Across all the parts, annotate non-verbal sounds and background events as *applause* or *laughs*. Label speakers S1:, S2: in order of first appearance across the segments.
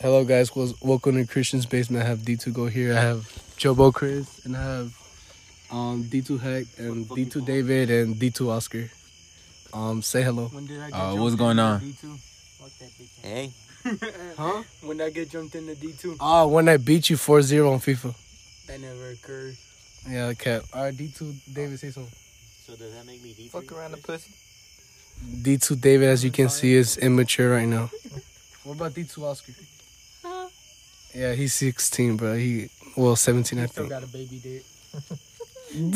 S1: Hello, guys. Wel- Welcome to Christian's Basement. I have D2 Go here. I have Jobo Chris, and I have um, D2 Heck, and D2 David, and D2 Oscar. Um, say hello.
S2: When did I get
S3: Uh,
S2: jumped
S3: what's going
S2: into
S3: on?
S2: D2? *laughs*
S4: Hey,
S1: Huh?
S2: When I get jumped into D2,
S1: Oh, when I beat you 4 0 on FIFA.
S2: that never occurred.
S1: Yeah, cap. All right, D2 David, say something.
S4: so does that make me D3?
S5: Fuck around the pussy.
S1: D2 David, as you can see, is immature right now. What about D2 Oscar? Yeah, he's 16, bro. He, well, 17, I
S2: Still
S1: think.
S2: got a baby dick.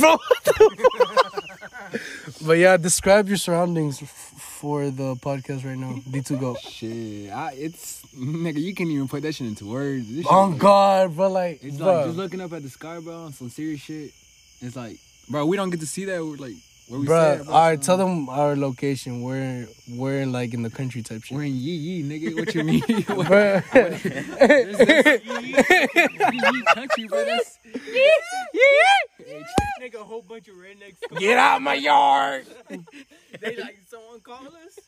S1: Bro, what the fuck? but yeah, describe your surroundings f- for the podcast right now. D2 go.
S3: Shit, I, it's nigga, you can't even put that shit into words. This shit
S1: Oh
S3: like-
S1: God, bro, like,
S3: It's
S1: bro.
S3: like just looking up at the sky, bro, on some serious shit. It's like, bro, we don't get to see that. We're like, where we
S1: Bro,
S3: stay at,
S1: all right,
S3: So,
S1: tell them our location. We're we're like in the country type shit.
S3: *laughs* We're in Yee Yee, nigga. What you
S2: *laughs*
S3: mean? *laughs* What-
S1: Bro.
S3: there's this Yee Yee country, bro. That's,
S2: Nigga, a whole bunch of rednecks. *laughs*
S3: get out my yard.
S2: They like, someone call *laughs* us?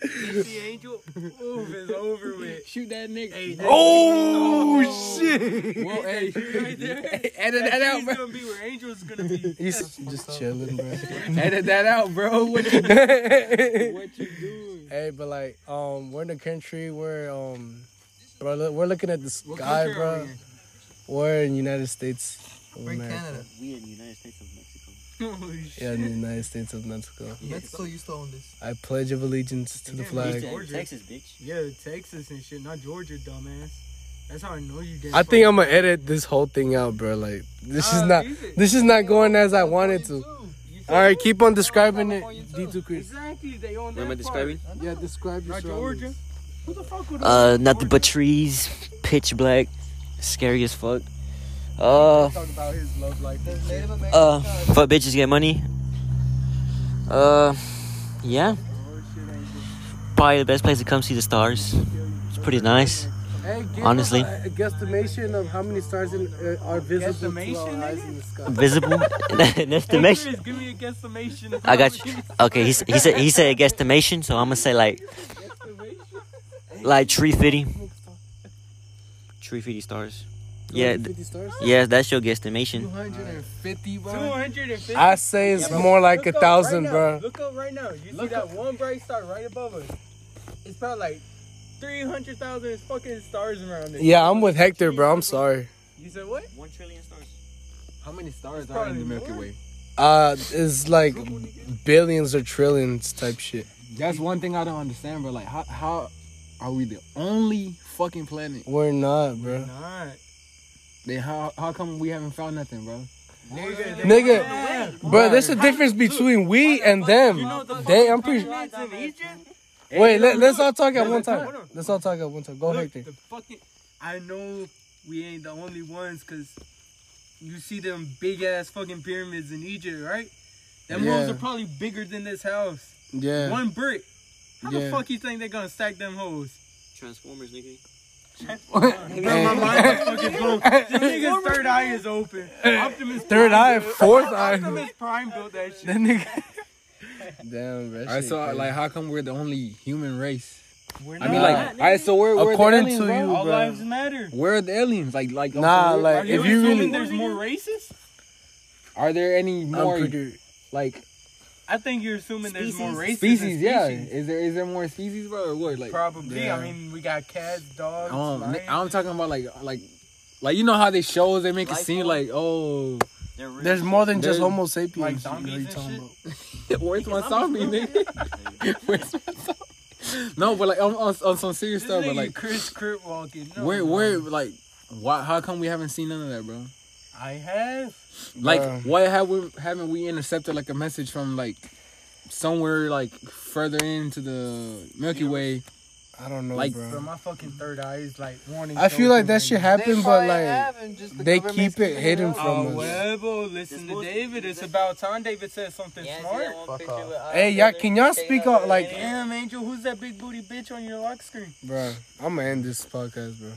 S2: DC Angel? Oof, it's over with.
S3: Shoot that nigga.
S2: *laughs*
S1: oh *laughs* shit!
S3: Whoa, hey,
S2: Right there.
S3: edit that out,
S2: He's
S3: bro.
S2: gonna be where Angel's gonna be.
S1: He's just chilling, bro.
S3: Edit that out, bro. *laughs* What you,
S1: hey,
S3: what you doing?
S1: but like, um, we're in the country. We're um, bro, look, we're looking at the
S2: What
S1: sky,
S2: country are
S1: bro. We're in United States. of
S5: We're in
S1: America.
S5: Canada.
S4: We in the United States of Mexico.
S2: we in? Holy shit.
S1: Yeah, in the United States of Mexico.
S5: Mexico used to own this.
S1: I pledge of allegiance to the
S2: Yeah,
S1: flag.
S2: he's dead. Georgia.
S4: Texas, bitch.
S2: Yeah, Texas and shit, not Georgia, dumbass. That's how I know you did.
S1: I think I'm gonna edit this whole thing out, bro. Like this is
S2: Nah,
S1: not
S2: leave it.
S1: this is not going as I wanted to. All right, keep on describing it. D2 Chris.
S2: Exactly, they own that
S4: What am I
S2: part.
S4: describing?
S1: Yeah, describe
S2: Not Georgia. Who the fuck would
S4: Uh,
S2: own
S4: nothing but
S2: Georgia?
S4: trees, pitch black, scary as fuck. Uh,
S1: Talk about his love life.
S4: uh, fuck bitches get money. Uh, yeah. Probably the best place to come see the stars. It's pretty nice.
S1: Hey, give
S4: Honestly.
S1: us a, a guesstimation of how many stars in, uh, are visible to
S2: Guesstimation,
S1: our eyes
S2: nigga?
S1: in the sky.
S4: Visible. *laughs* An
S2: Hey,
S4: estimation.
S2: Chris, give me a guesstimation.
S4: *laughs* I got you. Okay, he, s- he said he said a guesstimation, so I'm gonna say like like tree fifty. Tree fifty stars. Yeah, th-
S1: 250 stars?
S4: yeah, that's your guesstimation.
S3: 250, bro.
S2: 250.
S1: I say it's more like a thousand, bro.
S2: Look up right now. You see that one bright star right above us? It's about like 300,000 fucking stars around it.
S1: Yeah, I'm with Hector, bro. I'm sorry.
S2: You said what?
S4: One trillion stars.
S3: How many stars
S2: It's
S3: are in the
S2: probably
S3: Milky
S2: more.
S3: Way?
S1: Uh, it's like billions or trillions type shit.
S3: That's one thing I don't understand, bro. Like, how how are we the only fucking planet?
S1: We're not, bro.
S2: Not.
S3: Then how how come we haven't found nothing, bro?
S2: Nigga.
S1: Nigga,
S2: Yeah.
S1: Bro, there's a difference between we and them.
S2: You know the
S1: They,
S2: fucking
S1: I'm pretty.
S2: pyramids in Egypt?
S1: Wait, let, let's all talk at one
S2: Hey, look,
S1: time.
S2: hold on.
S1: Let's all talk at one time. Go,
S2: Look,
S1: Hector.
S2: the fucking. I know we ain't the only ones because you see them big ass fucking pyramids in Egypt, right? Them hoes
S1: Yeah.
S2: are probably bigger than this house.
S1: Yeah.
S2: One brick. How
S1: Yeah.
S2: the fuck you think they gonna stack them
S3: *laughs*
S2: hoes?
S4: Transformers, nigga.
S2: Bro, my mind is fucking
S1: *laughs*
S2: blown. This nigga's third eye is open. Optimus
S1: Third
S2: Prime
S1: eye,
S2: built-
S1: fourth eye.
S2: Optimus Prime built that shit.
S1: That nigga. Damn, bro.
S3: All right, so like, how come we're the only human race?
S2: We're
S3: I
S2: not-
S3: mean, like, all right, so we're, we're
S1: According
S3: the aliens,
S1: to
S3: bro?
S1: you,
S2: all
S1: bro.
S2: lives matter.
S3: Where are the aliens? Like, like, I'm
S1: Nah,
S3: sorry,
S1: like,
S2: Are you
S1: if you
S2: assuming
S1: really-
S2: there's more races?
S3: are there any more like
S2: I think you're assuming there's more races. than
S3: species? Yeah, is there is there more species, bro, or what? Like,
S2: Probably.
S1: Yeah.
S2: I mean, we got cats, dogs,
S3: um,
S2: lions.
S3: ni- I'm talking about like, like, like you know how they shows they make it
S4: Life
S3: seem
S4: form?
S3: like, oh, *laughs*
S1: There's more than just
S3: There's-
S1: Homo sapiens. you know
S2: Like
S1: what
S2: zombies
S1: you're
S2: and
S1: talking
S3: where's my zombie, nigga? *laughs* where's my zombie? No, but like on, on, on some serious
S2: this
S3: stuff,
S2: nigga
S3: but like,
S2: Chris Crip walking. No,
S3: where
S2: no.
S3: where like, why? How come we haven't seen none of that, bro?
S2: I have.
S3: Like,
S1: Bruh.
S3: why have we haven't we intercepted like a message from like somewhere like further into the Milky Way?
S1: about. I don't know,
S3: Like,
S2: Bro,
S1: bro.
S2: my fucking third eye is like warning.
S1: I feel like that
S2: shows
S1: shit
S2: me.
S1: happened, but
S5: probably
S1: like,
S5: haven't, just the
S1: they
S5: government's
S1: keep it
S5: keeping
S1: hidden
S5: up.
S1: from
S2: Oh,
S1: us.
S2: well, listen to David. It's about time David said something smart.
S5: Fuck off.
S1: hey, y'all, can y'all speak up? Like,
S2: Damn, Angel, who's that big booty bitch on your lock screen?
S1: bro, I'm gonna end this podcast, bro.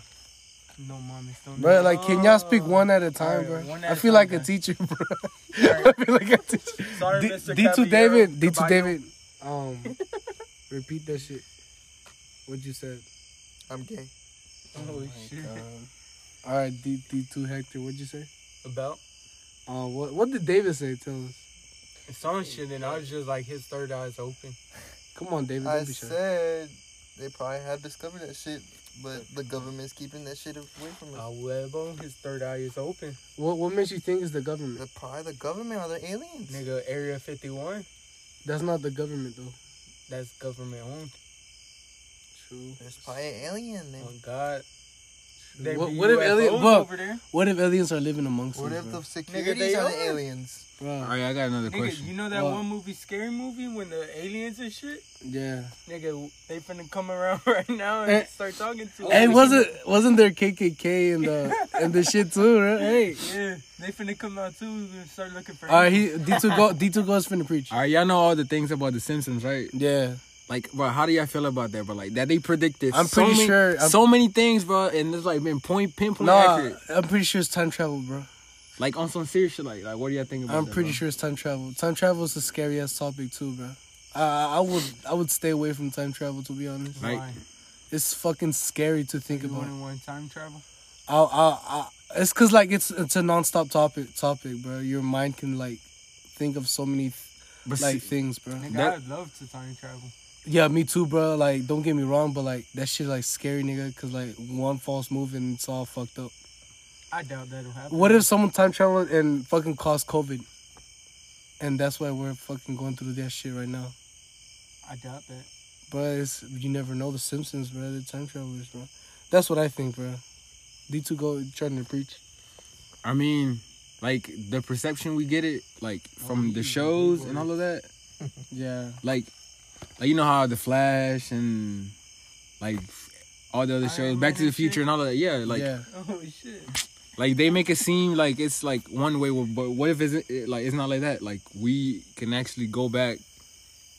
S2: No, mommy, don't.
S1: Bro, like, can y'all speak one at a time,
S2: Alright,
S1: bro?
S2: one at
S1: I
S2: a
S1: feel
S2: time,
S1: like a
S2: guys.
S1: teacher, bro. *laughs* I
S2: Alright.
S1: feel like a teacher.
S2: Sorry,
S1: D-
S2: Mr.
S1: D2
S2: Caballero.
S1: David, D2
S2: *laughs* Goodbye.
S1: David, um, repeat that shit. What'd you say?
S6: I'm gay.
S2: Oh, Holy shit.
S1: Uh, All right, D D two Hector. What'd you say?
S2: About?
S1: Uh, what what did David say? Tell us.
S2: Some shit, and I was just like, his third eye's open.
S1: Come on, David.
S6: I
S1: Don't be shy.
S6: said they probably have discovered that shit, but the government's keeping that shit away from us.
S2: Huevo, his third eye is open.
S1: What what makes you think it's the government?
S6: The probably the government or the aliens.
S2: Nigga, Area 51,
S1: That's not the government though.
S2: that's government owned.
S1: True.
S6: There's probably an alien. there.
S2: Oh, God. There
S1: What-
S2: be
S1: what if
S2: UFOs
S1: alien- bro,
S2: over there?
S1: What if aliens are living amongst
S6: Oh, What
S1: us?
S6: if the
S2: they
S6: securities are the
S2: are.
S6: aliens?
S1: bro?
S3: All right, I got another
S2: Nigga,
S3: question.
S2: you know that
S1: What?
S2: one movie, Scary Movie, when the aliens and shit?
S1: Yeah.
S2: Nigga, they finna come around *laughs* right now and
S1: Eh.
S2: start talking to us.
S1: Hey, wasn't wasn't there KKK and the and the shit too, right? Hey.
S2: Yeah, they finna come out too and start looking for
S1: All right, he D two go D two goes finna preach.
S3: All right, y'all know all the things about the Simpsons, right?
S1: Yeah.
S3: Like, bro, how do y'all feel about that? But like that, they predicted.
S1: I'm
S3: so
S1: pretty
S3: many-
S1: sure- I'm-
S3: so many things, bro, and it's like been point pinpoint
S1: Nah,
S3: accurate.
S1: I'm pretty sure it's time travel, bro.
S3: Like on some serious shit, like like what do y'all think about?
S1: I'm
S3: that,
S1: pretty
S3: bro?
S1: sure it's time travel. Time travel is a scary ass topic too, bro. I I would I would stay away from time travel to be honest.
S3: Like,
S1: It's fucking scary to think
S2: you
S1: about.
S2: want one time travel?
S1: I I I it's cause like it's it's a nonstop topic topic, bro. Your mind can like think of so many
S3: but
S1: like
S3: see-
S1: things, bro.
S2: Nigga,
S3: That-
S2: I'd love to time travel.
S1: Yeah, me too, bro. Like, don't get me wrong, but like that shit like scary, nigga. Cause like one false move and it's all fucked up.
S2: I doubt that'll happen.
S1: What if someone time traveled and fucking caused COVID? And that's why we're fucking going through that shit right now,
S2: I doubt that. *laughs*
S1: bro. It's, you never know the Simpsons, bro. The time travelers, bro. That's what I think, bro. D two go trying to preach.
S3: I mean, like the perception we get it, like from the shows and all of that.
S1: Yeah,
S3: Like, like you know how the Flash and like all the other
S2: Iron
S3: shows,
S2: Man
S3: Back to the
S2: and shit?
S3: Future and all of that. Yeah, like
S1: yeah.
S2: Oh shit.
S3: Like they make it seem like it's like one way, but what if it's it, like it's not like that? Like we can actually go back,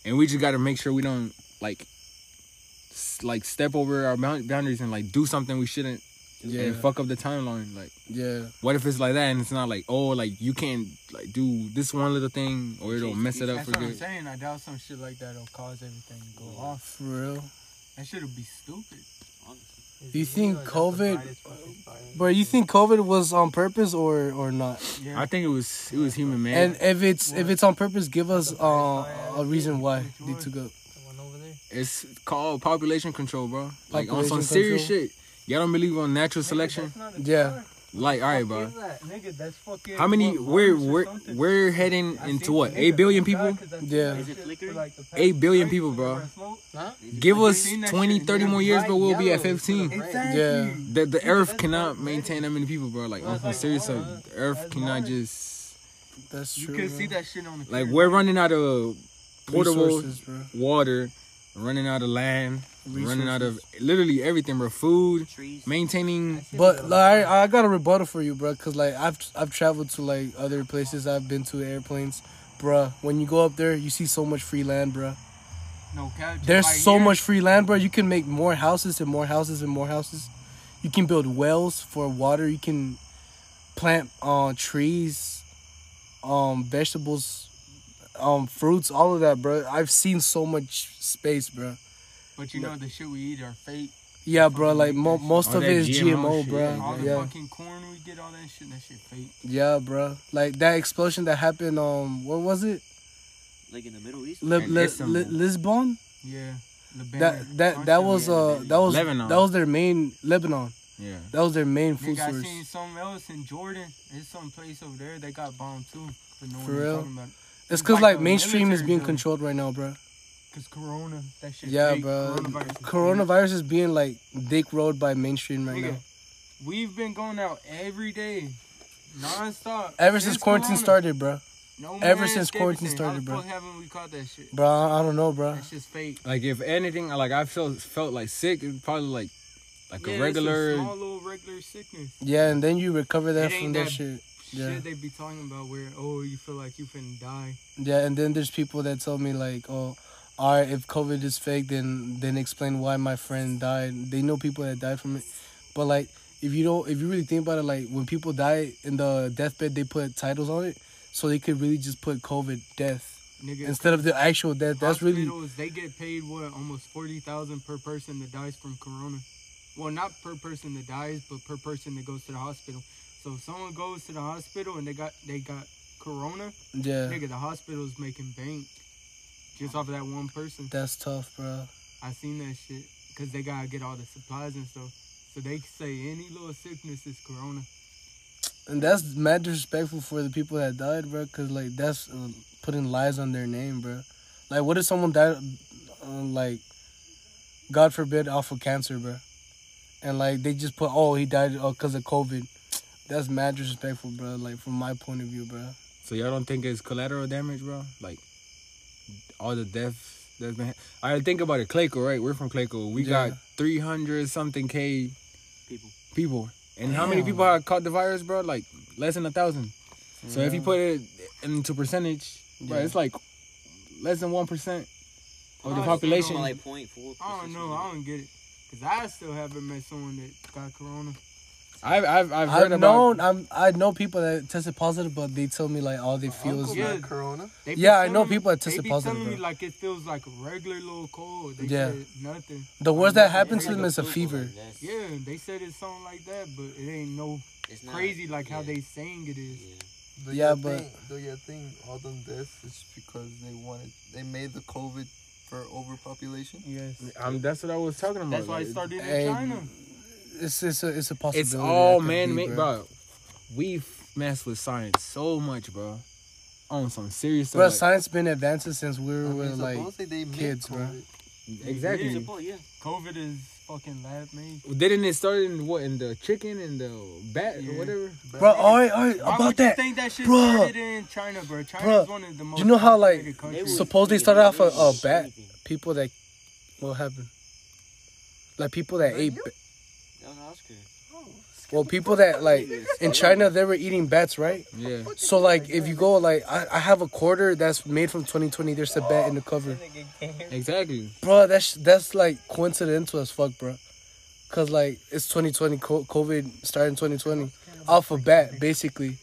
S3: and we just got to make sure we don't like, s- like step over our bound- boundaries and like do something we shouldn't,
S1: Yeah.
S3: and fuck up the timeline. Like
S1: yeah,
S3: what if it's like that and it's not like oh like you can't like do this one little thing or it'll mess it up
S2: That's
S3: for
S2: what I'm
S3: good.
S2: saying. I doubt some shit like that'll cause everything to go
S1: Oh,
S2: off.
S1: for real,
S2: That shit'll be stupid.
S1: Do you think
S2: Like, that's the
S1: COVID
S2: brightest fucking fire.
S1: bro. You think COVID was on purpose or or not?
S2: Yeah.
S3: I think it was it was human man.
S1: And if it's if it's on purpose, give us uh, a reason why D two go.
S6: The one over there.
S3: it's called population control, bro. Like on some
S1: Population
S3: serious
S1: control.
S3: shit. Y'all don't believe on natural
S2: Nigga,
S3: selection?
S2: that's not a
S1: Yeah.
S2: car.
S3: Like all right, bro.
S2: What is that? Nigga, that's fucking.
S3: How many?
S2: what,
S3: We're
S2: Mars or
S3: we're
S2: something?
S3: we're heading
S2: I
S3: into
S2: seen
S3: what?
S2: the
S3: Eight
S2: nigga,
S3: billion
S2: oh God,
S3: people.
S2: 'cause I seen
S1: Yeah. Is
S2: that
S4: it
S2: shit for,
S4: flickering?
S2: like, the past
S3: Eight billion
S2: three
S3: people,
S2: years
S3: bro.
S2: I smoked.
S3: Give
S2: You
S3: us
S2: seen that
S3: 20,
S2: shit?
S3: 30 more
S2: Bright
S3: years, but we'll be at
S2: yellow to the
S3: 15.
S2: right.
S1: Exactly. Yeah.
S3: The the Earth
S2: that's
S3: cannot
S2: Mars, right?
S3: maintain that many people, bro. Like
S2: Well,
S3: on
S2: it's
S3: some
S2: like
S3: serious stuff,
S2: Mars.
S3: the Earth
S2: That's
S3: cannot
S2: Mars.
S3: just
S1: That's
S2: You
S1: true.
S2: can
S1: bro.
S2: see that shit on the
S3: like
S2: camera.
S3: we're running out of portable
S1: Resources, bro.
S3: water, running out of land, running out of
S1: Resources.
S3: literally everything, bro. Food,
S4: Trees.
S3: maintaining.
S1: But like, I, I got a rebuttal for you, bro. Cause like I've I've traveled to like other places. I've been to airplanes, bruh. When you go up there, you see so much free land, bruh.
S2: No couch.
S1: There's
S2: right
S1: so
S2: here.
S1: much free land, bruh. You can make more houses and more houses and more houses. You can build wells for water. You can plant uh, trees, um, vegetables, um, fruits, all of that, bruh. I've seen so much space, bruh.
S2: But you know the shit we eat are fake.
S1: Yeah, bruh. Like mo- most
S3: All
S1: of
S3: that
S1: it is GMO,
S3: GMO shit,
S1: bruh.
S2: All the
S1: yeah.
S2: fucking corn we get, all that shit, that shit fake.
S1: Yeah, bro. Like that explosion that happened. Um, what was it?
S4: Like in the Middle East.
S1: Li-
S3: In
S1: li-
S3: Istanbul.
S1: Li- Lisbon.
S2: Yeah.
S1: That that that was uh that was
S3: Lebanon.
S1: that was their main Lebanon.
S3: Yeah,
S1: That was their main food
S2: Nigga, I
S1: source.
S2: seen something else in Jordan. There's some place over there that got bombed too. But no
S1: For
S2: one's
S1: real?
S2: talking about it.
S1: It's
S2: it's
S1: cause
S2: like
S1: like
S2: a
S1: mainstream is
S2: military
S1: being
S2: drill.
S1: controlled right now, bro.
S2: Cause Corona, that shit.
S1: Yeah,
S2: fake.
S1: bro.
S2: Coronavirus. is fake.
S1: Coronavirus is being like dick road by mainstream right
S2: Nigga,
S1: now.
S2: We've been going out every day, nonstop.
S1: Ever since quarantine
S2: corona.
S1: started, bro.
S2: No
S1: ever
S2: mask,
S1: since quarantine
S2: everything. How
S1: started,
S2: the
S1: bro.
S2: fuck haven't we caught that shit?
S1: Bro, I I don't know, bro.
S2: That shit's fake.
S3: like if anything, like I felt felt like sick. It probably like like
S2: Yeah,
S3: a
S2: it's
S3: regular.
S2: small little regular sickness.
S1: Yeah, and then you recover that
S2: It
S1: from
S2: ain't
S1: that
S2: that-
S1: shit. Yeah.
S2: Shit, they be talking about where oh you feel like you finna die.
S1: Yeah, and then there's people that tell me like, oh, all right, if COVID is fake, then then explain why my friend died. They know people that died from it, but like if you don't, if you really think about it, like when people die in the deathbed, they put titles on it, so they could really just put COVID death.
S2: Nigga,
S1: instead of the actual death. That's really
S2: hospitals, They get paid what almost forty thousand per person that dies from corona. Well, not per person that dies, but per person that goes to the hospital. So if someone goes to the hospital and they got they got corona,
S1: yeah.
S2: nigga, the hospital's making bank just off of that one person.
S1: That's tough, bro.
S2: I seen that shit because they gotta get all the supplies and stuff. So they say any little sickness is corona.
S1: And that's mad disrespectful for the people that died, bro. Cause like that's uh, putting lies on their name, bro. Like, what if someone died, uh, like, God forbid, off of cancer, bro? And like they just put, oh, he died uh, cause of COVID. That's mad disrespectful, bro. Like from my point of view, bro.
S3: So y'all don't think it's collateral damage, bro? Like all the deaths that's been. I think about it, Clayco, right? We're from Clayco. We
S1: Yeah.
S3: got three hundred something k
S4: People.
S3: people, and how many
S1: Damn.
S3: people are caught the virus, bro? Like less than a thousand. So if you put it into percentage, bro,
S1: Yeah.
S3: it's like less than one percent of
S2: Oh,
S3: the
S2: it's
S3: population.
S2: normal,
S4: Like point four.
S2: I don't know. I don't get it. Cause I still haven't met someone that got corona.
S3: I've I've, I've heard
S1: I've
S3: about.
S1: known, I'm, I know people that tested positive, but they tell me like all they feel is like,
S6: Uncle
S2: Yeah.
S6: got corona.
S2: They be
S1: Yeah, I know
S2: telling me-
S1: people that
S2: they
S1: tested
S2: be
S1: positive,
S2: telling me
S1: bro.
S2: like it feels like a regular little cold. They
S1: Yeah.
S2: said nothing.
S1: the worst that happens to them is a fever.
S2: Yeah, they said it's something like that, but it ain't no
S4: It's
S2: crazy like how
S4: yeah.
S2: they saying it is.
S4: Yeah.
S6: Do
S1: Yeah,
S6: your
S1: but-
S6: thing, do your thing. All them deaths is because they wanted. They made the COVID for overpopulation.
S2: Yes.
S3: Um, that's what I was talking about.
S2: That's why
S3: like,
S2: it started in
S1: Hey,
S2: China.
S1: It's it's a it's a possibility.
S3: It's
S1: that
S3: all
S1: could be,
S3: man made, bro. We've messed with science so much, bro. On some serious
S1: Bro,
S3: stuff. like-
S1: science been advancing since we
S6: I
S1: were
S6: mean,
S1: like
S6: supposedly they made
S1: kids, bro.
S6: COVID.
S3: exactly.
S4: Oh, yeah.
S2: COVID is fucking lab made.
S3: Didn't it start in what in the chicken and the bat
S2: Yeah.
S3: or whatever?
S1: bro. All right, all right,
S2: Why
S1: about
S2: would you
S1: that.
S2: think that shit
S1: Bruh.
S2: started in China, bro? China's one of the most.
S1: You know how like
S2: populated countries.
S4: would-
S1: supposedly
S4: they
S1: started off a,
S4: would
S1: a
S4: eat
S1: bat
S4: anything.
S1: people that what happened? Like people that ate ba-
S4: That was Oscar.
S1: well people that like in China they were eating bats, right?
S3: Yeah.
S1: So like if you go like I, I have a quarter that's made from 2020 there's a bat in the cover.
S3: Exactly.
S1: Bro, that's that's like coincidental as fuck, bro. Cuz like it's 2020 co- COVID started in 2020 off a bat basically.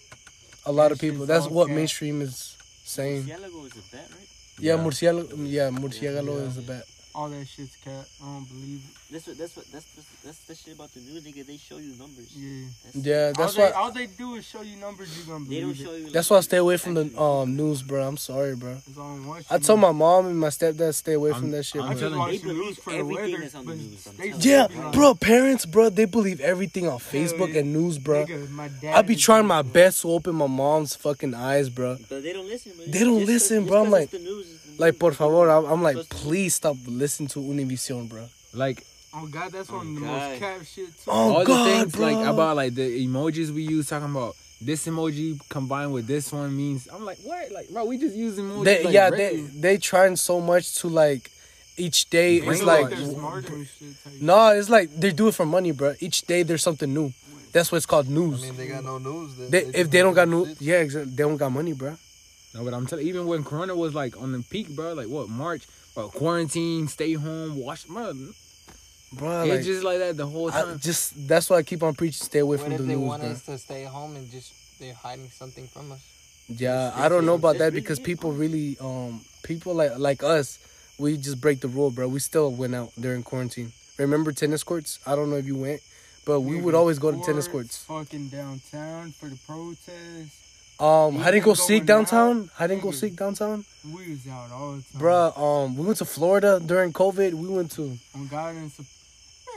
S1: A lot of people that's what mainstream is saying.
S4: Murcielago is a bat, right?
S1: Yeah, murcielago. Yeah, murcielago is a bat.
S2: all that shit's cat. I don't believe it.
S4: That's what. That's what. That's that's, that's the shit about the news, nigga. They show you numbers.
S2: Yeah.
S4: That's,
S1: Yeah, that's
S2: all,
S1: why.
S2: they, all they do is show you numbers. You gonna
S4: They
S2: believe
S4: don't
S2: it.
S4: show you.
S1: That's why
S4: like,
S1: I stay away from the um news, bro. I'm sorry, bro.
S2: It's all in one
S1: I
S2: shit.
S1: told my mom and my stepdad stay away from
S3: Mm. I'm-
S1: that shit,
S3: I'm
S1: bro.
S3: telling
S2: Watch
S4: They
S2: the news
S4: believe
S2: for the
S4: everything
S2: weather,
S4: that's on the
S2: but
S4: news, I'm
S2: they
S4: telling
S2: still
S1: Yeah,
S2: be like,
S1: bro. Parents, bro, they believe everything on Facebook
S2: yeah.
S1: and news, bro.
S2: Nigga, my dad
S1: I be
S2: is-
S1: trying my best to open my mom's fucking eyes, bro.
S4: But they don't listen. Bro.
S1: They don't
S4: Just 'cause-
S1: listen,
S4: just
S1: bro. I'm
S4: 'cause it's
S1: like-
S4: the news, it's the news.
S1: Like, por favor, I'm, I'm like,
S4: Just-
S1: please stop listening to Univision, bro.
S3: Like
S2: Oh god, that's one of the
S4: God.
S2: most cap shit too.
S1: Oh
S3: all
S1: God,
S3: the things like
S1: bro.
S3: about like the emojis we use talking about this emoji combined with this one means I'm like what like bro we just use emojis
S1: They,
S3: like,
S1: yeah, they
S3: regular.
S1: they trying so much to like, each day it's
S3: Brainwash.
S1: like,
S2: they're smarter and shit. Type.
S1: no, it's like they do it for money, bro. Each day there's something new. That's why it's called
S6: I
S1: news.
S6: mean, they got no news. They,
S1: They, if they don't got
S6: no
S1: no, yeah, exactly. They don't got money, bro.
S3: No, but I'm telling even when Corona was like on the peak, bro, like what March, bro, quarantine, stay home, wash, bro,
S1: Bro,
S3: it's
S1: like,
S3: just like that the whole
S1: I,
S3: time.
S1: just that's why I keep on preaching. Stay away
S7: What
S1: from
S7: if
S1: the
S7: they
S1: news,
S7: want
S1: bro.
S7: us to stay home and just they're hiding something from us?
S1: Yeah,
S4: It's-
S1: I don't know
S4: it's-
S1: about
S4: it's
S1: that
S4: really
S1: because
S4: it,
S1: people really, um, people like like us, we just break the rule, bro. We still went out during quarantine. Remember tennis courts? I don't know if you went, but we would always go to tennis courts.
S2: Fucking downtown for the protest.
S1: Um,
S2: You
S1: hide and go
S2: were
S1: seek
S2: going out,
S1: downtown. Hide and go
S2: nigga.
S1: seek downtown,
S2: We was out all the time.
S1: Bruh, Um, we went to Florida during COVID. We went to
S2: On God and sup-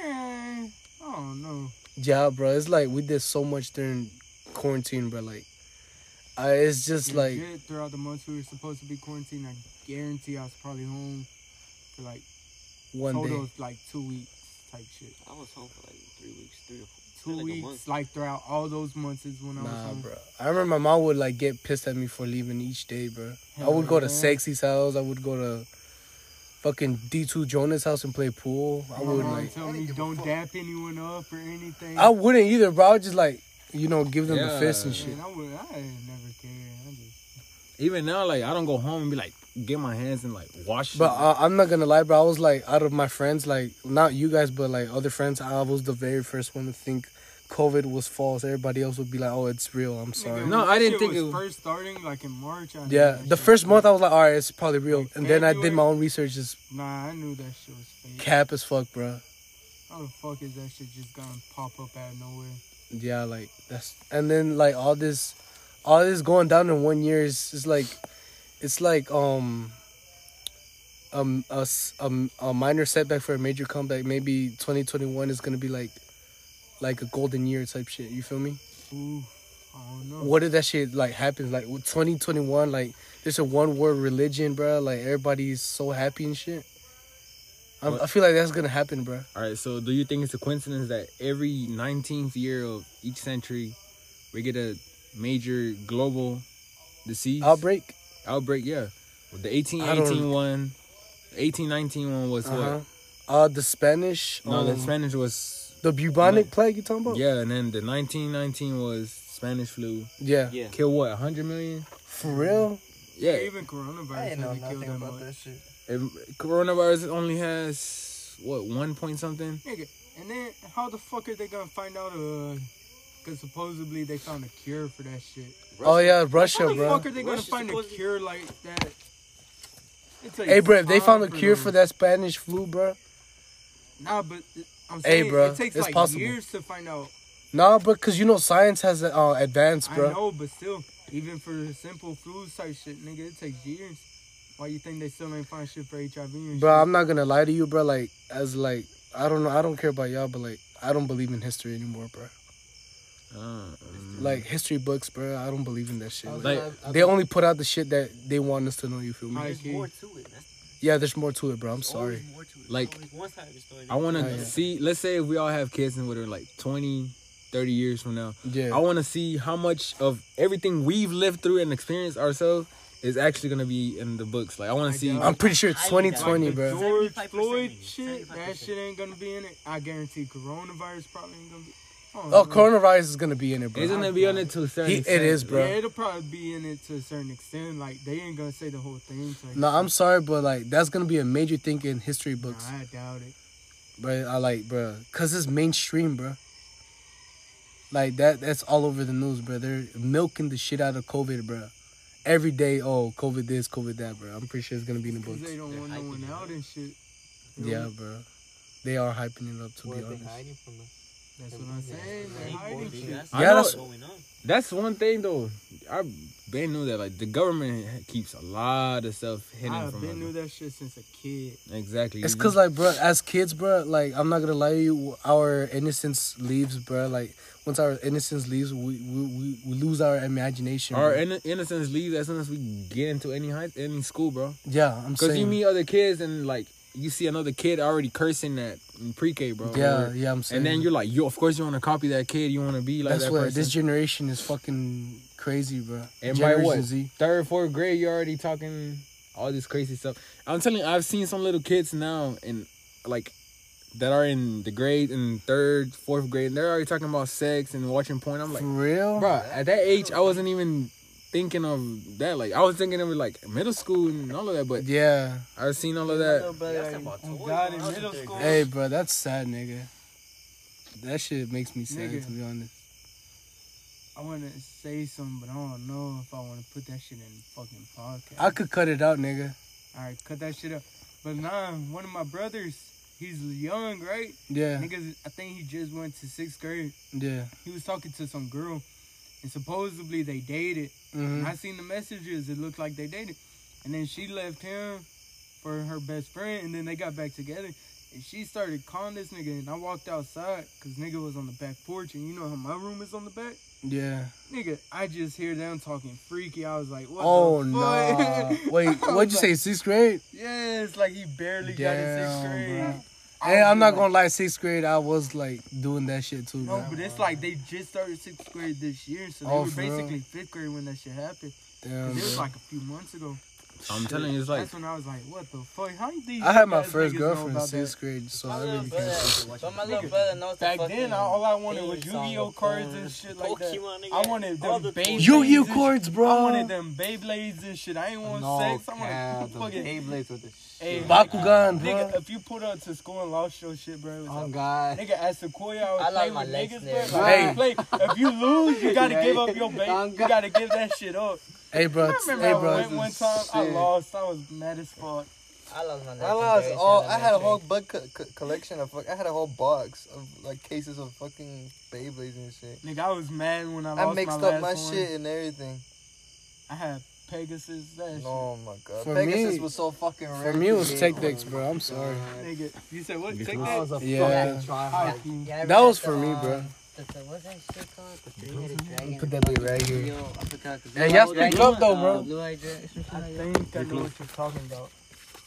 S2: Man, I don't know.
S1: yeah, bro. It's like we did so much during quarantine, bro. Like, I it's just like
S2: Legit, throughout the months we were supposed to be quarantined, I guarantee I was probably home for like
S1: one
S2: total
S1: day.
S2: of like two weeks type shit.
S4: I was home for like three weeks, three or four,
S2: Two
S4: like a
S2: weeks,
S4: month.
S2: like throughout all those months is when I was
S1: Nah,
S2: home.
S1: bro. I remember my mom would like get pissed at me for leaving each day, bro. I would go to
S2: Yeah.
S1: Sexy's house. I would go to fucking D2 Jonas' house and play pool. I
S2: My
S1: would
S2: mom
S1: like.
S2: tell me don't dap anyone up or anything.
S1: I wouldn't either, bro. I would just like, you know, give them the
S3: Yeah.
S1: fist and shit.
S2: Man, I would. I ain't never cared. I just
S3: Even now, like I don't go home and be like get my hands and like wash.
S1: But
S3: it.
S1: uh, I'm not gonna lie, bro. I was like, out of my friends, like not you guys, but like other friends, I was the very first one to think COVID was false, everybody else would be like, "Oh, it's real." I'm sorry.
S2: Nigga,
S3: No,
S2: when
S3: I
S2: this
S3: didn't
S2: shit
S3: think
S2: was
S3: it was-
S2: first starting like in March. I knew
S1: Yeah,
S2: that
S1: the
S2: shit
S1: first
S2: was
S1: month I
S2: fake.
S1: was like, "All right, it's probably real," and then I did my own research. It's
S2: Nah, I knew that shit was fake.
S1: cap as fuck, bro.
S2: How the fuck is that shit just gonna pop up out of nowhere?
S1: Yeah, like that's and then like all this, all this going down in one year is is like, it's like um. Um, a, s- um, a minor setback for a major comeback. Maybe 2021 is gonna be like, like a golden year type shit. You feel me?
S2: Ooh, I don't know.
S1: what if that shit like happens like with 2021 like there's a one world religion bro like everybody's so happy and shit i
S3: What?
S1: I feel like that's gonna happen bro
S3: All right, so do you think it's a coincidence that every 19th year of each century, we get a major global disease
S1: outbreak
S3: Outbreak, yeah. The
S1: I don't-
S3: 1818 one, 1819 one was
S1: uh-huh. uh the spanish
S3: what? No, the
S1: um,
S3: Spanish was
S1: the bubonic
S3: Like-
S1: plague you talking about
S3: yeah, and then the 1919 was Spanish flu.
S1: yeah,
S4: Yeah.
S3: Kill what? 100 million?
S1: for real
S3: Yeah.
S2: Even coronavirus
S6: I ain't know
S2: hasn't killed
S6: nothing
S2: that
S6: about
S2: much.
S6: that shit.
S3: If coronavirus only has what one point something.
S2: Nigga, and then how the fuck are they gonna find out? Uh, because supposedly they found a cure for that shit.
S1: oh yeah russia
S2: How the
S1: bro
S2: fuck are they gonna
S4: Russia's
S2: find a
S4: supposedly-
S2: cure like that? It's like
S1: hey bro if they found a
S2: time
S1: cure
S2: them.
S1: for that spanish flu bro
S2: Nah, but th- I'm
S1: Hey,
S2: saying
S1: bro,
S2: it takes
S1: it's
S2: like
S1: possible.
S2: years to find out.
S1: nah bro because you know science has uh advanced
S2: I
S1: bro
S2: know, but still, even for simple flu type shit, nigga, it takes years. Why you think they still ain't find shit for HIV and
S1: bro
S2: shit?
S1: i'm not gonna lie to you bro like as like i don't know i don't care about y'all but like i don't believe in history anymore bro
S3: Uh,
S1: like history books, bro. I don't believe in that
S6: Oh,
S1: shit.
S3: Like,
S1: they only put out the shit that they want us to know. You feel me?
S2: High key.
S4: to it. That's
S1: Yeah, there's more to it, bro. I'm sorry.
S4: more to it.
S3: Like-
S4: one side of the story.
S3: I want to
S1: Oh, yeah.
S3: see. Let's say if we all have kids and we're like 20, 30 years from now, I
S1: Yeah,
S3: want to see how much of everything we've lived through and experienced ourselves is actually gonna be in the books. Like I want
S2: I
S3: to see.
S2: doubt-
S1: I'm pretty sure it's
S4: I mean,
S2: Like
S1: 2020,
S2: the
S1: bro.
S2: George
S4: 75%
S2: Floyd
S4: nigga,
S2: shit, that
S4: 75%.
S2: shit ain't gonna be in it. I guarantee coronavirus probably ain't gonna be. I don't
S1: Oh,
S2: know.
S1: coronavirus is gonna be in it, bro.
S3: Isn't it beyond it to a certain
S1: He- it
S3: extent?
S1: is, bro.
S2: Yeah, it'll probably be in it to a certain extent. Like they ain't gonna say the whole thing. Type
S1: No, I'm
S2: shit.
S1: sorry, but like that's gonna be a major thing in history
S2: Nah,
S1: books,
S2: I doubt it.
S1: bro. I like, bro, cause it's mainstream, bro. Like that, that's all over the news, bro. They're milking the shit out of COVID, bro. Every day, oh, COVID this, COVID that, bro. I'm pretty sure it's gonna be in the
S2: Cause
S1: books.
S2: they don't want no one out and shit. You know?
S1: Yeah, bro. They are hyping it up to
S8: What
S1: be
S8: are they
S1: honest.
S8: hiding from us?
S2: that's what I'm saying. They're hiding shit.
S4: That's
S3: Yeah,
S4: what's
S3: that's-
S4: going on.
S3: That's one thing though. I've been knew that like the government keeps a lot of stuff hidden
S2: I've
S3: from
S2: been
S3: us.
S2: knew that shit since a kid.
S3: Exactly.
S1: It's
S3: You
S1: cause
S3: just-
S1: like, bro, as kids, bro, like I'm not gonna lie to you, our innocence leaves, bro. Like once our innocence leaves, we we, we, we lose our imagination.
S3: our
S1: bro.
S3: inno- innocence leaves as soon as we get into any high any school, bro.
S1: yeah, I'm
S3: Because
S1: saying.
S3: you meet other kids and like you see another kid already cursing that in pre-K, bro.
S1: yeah,
S3: Or-
S1: yeah, I'm saying.
S3: And then you're like, yo, of course you want to copy that kid. You want to be like
S1: that's
S3: that
S1: what
S3: person.
S1: this generation is fucking crazy, bro.
S3: and by
S1: generation
S3: what
S1: Z.
S3: third, fourth grade, you're already talking all this crazy stuff. I'm telling you, I've seen some little kids now and like that are in the grade in third, fourth grade. And they're already talking about sex and watching porn. I'm like,
S1: For real,
S3: bro, at that age, I wasn't even thinking of that. Like I was thinking of like middle school and all of that, but
S1: Yeah.
S3: I've seen all of that.
S2: Brother,
S4: about
S2: oh,
S4: toys
S2: God,
S4: when
S2: in
S4: I was in
S2: middle
S4: third
S2: school.
S1: Hey, bro, that's sad, nigga. That shit makes me sad,
S2: Nigga.
S1: to be honest.
S2: I want to say something, but I don't know if I want to put that shit in the fucking podcast.
S1: I could cut it out, nigga.
S2: All right, cut that shit up. But nah, one of my brothers, he's young, right?
S1: Yeah,
S2: Niggas, I think he just went to sixth grade.
S1: yeah.
S2: He was talking to some girl, and supposedly they dated.
S1: hmm
S3: Mm-hmm.
S2: And I seen the messages. It looked like they dated, and then she left him for her best friend, and then they got back together. And she started calling this nigga, and I walked outside because nigga was on the back porch, and you know how my room is on the back.
S1: Yeah.
S2: Nigga, I just hear them talking freaky. I was like, what
S1: Oh
S2: the
S1: no!
S2: fuck? *laughs*
S3: *laughs*
S1: Wait,
S2: I was
S1: what'd you
S2: like,
S1: say? Sixth grade?
S2: Yeah, it's like he barely got his sixth
S1: Damn,
S2: grade.
S1: bro. Hey,
S2: I
S1: I'm
S2: was
S1: not
S2: like,
S1: gonna lie. Sixth grade, I was like doing that shit too, bro.
S2: No, Oh, but it's like they just started sixth grade this year, so they
S1: Oh,
S2: were
S1: for real?
S2: basically fifth grade when that shit happened.
S1: Damn,
S2: It was
S1: bro.
S2: like a few months ago.
S9: I'm telling you, it's like
S2: That's when I was like, what the fuck? How do these
S1: I had my
S2: niggas
S1: first
S2: know
S1: girlfriend
S2: about
S1: sixth
S2: that?
S1: grade, so
S10: My
S1: I
S10: little
S1: really can't.
S10: brother, but my little brother knows the
S2: Back
S10: fucking
S2: then, I, all I wanted was
S10: theme
S2: Yu
S10: song
S2: Gi Oh cards and
S10: before.
S2: shit like
S4: Pokemon,
S2: that.
S4: nigga.
S2: I wanted
S4: All
S2: them
S4: the
S2: Beyblades.
S4: toys.
S1: Yu-Gi-Oh
S2: and shit.
S1: cards, bro.
S2: I wanted them Beyblades and shit. I ain't want sex. I
S10: cap,
S2: wanted
S10: the
S2: fucking.
S10: Beyblades with the
S2: Hey,
S10: shit.
S1: Bakugan, bro.
S2: nigga, if you pulled up to school and lost your shit, bro, it was
S10: Oh
S2: like,
S10: God.
S2: Nigga, at Sequoia, I was
S10: I like
S2: playing
S10: my
S2: with
S10: legs
S2: niggas,
S10: there,
S2: bro.
S10: bro.
S2: Hey. Play. If you lose, you gotta
S10: Right.
S2: give *laughs* up your
S10: Oh,
S2: bait. You
S10: God.
S2: gotta give that shit up.
S1: Hey, bro.
S2: I remember
S1: Hey,
S2: I
S1: bro.
S2: went one time, I
S10: Shit.
S2: lost. I was mad as fuck.
S10: I lost my legs.
S6: I lost all. I had a whole bug co- co- collection of. Fuck, I had a whole box of like cases of fucking Beyblades and shit.
S2: Nigga, I was mad when I
S6: I,
S2: lost
S6: mixed
S2: my
S6: up
S2: last
S6: my
S2: one.
S6: shit and everything.
S2: I had Pegasus. That
S6: Oh my god.
S1: For
S6: Pegasus
S1: me-
S6: was so fucking
S1: For
S6: rare.
S1: me, it was
S6: to
S1: Tech
S6: get.
S1: Decks, bro. I'm sorry.
S2: shit. Nigga, you said what?
S9: Because-
S2: Take
S10: I
S2: that.
S10: was a
S1: Yeah.
S10: fucking tryhard.
S2: Haiku.
S10: Yeah, I
S1: That was
S10: read
S1: for
S10: the,
S1: me,
S10: uh,
S1: bro.
S10: the- the- What's that shit called? The three-headed dragon.
S1: Put that bit right here.
S10: Yo, I forgot the
S1: Hey,
S10: blue-eyed
S1: y'all speak
S10: dragon,
S1: up though,
S10: uh,
S1: bro.
S10: blue-eyed dragon, something
S2: I
S10: like that.
S2: think I know what you're talking about.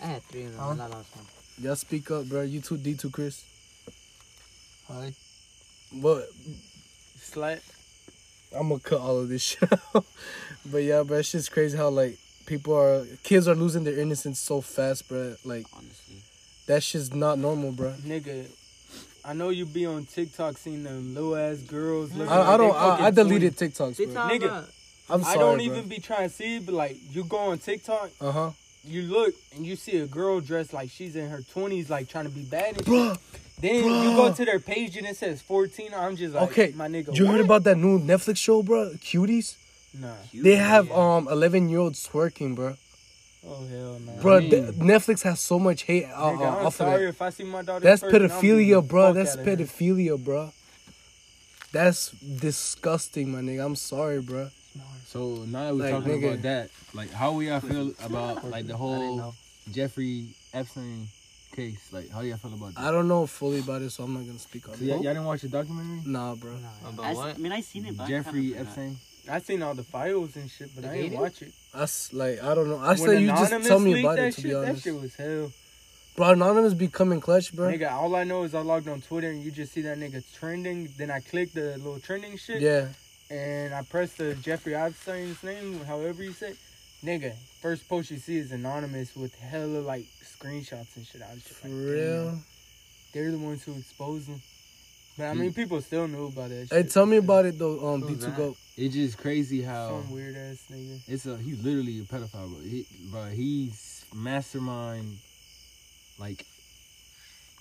S10: I had three of them,
S1: Huh?
S10: and I lost one.
S1: Y'all speak up, bro. You two D two Chris.
S10: Hi.
S1: What?
S2: Slut.
S1: I'm gonna cut all of this *laughs* shit. out. but yeah, bro, it's just crazy how like people are kids are losing their innocence so fast, bro. Like
S4: Honestly.
S1: that's just not normal, bro.
S2: Nigga, I know you be on TikTok seeing them little ass girls. looking like
S1: I, I
S2: they
S1: don't. I, I
S2: fucking
S1: deleted TikToks, bro.
S2: Nigga,
S1: I'm
S2: 20. I
S1: sorry,
S2: don't even be trying to see it, but like you go on TikTok,
S1: Uh huh.
S2: you look and you see a girl dressed like she's in her twenties, like trying to be bad. And
S1: Bro,
S2: then you
S1: bruh.
S2: go to their page and it says fourteen. I'm just like,
S1: okay.
S2: my nigga.
S1: you heard
S2: what?
S1: about that new Netflix show, bro? Cuties.
S2: Nah.
S1: They have um 11 year olds twerking, bro.
S2: Oh hell no.
S1: Bro,
S9: mean-
S1: th- Netflix has so much hate uh,
S2: Nigga,
S1: uh,
S2: I'm
S1: off of that.
S2: sorry if I see my daughter.
S1: That's
S2: twerking, I'm beating the
S1: pedophilia, bro.
S2: fuck
S1: That's
S2: outta her.
S1: pedophilia, bro. That's disgusting, my nigga. I'm sorry, bro.
S9: so. Now that we're
S1: Like,
S9: talking
S1: nigga.
S9: about that, like how we all feel about like the whole
S10: know.
S9: Jeffrey Epstein case. Like how y'all feel about that?
S1: I don't know fully about it, so I'm not gonna speak on
S9: So y'all, y'all
S1: it.
S9: didn't watch the documentary?
S1: Nah, bro.
S4: I,
S10: About
S4: s- I mean, I seen it, but I kinda
S9: Jeffrey
S4: forgot.
S9: Epstein.
S2: I seen all the files and shit, but I didn't
S10: did?
S2: watch it.
S1: I s- like I don't know. I
S2: When
S1: say you just
S2: Anonymous
S1: tell me
S2: leaked
S1: about
S2: that
S1: it to
S2: shit,
S1: be
S2: That
S1: honest,
S2: shit was hell.
S1: bro. Anonymous be coming clutch, bro.
S2: Nigga, all I know is I logged on Twitter and you just see that nigga trending. Then I click the little trending shit.
S1: Yeah,
S2: And I press the Jeffrey Epstein's name, however you say. it. Nigga, first post you see is anonymous with hella like screenshots and shit. I was just
S1: for
S2: like,
S1: real.
S2: damn, They're the ones who exposed him. But I mean, people still knew about that.
S1: Hmm. Hey,
S2: shit.
S1: tell me about it though. Um, D
S10: Who's
S1: two
S10: that?
S1: go.
S9: It's just crazy how
S2: Some weird ass nigga.
S9: it's a he's literally a pedophile, bro. He, bro he's mastermind, like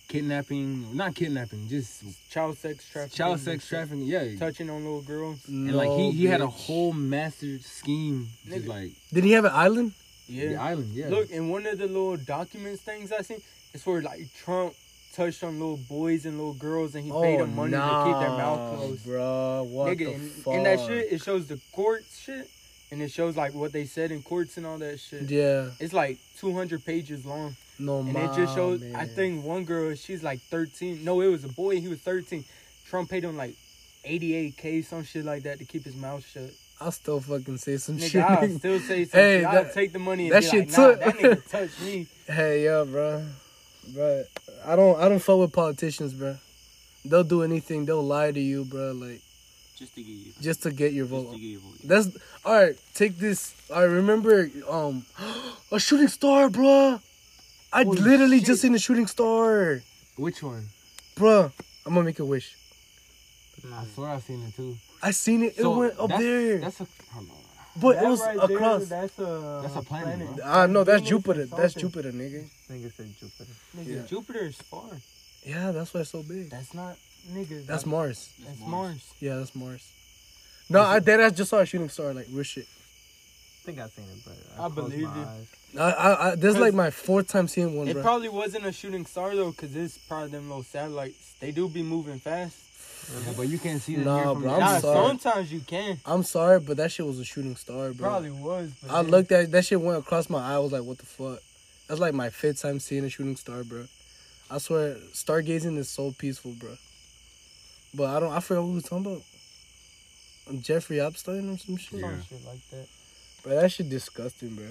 S9: kidnapping, not kidnapping, just
S2: Child sex trafficking.
S9: child
S2: and
S9: sex
S2: shit.
S9: trafficking. Yeah,
S2: Touching on little girls.
S9: and like he, he had a whole master scheme, just
S2: Nigga.
S9: like
S1: Did he have an island?
S9: the island. Yeah,
S2: Look, in one of the little documents things I seen, it's where like Trump touched on little boys and little girls, and he paid them money to keep their mouth closed.
S1: Oh, bro. What the
S2: Nigga, and,
S1: fuck?
S2: and that shit, it shows the courts shit, and it shows like what they said in courts and all that shit.
S1: Yeah,
S2: It's like 200 pages long,
S1: no
S2: and
S1: man.
S2: it just shows. I think one girl, she's like 13. No, it was a boy. He was 13. Trump paid him like 88k, some shit like that, to keep his
S1: *laughs*
S2: mouth shut.
S1: I still fucking say some
S2: Nigga,
S1: shit.
S2: I'll still say some
S1: Hey,
S2: shit. I'll
S1: that-
S2: take the money and
S1: that
S2: be
S1: shit
S2: like, nah,
S1: took-
S2: that nigga touched me.
S1: *laughs* Hey, yeah, bro, bro. I don't, I don't fuck with politicians, bro. They'll do anything. They'll lie to you, bro. Like
S4: Just to get you.
S1: just to get your
S4: Just
S1: vote.
S4: to get your vote.
S1: That's all right. Take this. I remember, um, *gasps* a shooting star, bro. I
S9: Holy
S1: literally
S9: shit.
S1: just seen a shooting star,
S9: which one?
S1: bro. I'm gonna make a wish.
S9: I
S1: Mm.
S9: swear I seen it too.
S1: I seen it. It
S9: So,
S1: went up
S9: that's-
S1: there,
S9: That's a hold on.
S1: but
S2: That
S1: it was
S2: right there,
S1: across.
S2: that's a
S9: That's a planet, bro.
S1: Ah, no, that's
S2: Venus
S1: Jupiter.
S2: and
S1: That's
S2: something.
S1: Jupiter, nigga.
S10: Nigga said Jupiter.
S2: Nigga,
S1: Yeah.
S2: Jupiter is far.
S1: Yeah, that's why it's so big.
S2: That's not nigga.
S1: That's
S2: that-
S1: Mars.
S2: that's
S4: Mars.
S2: Mars.
S1: Yeah, that's Mars. No, I dead ass just saw a shooting star, like real shit.
S10: I think I seen it, but
S2: I believed it.
S1: I, I, I this is like my fourth time seeing one,
S2: It
S1: bro.
S2: probably wasn't a shooting star though, cause it's probably them little satellites. They do be moving fast.
S9: Yeah, but you can't see the
S1: Nah,
S9: year from
S1: bro,
S9: the
S1: I'm
S2: Nah,
S9: outside.
S1: sorry.
S2: sometimes you can.
S1: I'm sorry, but that shit was a shooting star, bro.
S2: Probably was. But
S1: I
S2: then-
S1: looked at that shit went across my eye. I was like, what the fuck? That's like my fifth time seeing a shooting star, bro. I swear, stargazing is so peaceful, bro. But I don't. I forgot who was talking about. Jeffrey Epstein or some shit.
S2: some
S9: Yeah.
S2: shit like that.
S1: Bro, that shit disgusting, bro.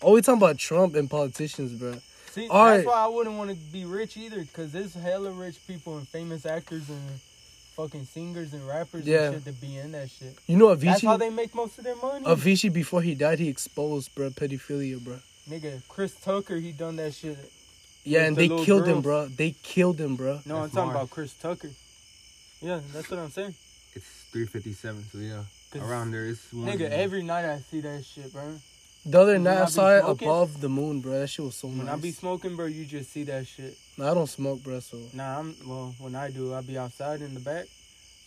S1: Oh, we talking about Trump and politicians, bro.
S2: See,
S1: All right.
S2: that's why I wouldn't want to be rich either, cause there's hella rich people and famous actors and fucking singers and rappers
S1: Yeah.
S2: and shit to be in that shit.
S1: You know
S2: That's how
S1: Avicii.
S2: they make most of their money.
S1: Avicii before he died, he exposed bro pedophilia, bro.
S2: Nigga, Chris Tucker, he done that shit.
S1: Yeah,
S2: With
S1: and
S2: the
S1: they
S2: little
S1: killed him,
S2: girls.
S1: bro. They killed him, bro.
S2: No, I'm
S9: That's
S2: talking
S9: Mars.
S2: about Chris Tucker. Yeah, that's what I'm saying.
S9: It's three fifty seven. So yeah,
S2: 'Cause
S9: around there. It's one.
S2: Nigga, every night I see that shit, bro.
S1: The other
S2: When
S1: night
S2: I
S1: I
S2: be
S1: saw it
S2: smoking-
S1: above the moon, bro. That shit was so
S2: When
S1: nice.
S2: I be smoking, bro, you just see that shit.
S1: Nah, I don't smoke, bro. So
S2: Nah, I'm well. When I do, I be outside in the back,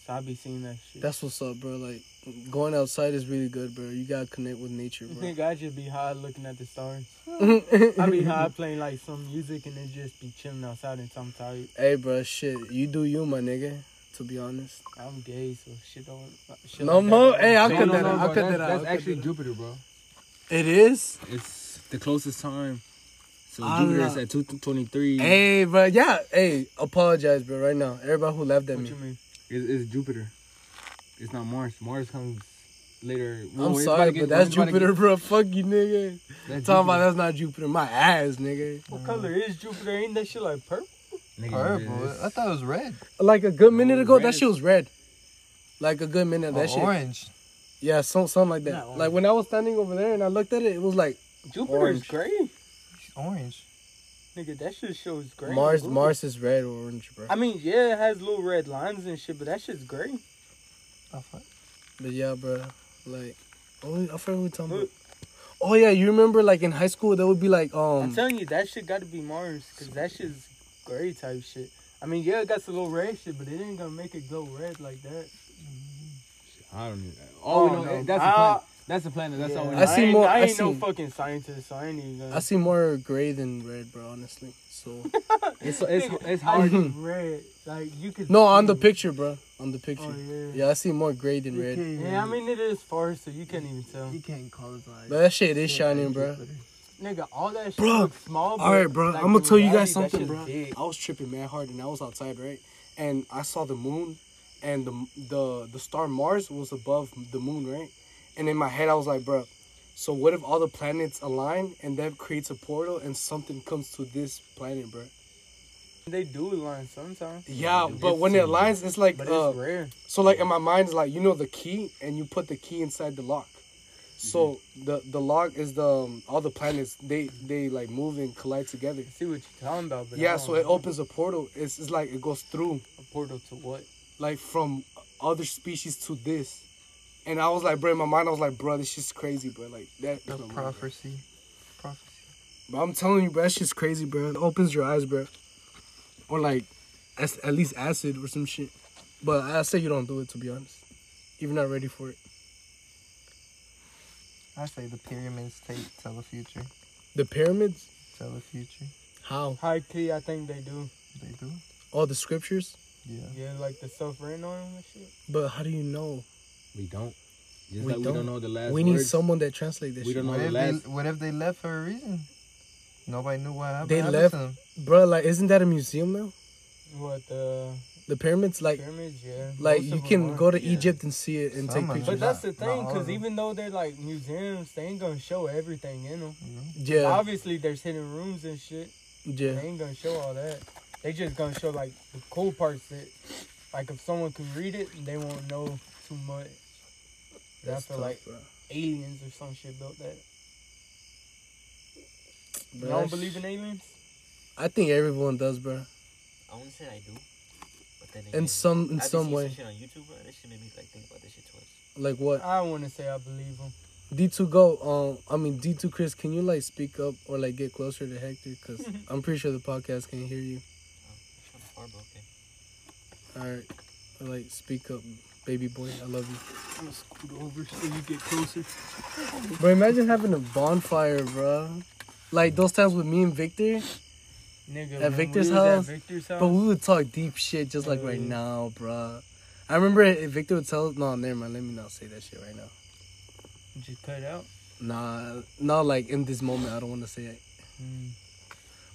S2: so I be seeing that shit. *laughs*
S1: that's what's up, bro. Like going outside is really good, bro. You gotta connect with nature, bro. *laughs*
S2: Nigga, *laughs* I just be high looking at the stars. I
S1: *laughs*
S2: be high playing like some music and then just be chilling outside and I'm tired.
S1: hey, bro. Shit, you do you, my nigga. To be honest.
S2: I'm gay, so shit don't. Shit
S1: No
S2: like that
S1: more.
S2: don't-
S1: Hey, I'll
S9: No,
S1: cut
S9: no,
S1: that
S9: no,
S1: out. I'll
S9: bro,
S1: cut
S9: that's-
S1: that out.
S9: That's
S1: I'll cut
S9: actually
S1: that out.
S9: Jupiter, bro.
S1: It is.
S9: It's the closest time. So
S1: Allah.
S9: Jupiter's at two twenty three.
S1: Hey, bro. Yeah. Hey, apologize, bro. Right now, everybody who laughed at
S2: What
S1: me. *laughs*
S2: you mean?
S9: It's, it's Jupiter. It's not Mars. Mars comes later. Whoa,
S1: I'm
S9: it's about
S1: sorry,
S9: to get-
S1: but that's
S9: it's about to
S1: Jupiter, bro. Fuck you, nigga.
S9: get- that's
S1: Talking about that's not Jupiter. My ass, nigga.
S2: What color is Jupiter? Ain't that shit like purple?
S9: Nigga,
S6: Purple.
S9: it's-
S6: I thought it was red.
S1: Like a good minute
S9: Oh,
S1: ago, that
S9: red.
S1: shit was red. Like a good minute, that
S6: Or
S1: shit.
S6: Oh, orange.
S1: Yeah, some, something like that.
S10: Not orange.
S1: like when I was standing over there and I looked at it, it was like
S2: Jupiter
S1: Orange.
S2: is gray.
S6: It's orange.
S2: Nigga, that shit shows gray.
S1: Mars.
S2: Google.
S1: Mars is red or orange, bro.
S2: I mean, yeah, it has little red lines and shit, but that shit's gray.
S6: Oh, fuck.
S1: But yeah, bro. Like, oh, I forgot what we were talking about.
S2: Look.
S1: Oh yeah, you remember like in high school that would be like
S2: I'm
S1: um.
S2: telling you, that shit got to be Mars, cause that shit's gray type shit. I mean, yeah, it got some little red shit, but it ain't gonna make it glow red like that.
S9: I don't know. Oh, no,
S2: Oh, no.
S9: that's a
S2: Ah.
S9: planet. That's a planet. That's
S2: Yeah,
S9: all we
S1: I
S9: know.
S1: see
S2: ain't-
S1: more-
S2: I
S1: I
S2: ain't no
S1: see-
S2: fucking scientist, so I ain't even. Gonna,
S1: I see more gray than red, bro. Honestly,
S2: *laughs*
S1: so
S9: It's, it's, it's
S2: I
S9: hard.
S1: *laughs*
S2: see red, like you could.
S1: no on the
S2: see it.
S1: picture, bro. On the picture.
S2: Oh, yeah.
S1: Yeah, I see more gray than
S10: You
S1: red.
S10: can't even-
S2: Yeah, I mean it is far, so you can't even tell.
S10: you can't colorize.
S1: But that shit is
S10: Yeah,
S1: shining, bro.
S10: Jupiter.
S2: Nigga, all that shit
S1: Bro,
S2: looks small.
S1: All right, bro. I'm gonna tell you guys something, bro.
S2: Bro,
S1: I was tripping mad hard, and I was outside, right? And I saw the moon, and the the the star Mars was above the moon, right? And in my head, I was like, bro, so what if all the planets align and that creates a portal and something comes to this planet, bro?
S2: They do line sometimes,
S1: Yeah, but when it aligns, it's like
S2: but
S1: uh,
S2: it's rare.
S1: so like in my mind it's like you know the key and you put the key inside the lock. So the the lock is the um, all the planets they they like move and collide together.
S2: I see what you're talking about, but I
S1: Yeah,
S2: don't
S1: so it
S2: know.
S1: opens a portal. It's, it's like it goes through,
S2: a portal to what?
S1: like from other species to this. And I was like, bro, in my mind, I was like, bro, this shit's crazy, bro. Like that.
S6: The prophecy. Prophecy.
S1: Bro, I'm telling you, bro, that shit's crazy, bro. It opens your eyes, bro. Or like, as, at least acid or some shit. But I say you don't do it to be honest. You're not ready for it.
S6: I say the pyramids take tell the future.
S1: The pyramids?
S6: Tell the future.
S1: How?
S2: High key, I think they do.
S6: They do.
S1: All the scriptures?
S6: Yeah.
S2: Yeah, like the self rain on and shit.
S1: But how do you know?
S9: We don't. Just
S1: We
S9: like we
S1: don't.
S9: don't know the last
S1: we need
S9: words.
S1: someone that translate this
S9: We
S1: shit.
S9: don't know
S6: What
S9: the
S6: if,
S9: last.
S6: they, what if they left for a reason? Nobody knew what happened.
S1: They
S6: happened to
S1: left-
S6: them.
S1: Bro, like, isn't that a museum now?
S2: What the
S1: The pyramids? Like,
S2: pyramids? Yeah,
S1: like
S2: most
S1: you
S2: of 'em
S1: can
S2: are.
S1: go to
S6: yeah.
S1: Egypt and see it and
S6: Some
S1: take
S6: of
S1: pictures.
S2: But
S6: them.
S2: that's the
S6: Not- not
S2: thing,
S6: all of
S2: because
S6: them.
S2: even though they're like museums, they ain't gonna show everything in them.
S1: Yeah,
S2: Obviously, there's hidden rooms and shit. They
S1: yeah.
S2: ain't gonna show all that. They just gonna show like the cool parts that, like, if someone can read it, they won't know too much. That I
S1: That's
S2: feel
S1: tough,
S2: like
S1: bro.
S2: aliens or some shit built that. You
S1: Bro,
S2: don't
S1: that's-
S2: believe in aliens?
S1: I think everyone does, bro.
S4: I won't say I do. But then
S1: In some, in some way.
S4: on YouTube, bro. That shit made me like think about this shit twice.
S1: Like what?
S2: I want to say I believe them.
S1: D two go. Um, I mean D two Chris, can you like speak up or like get closer to Hector? *laughs* Cause I'm pretty sure the podcast can't hear you.
S4: Far, but okay.
S1: All right, like speak up, baby boy. I love you,
S2: I'm gonna scoot over so you get closer.
S1: bro. Imagine having a bonfire, bro. Like those times with me and Victor,
S2: Nigga,
S1: At
S2: when
S1: Victor's
S2: we was
S1: house?
S2: At Victor's house.
S1: but we would talk deep shit just like right now, bro. I remember if Victor would tell. No, never mind. Let me not say that shit right now.
S2: just cut it out.
S1: Nah, not like in this moment. I don't want to say it.
S2: Mm,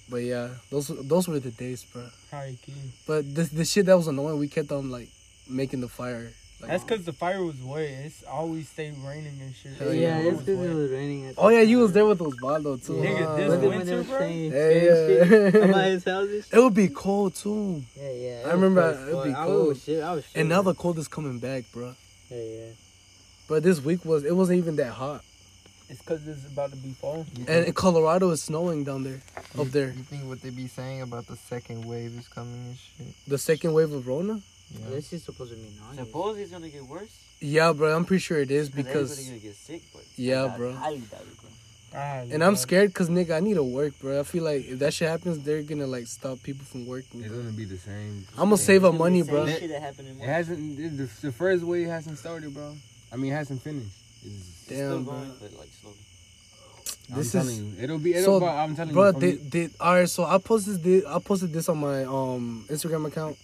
S1: But yeah, those those were the days, bro.
S2: high key.
S1: But the the shit that was annoying, we kept on like making the fire
S2: That's because the fire was wet. It's always stay raining and shit.
S1: Hell
S11: Oh, yeah, it's
S2: It was
S11: because it
S2: wet.
S11: was raining. At
S1: Oh yeah, you was there with Osvaldo too.
S2: Nigga,
S1: huh?
S2: this
S11: When they
S2: winter,
S11: when they were
S2: bro?
S11: saying
S1: Yeah,
S11: Spanish
S1: yeah. *laughs*
S11: shit about his houses.
S1: It would be cold too.
S11: Yeah, yeah.
S1: I remember
S11: it was
S1: it'd be
S11: fun. I
S1: cold.
S11: was shit. I was shit.
S1: And now the cold is coming back, bro.
S11: Yeah, yeah.
S1: But this week was it wasn't even that hot.
S2: It's because it's about to be fall.
S1: And in Colorado is snowing down there,
S2: Mm-hmm.
S1: up there.
S6: You think what they be saying about the second wave is coming and shit?
S1: The second wave of Rona.
S6: Yeah.
S11: This is supposed to be nice.
S4: Suppose it's gonna get worse
S1: Yeah, bro. I'm pretty sure it is
S4: everybody's
S1: because.
S4: gonna get sick, but
S1: Yeah,
S4: I doubt-
S1: bro.
S4: highly doubt it, bro.
S2: Ah,
S1: And I'm scared because nigga, I need to work, bro. I feel like if that shit happens, they're gonna like stop people from working.
S3: It's gonna be the same.
S1: I'm gonna save up
S4: It's gonna be
S1: money,
S4: the same
S1: bro.
S4: Shit that happened in
S3: It
S4: March.
S3: hasn't. It, the, the first wave hasn't started, bro. I mean, it hasn't finished. It's,
S4: It's still
S1: Damn, bro.
S4: going, but like slowly.
S1: This
S3: I'm
S1: is-
S3: telling you, it'll be.
S1: so,
S3: It'll, but I'm telling
S1: bro,
S3: you, from
S1: they,
S3: the-
S1: they, all right. So I posted this. I posted this on my um Instagram account,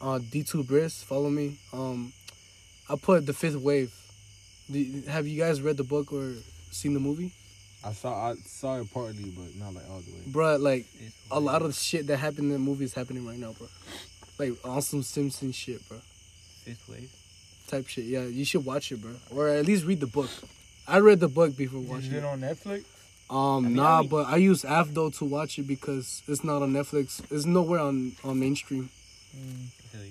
S1: uh D2 Briss. Follow me. Um, I put the fifth wave. The, have you guys read the book or seen the movie,
S3: I saw. I saw it partly, but not like all the way.
S1: bro? Like a lot of shit that happened in the movie is happening right now, bro. Like awesome Simpson shit, bro.
S2: Fifth wave.
S1: Type shit. Yeah, you should watch it, bro, or at least read the book. I read the book before
S2: Watching
S1: watching
S2: it
S1: it.
S2: on Netflix.
S1: Um, nah, but I use Avdo to watch it because it's not on Netflix. It's nowhere on on mainstream.
S4: Hell yeah.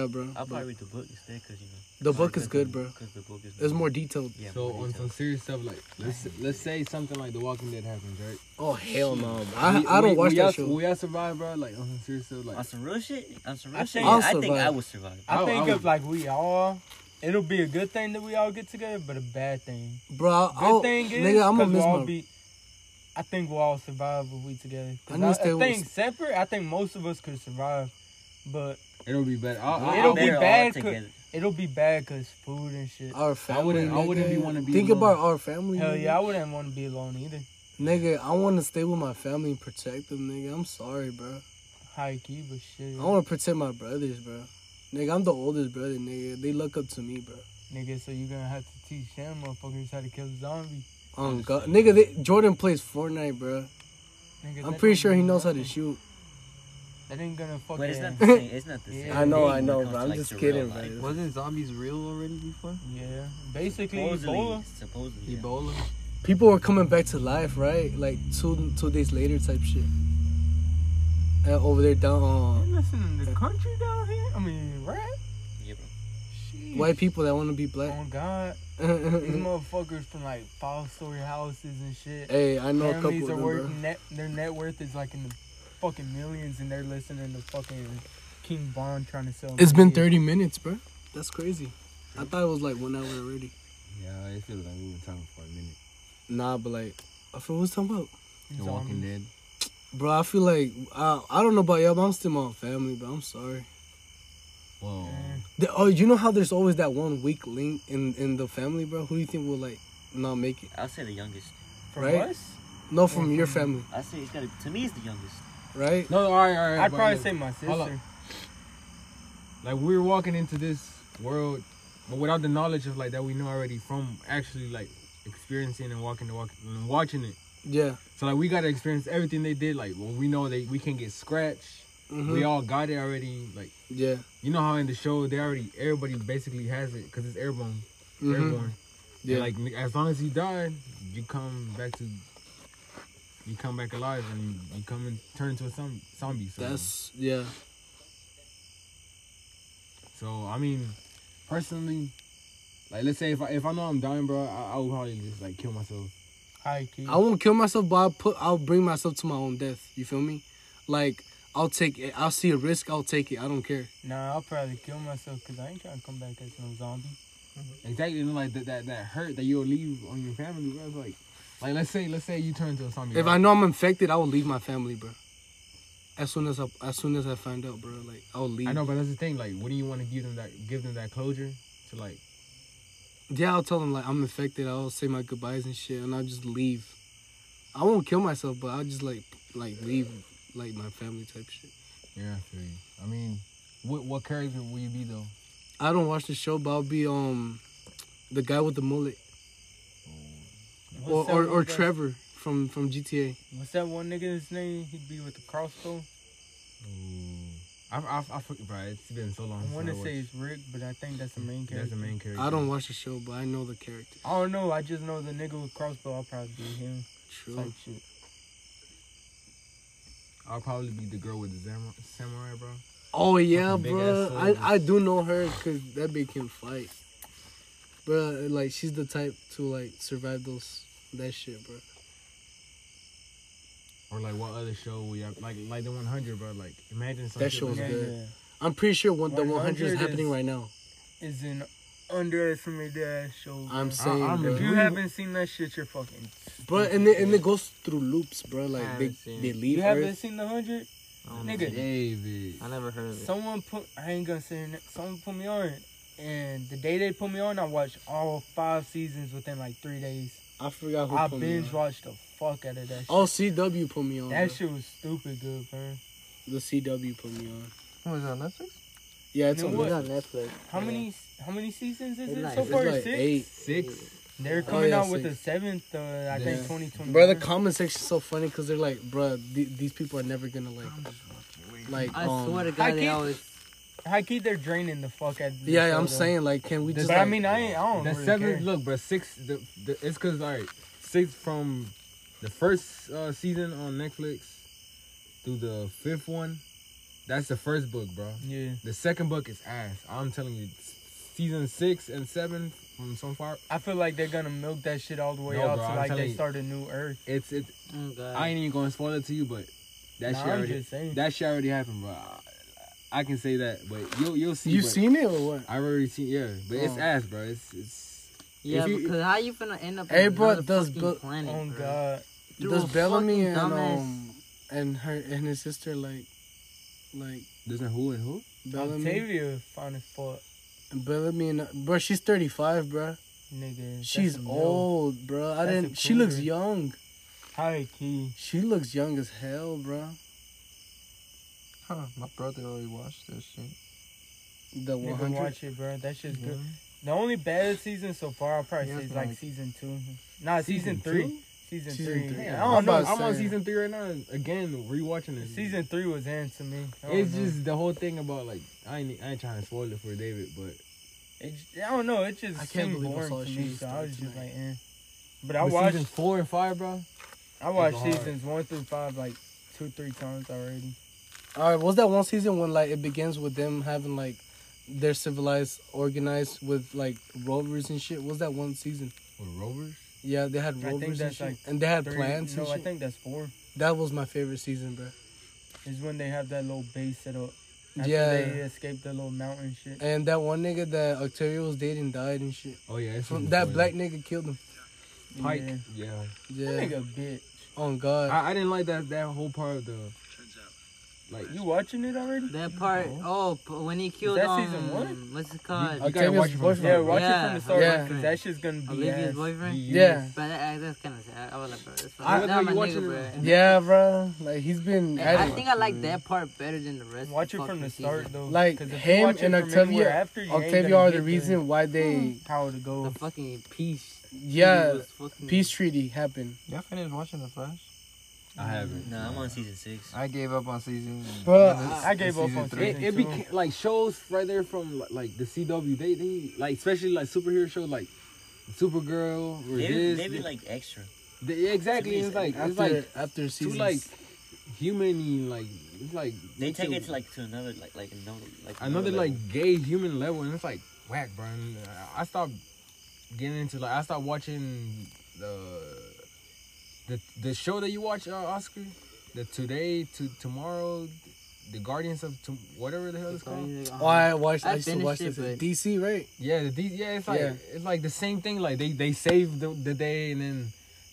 S1: Yeah, bro.
S4: I'll
S1: But
S4: probably read the book instead, cause you know.
S1: the book is good, bro.
S4: Cause the book is.
S1: It's more detailed.
S4: Yeah.
S3: So
S4: more
S3: on
S4: detailed.
S3: some serious stuff, like let's let's say something like The Walking Dead happens, right?
S1: Oh hell no! bro. I,
S3: We-
S1: I
S3: we-
S1: don't watch
S3: we all-
S1: that show.
S3: We all survive, bro. Like on some serious stuff, like
S4: On some real shit, on some real
S2: I
S4: shit,
S2: think
S4: I
S1: I'll
S4: think I
S1: survive.
S4: would survive.
S2: I,
S3: I-
S2: think
S3: I
S2: if
S3: would-
S2: like we all, it'll be a good thing that we all get together, but a bad thing.
S1: Bro, I'll,
S2: Good
S1: I'll-
S2: thing is,
S1: Oh, nigga, I'm
S2: 'cause
S1: gonna miss
S2: we'll all
S1: my.
S2: be. I think we'll all survive if we together. 'Cause
S1: I knew
S2: I,
S1: stay
S2: I
S1: with-
S2: think separate. I think most of us could survive, but
S3: it'll be better. I, I,
S2: It'll
S3: I,
S2: be
S4: They're all
S2: bad, cause-
S4: together.
S2: it'll be bad because food and shit.
S1: Our family.
S3: wouldn't- I wouldn't
S1: nigga.
S3: be wanna be
S1: Think
S3: alone.
S1: about our family.
S2: Hell
S1: nigga.
S2: yeah, I wouldn't want to be alone either.
S1: Nigga, I want to stay with my family and protect them, nigga. I'm sorry, bro.
S2: High key, but shit.
S1: I want to protect my brothers, bro. Nigga, I'm the oldest brother, nigga. They look up to me, bro.
S2: Nigga, so you're gonna have to teach them motherfuckers how to kill zombies.
S1: On God, nigga, they, Jordan plays Fortnite, bro.
S2: Nigga,
S1: I'm
S2: that
S1: pretty
S2: ain't
S1: sure he
S2: gonna
S1: knows how to
S2: happen.
S1: shoot.
S2: That ain't gonna fucking.
S4: But it's not the same.
S1: *laughs*
S4: It's not the same.
S2: I
S1: know,
S4: thing
S1: I
S4: when it
S1: know,
S4: comes
S1: but
S4: to,
S1: I'm
S4: like,
S1: just
S4: to
S1: kidding,
S4: real life.
S1: bro.
S6: Wasn't zombies real already before?
S2: Yeah, basically
S4: Supposedly,
S2: Ebola.
S4: supposedly. yeah.
S6: Ebola.
S1: people were coming back to life, right? Like two two days later type shit. And over there
S2: You
S1: down uh,
S2: listening to country down here? I mean, rap.
S4: Yeah, bro.
S2: Shit.
S1: uh, white people that want to be black. *laughs*
S2: Oh God, these
S1: hey,
S2: motherfuckers from like five-story houses and shit.
S1: I know a couple of
S2: Families are
S1: them,
S2: worth
S1: bro.
S2: net. Their net worth is like in the fucking millions, and they're listening to fucking King Bond trying to sell.
S1: It's been
S2: music.
S1: 30 minutes, bro. That's crazy. I thought it was like one hour already.
S3: yeah, it feels like we've been talking for a minute.
S1: Nah, but like, I feel what's talking about,
S3: The
S2: Zombies.
S3: Walking Dead.
S1: bro. I feel like I, I don't know about y'all, but I'm still my family, but I'm sorry.
S3: Whoa.
S1: The, oh, you know how there's always that one weak link in in the family, bro. Who do you think will like not make it?
S4: I'll say the youngest.
S2: From
S1: Right?
S2: us,
S1: No, from your
S3: Mm-hmm.
S1: family,
S4: I say it's gotta. To me, it's the youngest.
S1: right?
S3: No, all right, all right.
S2: I'd
S3: but
S2: probably
S3: look,
S2: say my
S3: Hold up.
S2: sister.
S3: like we were walking into this world, but without the knowledge of like that we know already from actually like experiencing and walking the walk and watching it.
S1: Yeah.
S3: So like we gotta experience everything they did. Like well, we know they we can get scratched.
S1: Mhm.
S3: We all got it already. Like
S1: Yeah.
S3: you know how in the show they already everybody basically has it because it's airborne.
S1: Mhm.
S3: Airborne.
S1: Yeah.
S3: Yeah. like as long as you die, you come back to. You come back alive and you, you come and turn into a zombie. zombie so,
S1: That's yeah.
S3: so I mean, personally, like let's say if I if I know I'm dying, bro, I, I would probably just like kill myself.
S2: High key.
S1: I won't kill myself, but I'll put I'll bring myself to my own death. You feel me? Like I'll take it. I'll see a risk. I'll take it. I don't care.
S2: Nah, I'll probably kill myself because I ain't trying to come back as no zombie.
S3: Exactly, and like that, that that hurt that you'll leave on your family, bro. It's like, like let's say let's say you turn into a zombie.
S1: If
S3: right?
S1: I know I'm infected, I will leave my family, bro. As soon as I as soon as I find out, bro, like I'll leave.
S3: I know, but that's the thing. Like, wouldn't you want to give them that give them that closure to like?
S1: Yeah, I'll tell them like I'm infected. I'll say my goodbyes and shit, and I'll just leave. I won't kill myself, but I'll just like like leave like my family type shit.
S3: Yeah, I feel you. I mean, what what character will you be though?
S1: I don't watch the show, but I'll be um the guy with the mullet or
S2: What's that
S1: or,
S2: one
S1: or
S2: guy-
S1: Trevor from from GTA.
S2: What's that one nigga's name? He'd be with the crossbow.
S3: I, I, I, fuck- bro, it's been so long.
S2: I
S3: since
S2: want to
S3: watched.
S2: say it's Rick, but I think that's the main
S3: that's
S2: character.
S3: the main character.
S1: I don't watch the show, but I know the character.
S2: I don't know. I just know the nigga with crossbow. I'll probably be him.
S1: True.
S2: Type shit.
S3: I'll probably be the girl with the samurai, samurai bro.
S1: Oh yeah,
S3: Fucking big
S1: bro.
S3: ass soldiers.
S1: I, I do know her because that bitch can fight, bro. Like she's the type to like survive those that shit, bro.
S3: Or like what other show we have? Like like the 100, bro. Like imagine some
S1: That
S3: shit
S1: show
S3: like
S1: was
S2: Yeah,
S1: good.
S2: yeah.
S1: I'm pretty sure one, the 100 is
S2: 100
S1: happening
S2: is-
S1: right now.
S2: Is an underestimated ass show.
S1: I'm
S2: bro.
S1: saying,
S3: I'm
S1: bro.
S2: If you haven't seen that shit, you're fucking.
S1: bro, and it, and it goes through loops, bro. Like they
S10: haven't seen
S1: they
S10: it.
S1: leave
S2: you haven't
S1: Earth.
S2: seen the hundred?
S10: I don't
S2: Nigga.
S10: know.
S3: David.
S10: I never heard of it.
S2: Someone put. I ain't gonna say. her name. Someone put me on it, and the day they put me on, I watched all five seasons within like three days.
S1: I forgot who
S2: I
S1: put me
S2: binge
S1: on.
S2: watched the fuck out of that. Shit.
S1: Oh, CW put me on.
S2: that
S1: bro.
S2: shit was stupid good, bro.
S1: The CW put me on.
S6: What is that, Netflix?
S1: Yeah, it's
S2: You
S1: on.
S2: know
S10: It's
S2: what?
S1: Netflix.
S10: on Netflix.
S2: How many? How many seasons is
S10: It's
S2: it
S10: like-
S2: so
S1: It's
S2: far?
S1: like
S2: six.
S1: eight.
S3: Six.
S2: They're
S1: Oh,
S2: coming
S1: yeah,
S2: out with the
S1: six.
S2: seventh. Uh, I think
S1: Yeah.
S2: 2020.
S1: Bro, the comment section's so funny because they're like, bro, th- these people are never gonna like, like.
S10: I
S1: um,
S10: swear to God, they
S2: keep-
S10: always.
S2: High key, they're draining the fuck out. of the
S1: Yeah,
S2: show,
S1: I'm
S2: though.
S1: saying like, can we
S2: But
S1: just?
S2: I
S1: like-
S2: mean, I ain't. I don't
S3: The
S2: really
S3: seventh.
S2: care.
S3: Look, bro. Six. The, the it's cause all right. Six from the first uh, season on Netflix through the fifth one. That's the first book, bro.
S2: Yeah,
S3: The second book is ass. I'm telling you, s- season six and seven from so far.
S2: I feel like they're gonna milk that shit all the way
S3: No,
S2: out
S3: bro,
S2: to
S3: I'm
S2: like
S3: telling
S2: they
S3: you.
S2: start a new earth.
S3: It's it.
S10: Oh God.
S3: I ain't even gonna spoil it to you, but that
S2: Nah,
S3: shit
S2: I'm
S3: already.
S2: just saying.
S3: That shit already happened, bro. I, I can say that, but you'll you'll see.
S1: you
S3: but
S1: seen it or what?
S3: I already seen. Yeah, but it's
S1: Oh.
S3: ass, bro. It's it's.
S10: yeah,
S3: if you-
S10: because how you finna end up?
S1: Hey,
S10: on
S1: bro,
S10: another
S1: does
S10: fucking
S1: bu-
S10: planet,
S2: Oh
S10: bro?
S2: god,
S10: Through
S1: Does
S10: a
S1: Bellamy
S10: fucking
S1: and
S10: dumbass-
S1: um and her and his sister like, like
S3: Doesn't who and who?
S1: Bellamy,
S2: Octavia found as fuck,
S1: Bellamy and bro, she's 35, bro.
S2: nigga. that's
S1: She's
S2: a milk.
S1: old, bro. I
S2: That's a
S1: didn't. She looks
S2: cougar.
S1: young.
S2: High key.
S1: She looks young as hell, bro.
S6: Huh, my brother already watched this shit.
S1: The
S2: Nigga,
S1: 100.
S2: watch it, bro. That shit's good. The only bad season so far, I'll probably
S6: Yeah,
S2: say
S6: it's
S2: is like
S6: like-
S2: season two. Nah, season,
S3: Season
S2: three.
S3: two?
S2: Season,
S1: Season
S2: three.
S1: three.
S2: I
S1: I'm
S2: don't know.
S1: about to
S3: I'm on
S1: say-
S3: season three right now. Again, rewatching this.
S2: Season three was in to me. I don't
S3: It's
S2: know.
S3: just the whole thing about like I ain't I ain't trying to spoil it for David, but
S2: It, j- I don't know. It just
S1: I can't
S2: seemed
S1: believe I
S2: boring
S1: saw
S2: to
S1: she
S2: me, so I
S1: started
S2: was just
S1: tonight.
S2: like, eh. But I
S3: but
S2: watched,
S3: season four and five, bro.
S2: I watched
S3: hard.
S2: seasons one through five like two, three times already.
S1: All right, was that one season when like it begins with them having like their civilized organized with like rovers and shit? Was that one season?
S3: With rovers.
S1: Yeah, they had
S2: I think
S1: rovers and
S2: that's
S1: shit,
S2: like
S1: and they had
S2: Three-
S1: plants
S2: No,
S1: and shit.
S2: I think that's four.
S1: that was my favorite season, bro.
S2: Is when they have that little base set up. After
S1: Yeah.
S2: they escape the little mountain shit.
S1: And that one nigga that Octavia was dating died and shit.
S3: Oh yeah, it's season
S1: That
S3: four.
S1: black nigga killed him.
S3: Pike.
S2: Yeah.
S3: Yeah,
S2: That
S1: Yeah.
S2: nigga bitch.
S1: On God.
S3: I, I didn't like that that whole part of the. Like
S2: You watching it already?
S10: That part, oh, p- when he killed
S2: that
S10: um,
S2: season one?
S10: what's
S3: Uh,
S10: it called?
S3: you gotta watch it from the
S2: Yeah,
S3: start, bro.
S2: watch it
S10: Yeah,
S2: from the start.
S1: yeah.
S2: Cause that shit's gonna be
S10: Olivia's
S2: ass.
S10: boyfriend.
S1: yeah.
S10: But that, uh, that's kind of sad. I was like, bro, that's
S3: I
S10: fine.
S3: like
S10: Not
S3: how you
S10: my
S3: watch
S10: nigga,
S3: it.
S10: bro.
S1: Yeah, bro. Like he's been.
S10: And I
S1: addicted,
S10: think I like
S1: man.
S10: that part better than the rest.
S2: Watch
S10: of
S2: it from the
S10: fucking
S2: start
S10: season.
S2: though.
S1: Like
S2: 'cause if you
S1: him
S2: watch it
S1: and
S2: from anywhere
S1: Octavia.
S2: after, you ain't
S1: Octavia
S2: gonna
S1: are
S2: get
S1: the reason why
S6: Hmm.
S1: they.
S2: how to go.
S10: The fucking peace.
S1: Yeah.
S10: Hmm. was fucking-
S1: Peace treaty happened.
S6: Y'all finished watching The Flash?
S3: I haven't.
S4: Nah, I'm on season six.
S6: I gave up on season.
S1: Bro,
S2: I gave up on
S6: three.
S3: It, it became like shows right there from like, like the CW. They they like especially like superhero shows like Supergirl or
S4: Maybe,
S3: this.
S4: maybe
S3: th-
S4: like extra.
S3: they- exactly.
S4: to me,
S3: It's like
S1: After
S3: it's like
S1: after
S3: too
S1: season.
S3: like human like it's like
S4: They take
S3: too-
S4: it to like to another like like another like
S3: another
S4: level.
S3: like gay human level, and it's like whack, bro. And uh, I stopped getting into like I stopped watching the the the show that you watch, uh, Oscar, the Today to Tomorrow, the Guardians of to, whatever the hell it's called.
S1: Oh, I watched. I,
S10: I
S1: used to
S10: finished
S1: watch
S10: it,
S1: this. in DC,
S10: but-
S1: right?
S3: Yeah, the, these- yeah, it's like
S1: Yeah.
S3: it's like the same thing. Like they they save the, the day, and then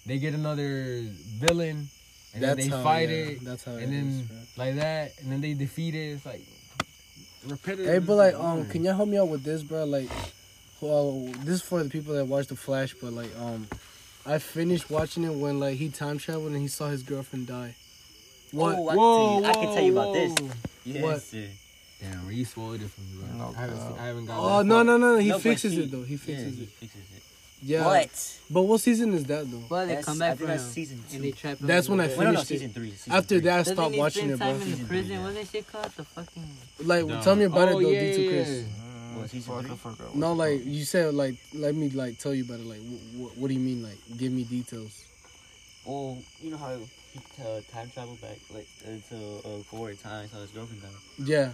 S3: they get another villain, and then they
S1: how,
S3: fight
S1: yeah,
S3: it,
S1: That's how
S3: and
S1: it is,
S3: then
S1: bro.
S3: like that, and then they defeat it. It's like repetitive.
S1: Hey, but like, um, can y'all help me out with this, bro? Like, well, this is for the people that watch The Flash, but like, um, I finished watching it when like he time traveled and he saw his girlfriend die. What?
S4: Oh, I,
S3: Whoa,
S4: can tell you, I can tell you about this.
S3: whoa.
S4: Yes,
S1: What?
S4: sir.
S3: Damn, bro, you spoiled it for me, bro.
S6: No,
S3: I, haven't
S6: bro.
S3: seen, I haven't got
S1: Oh no no no! He
S4: No, but
S1: fixes
S4: he-
S1: it though. He
S4: yeah,
S1: fixes
S4: he
S1: it.
S4: fixes it.
S1: Yeah.
S4: What?
S1: But what season is that though?
S10: But they
S4: That's-
S10: come
S4: I
S10: back
S4: think
S10: from
S4: that's
S10: him,
S4: season
S10: and
S4: two.
S10: they trap him
S1: That's
S10: in
S1: when
S10: the
S1: I
S10: woods.
S4: No, no, no,
S1: Finished it.
S4: season three. season
S1: After
S4: three.
S1: that, I
S10: Doesn't
S1: stopped
S10: he
S1: watching
S10: spend
S1: it, bro.
S10: time in the
S4: Season three,
S10: prison?
S4: yeah.
S10: Wasn't shit called the fucking?
S1: Like,
S3: Nah.
S1: tell me about
S3: Oh,
S1: it though,
S3: yeah,
S1: D2
S3: yeah,
S1: Chris.
S4: Well, season
S6: Mm, Fuck, I
S4: three.
S6: forgot what
S1: No,
S6: it's
S1: like
S6: called.
S1: you said, like let me like tell you about it. Like, wh- wh- what do you mean? Like, give me details.
S4: Well, you know how he uh, time traveled back like into uh, forward time, so his girlfriend died.
S1: Yeah,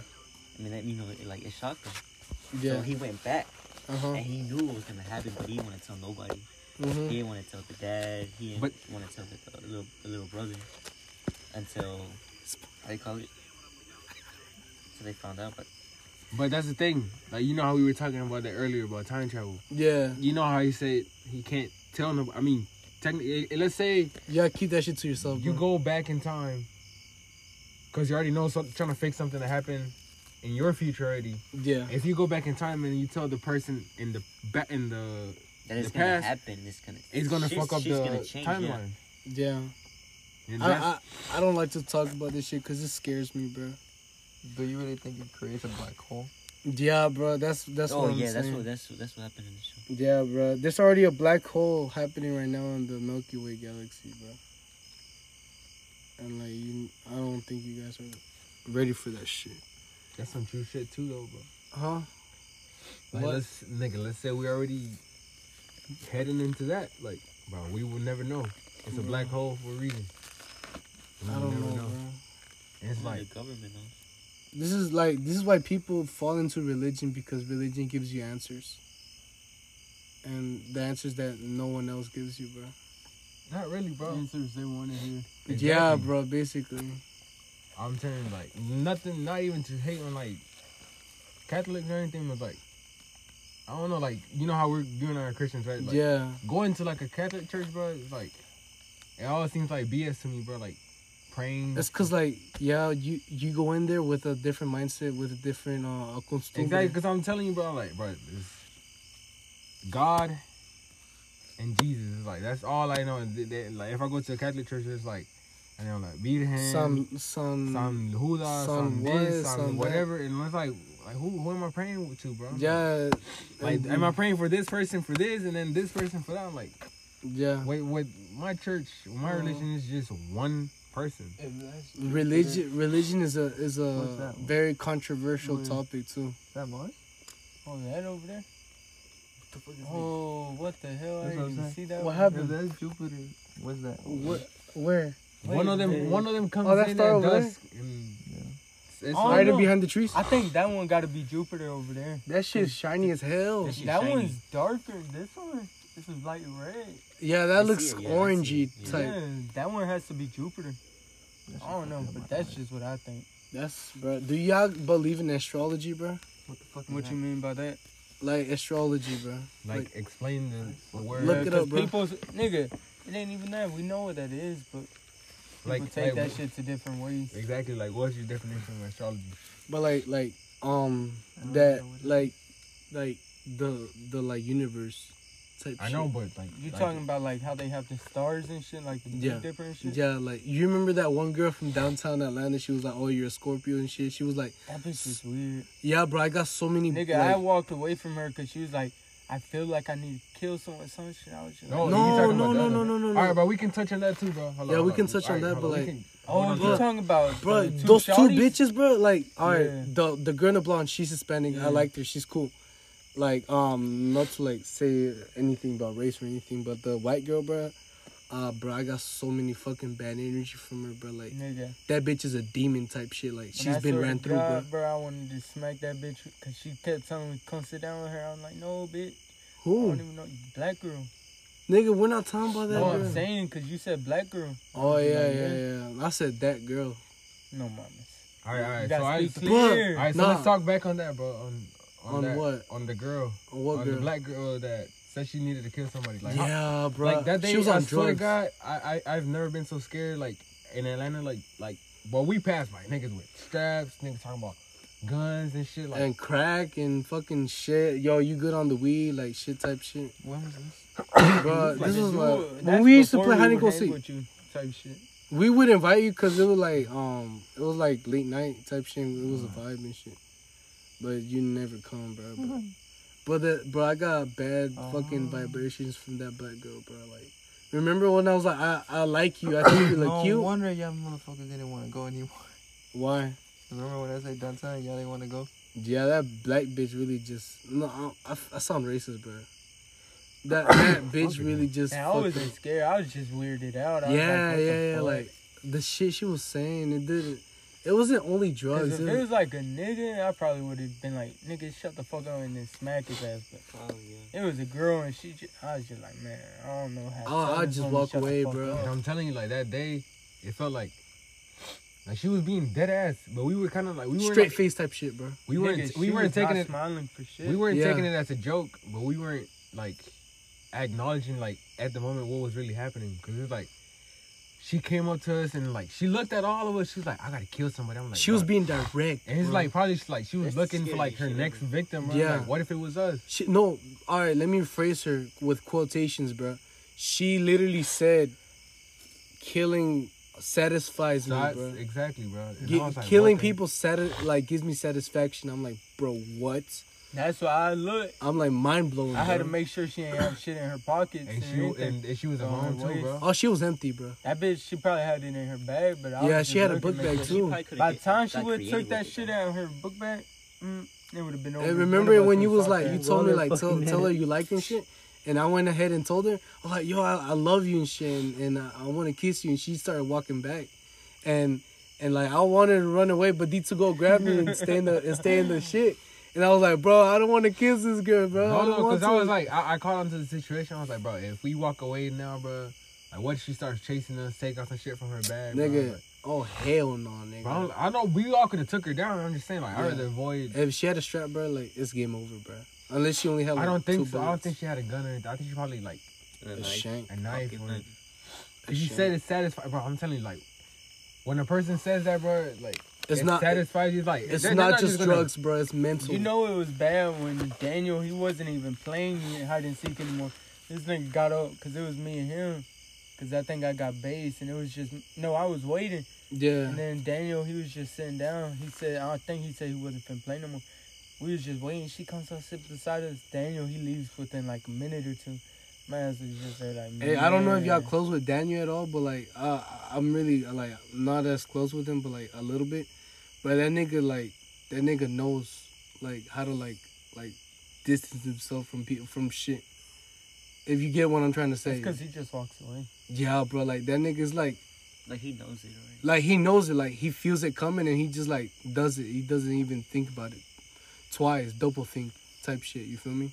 S4: I mean, that you know, it, like it shocked him.
S1: yeah.
S4: So he went back,
S1: uh huh.
S4: and he knew what was gonna happen, but he didn't want to tell nobody. He
S1: Mm-hmm.
S4: didn't want to tell the dad. He didn't
S3: But-
S4: want to tell the, the little the little brother until how do you call it? So they found out. But
S3: But that's the thing. Like you know how we were talking about that earlier about time travel.
S1: Yeah,
S3: You know how he said he can't tell nobody. I mean, technically, eh, let's say
S1: yeah. Keep that shit to yourself.
S3: you
S1: bro.
S3: go back in time because you already know so, trying to fix something that happened in your future already.
S1: Yeah,
S3: If you go back in time and you tell the person in the back in the
S4: that
S3: The
S4: is gonna
S3: past
S4: happen. It's gonna.
S3: it's gonna
S4: she's-
S3: fuck up the
S4: she's gonna change, yeah.
S3: timeline.
S1: yeah.
S3: And
S1: I,
S3: that's-
S1: I I don't like to talk about this shit because it scares me, bro.
S6: Do you really think it creates a black hole?
S1: Yeah, bro. That's that's
S4: Oh
S1: what I'm
S4: yeah,
S1: saying.
S4: that's what that's what- that's what happened in the show.
S1: Yeah, bro. There's already a black hole happening right now in the Milky Way galaxy, bro. And like, you, I don't think you guys are ready for that shit.
S3: That's some true shit too, though, bro.
S1: Huh?
S3: Like,
S1: What?
S3: let's, nigga, let's say we already heading into that. Like, bro, we will never know. It's a black hole for a reason. We
S1: I
S3: will
S1: don't
S3: never
S1: know, bro.
S3: And It's
S4: Only
S3: like,
S4: the government knows.
S1: This is like this is why people fall into religion because religion gives you answers. And the answers that no one else gives you, bro.
S3: not really, bro.
S2: Answers they want to hear.
S1: Yeah,
S3: Exactly.
S1: bro. Basically,
S3: I'm telling you, like, nothing, not even to hate on, like, Catholics or anything, but, like, I don't know, like, you know how we're doing our Christians, right? Like,
S1: yeah.
S3: Going to, like, a Catholic church, bro, it's like, it all seems like BS to me, bro. Like, praying.
S1: That's cause like yeah, you you go in there with a different mindset, with a different uh, costumbre.
S3: Exactly, because I'm telling you, bro. Like, bro, it's God and Jesus. It's like that's all I know. And th- they- like, if I go to a Catholic church, it's like, I know, like, beat him,
S1: Some
S3: some,
S1: some
S3: some huda,
S1: Mm, some
S3: some,
S1: what,
S3: this, some,
S1: some that.
S3: whatever, and it's like, like, who, who am I praying to, bro?
S1: yeah.
S3: Like,
S1: and-
S3: am I praying for this person for this, and then this person for that? I'm like,
S1: Yeah.
S3: wait, what? My church,
S1: Uh.
S3: my religion is just one person.
S1: Religion religion is a is
S6: What's
S1: a
S6: that one?
S1: very controversial
S6: Where?
S1: topic too.
S6: that Mars?
S2: Oh, that over there.
S6: What the fuck is
S2: Oh, what the hell?
S6: That's
S2: I
S6: what
S2: didn't
S6: I'm
S2: even
S6: saying.
S2: see that.
S1: What
S2: one.
S1: happened?
S6: that's Jupiter. What's that?
S1: What? Where?
S3: one of them, one of them comes
S1: Oh, that's
S3: in
S1: far
S3: at
S1: over there?
S3: dusk. And it's
S2: Oh,
S1: right
S3: like,
S2: no.
S1: behind the trees.
S2: I think that one got to be Jupiter over there.
S1: That shit's shiny as hell.
S4: That shit
S2: That
S4: shiny.
S2: one's darker. than This one, this is light red.
S1: Yeah, that
S4: I
S1: looks
S4: see it, yeah, I see
S1: orangey
S4: it, yeah.
S1: type.
S2: Yeah, that one has to be Jupiter. I don't know, but that's just what I think.
S1: That's bro. Do y'all believe in astrology, bro?
S6: What the fuck?
S2: What you mean by that?
S1: Like astrology, bro.
S3: like explain the, the word.
S1: Look it
S2: Yeah, uh, 'cause
S1: up, bro.
S2: people's- nigga, it ain't even that. We know what that is, but people
S3: like,
S2: take
S3: like,
S2: that shit to different ways.
S3: Exactly, like what's your definition of astrology?
S1: But like like um
S6: don't
S1: that
S6: know what it
S1: like like the the like universe type.
S3: I know,
S1: shit.
S3: but like
S2: You
S3: like,
S2: talking about like how they have the stars and shit, like the
S1: Yeah.
S2: yeah. different shit.
S1: Yeah, like you remember that one girl from downtown Atlanta? She was like, "Oh, you're a Scorpio and shit." She was like,
S2: That bitch was weird.
S1: "Yeah, bro, I got so many."
S2: Nigga,
S1: like,
S2: I walked away from her because she was like, I feel like I need to kill someone, some shit. I was just
S3: No,
S2: like,
S1: No,
S3: you talking
S1: no, no,
S3: about the
S1: no,
S3: other-
S1: no, no, no.
S3: All right, but we can touch on that too, bro. Hold
S1: Yeah,
S3: on,
S1: we
S3: hold
S1: can
S3: on.
S1: touch on
S3: Alright,
S1: that,
S3: hold
S1: but,
S3: we
S1: like-
S3: can- hold
S2: Oh,
S3: on
S2: you
S3: to that.
S2: talking about
S1: bro,
S2: the two
S1: those two
S2: shawties?
S1: bitches, bro. Like, all right,
S2: Yeah.
S1: the the girl in the blonde, she's Hispanic.
S2: Yeah.
S1: I liked her. She's cool. Like, um, not to like say anything about race or anything, but the white girl, bro. Uh, bro, I got so many fucking bad energy from her, bro. Like
S2: Nigga,
S1: that bitch is a demon type shit. Like
S2: when
S1: she's
S2: I
S1: been
S2: swear
S1: ran
S2: to
S1: through, bro.
S2: God, bro. I wanted to smack that bitch because she kept telling me, "Come sit down with her." I'm like, "No, bitch. I
S1: Who,
S2: don't even know you black girl."
S1: nigga? We're not talking about that.
S2: No, I'm
S1: girl.
S2: saying because you said black girl.
S1: Oh yeah,
S2: like,
S1: yeah, yeah. I said that girl.
S2: No, mamas.
S3: All right, all
S2: You
S3: right. So,
S2: gotta
S3: all right,
S2: speak
S3: so,
S1: But-
S2: clear.
S3: all right, so
S1: Nah.
S3: let's talk back on that, bro. On on,
S1: On
S3: that,
S1: what?
S3: On the girl,
S1: Oh, what
S3: on
S1: girl?
S3: the black girl that said she needed to kill somebody. Like, I-
S1: yeah, bro.
S3: like that day,
S1: she was
S3: I
S1: on
S3: swear to
S1: drugs.
S3: God, I, I I've never been so scared. Like in Atlanta, like like, but we passed by niggas with straps, niggas talking about guns and shit. Like,
S1: and crack and fucking shit. Yo, you good on the weed, like shit type shit.
S6: When was this?
S1: Bro, this was
S2: You-
S1: like when
S2: that's
S1: we used to
S2: before
S1: play hide and
S2: would
S1: go
S2: hang
S1: seek.
S2: with you type shit.
S1: We would invite you because it was like um, it was like
S3: Mm. Mm-hmm.
S1: late night type shit. It was a vibe and shit. But you never come, bro. But But the bro, I got bad fucking
S3: Oh.
S1: vibrations from that black girl, bro. Like, remember when I was like, I, I like you, I think
S3: *clears throat*
S1: you look
S6: no
S1: cute.
S6: wonder y'all motherfuckers didn't want to go anymore. *laughs*
S1: Why?
S6: Remember when I said downtown, y'all didn't want to go?
S1: Yeah, that black bitch really just no. I, I, I sound racist, bro.
S3: *clears throat*
S1: That that bitch really just.
S2: Man, I
S1: fucking-
S2: wasn't scared. I was just weirded out. I was
S1: yeah,
S2: like, what the
S1: yeah, yeah.
S2: fuck?
S1: Like the shit she was saying, it didn't. It wasn't only
S2: 'Cause
S1: drugs.
S2: if
S1: it
S2: it
S1: was-
S2: was like a nigga, I probably would have been like, nigga, shut the fuck up and then smack his ass. But
S4: Oh, yeah.
S2: it was a girl and she just, I was just like, man, I don't know how.
S1: Oh,
S2: I
S1: I'll just
S2: wanna
S1: walk
S2: shut the
S1: away,
S2: fuck
S1: bro.
S2: up.
S3: And I'm telling you, like that day, it felt like like she was being dead ass, but we were kind of like we were
S1: straight face type shit, bro.
S3: We
S2: Nigga,
S3: weren't
S2: she
S3: we weren't
S2: was not
S3: taking it
S2: smiling for shit.
S3: we weren't
S1: Yeah.
S3: taking it as a joke, but we weren't like acknowledging like at the moment what was really happening because it's like she came up to us and like she looked at all of us. She was like, "I gotta kill somebody." I'm like,
S1: she was
S3: "Bruh."
S1: being direct.
S3: and it's
S1: bro.
S3: like probably just, like she was
S4: That's
S3: looking for
S4: scary
S3: like her
S4: shit,
S3: next victim. Right?
S1: Yeah.
S3: Like, what if it was us?
S1: She, no, all right, let me rephrase her with quotations, bro. She literally said, "Killing satisfies me,
S3: That's
S1: bro.
S3: exactly, bro. And I
S1: Get-
S3: was like,
S1: killing
S3: what the-
S1: people sati- like gives me satisfaction." I'm like, bro, what?
S2: That's why I looked.
S1: I'm like mind blowing.
S2: I had to make sure she ain't have shit in her pockets.
S3: And
S2: And
S3: she and, and she was
S2: on her
S3: alone too,
S2: waist.
S3: bro.
S1: Oh, she was empty, bro.
S2: that bitch, she probably had it in her bag, but I
S1: Yeah,
S2: was
S1: she
S2: just
S1: had a
S2: looking,
S1: book
S2: making
S1: bag,
S2: sure-
S1: too.
S2: By the time she would took that shit out of her book bag, mm, it would have been over.
S1: I
S2: One
S1: remember
S2: of us
S1: when you was
S2: fucked
S1: like,
S2: up.
S1: you told me like, tell,
S10: fucking
S1: tell her you liked and shit, and I went ahead and told her, I'm like, yo, I, I love you and shit, and, and I, I want to kiss you, and she started walking back, and and like I wanted to run away, but D2 go grab me and stay in the and stay in the shit, and I was like, bro, I don't want to kiss this girl, bro. I
S3: No,
S1: don't
S3: no,
S1: want
S3: because
S1: to.
S3: I was like, I, I caught onto the situation. I was like, bro, if we walk away now, bro, like, what if she starts chasing us, take out some shit from her bag, bro?
S1: nigga,
S3: Like,
S1: oh hell no, nigga.
S3: bro, I'm- I know we all could have took her down. I'm just saying, like, I'd
S1: Yeah.
S3: rather avoid.
S1: if she had a strap, bro, like it's game over, bro. Unless she only had. Like,
S3: I don't
S1: two
S3: think so. I don't
S1: bullets.
S3: think she had a gun or anything. I think she probably like
S4: And
S1: A
S4: then I-
S1: shank.
S3: a knife.
S4: Pocket
S3: Or,
S4: knife.
S3: Cause you
S1: Shit.
S3: said it's satisfied, bro. I'm telling you, like, when a person says that, bro, like,
S1: It's
S3: it
S1: not-
S3: satisfies you. Like,
S1: It's
S3: they're- they're
S1: not just
S3: gonna-
S1: drugs, bro. It's mental.
S2: You know it was bad when Daniel he wasn't even playing hide and seek anymore. This nigga got up because it was me and him. Cause I think I got based and it was just no, I was waiting.
S1: Yeah.
S2: And then Daniel he was just sitting down. He said I think he said he wasn't finna play no more. We was just waiting. She comes up sit beside us. Daniel he leaves within like a minute or two. My ass was just there like.
S1: Hey, I don't know if y'all
S2: man.
S1: close with Daniel at all, but like, uh, I'm really uh, like not as close with him, but like a little bit. But that nigga, like, that nigga knows like how to like like distance himself from people from shit. If you get what I'm trying to
S2: That's
S1: say,
S2: because he just walks away.
S1: yeah, bro. Like that nigga's like
S4: Like, he knows it already.
S1: like he knows it, like he feels it coming, and he just like does it. He doesn't even think about it twice, double think type shit. You feel me?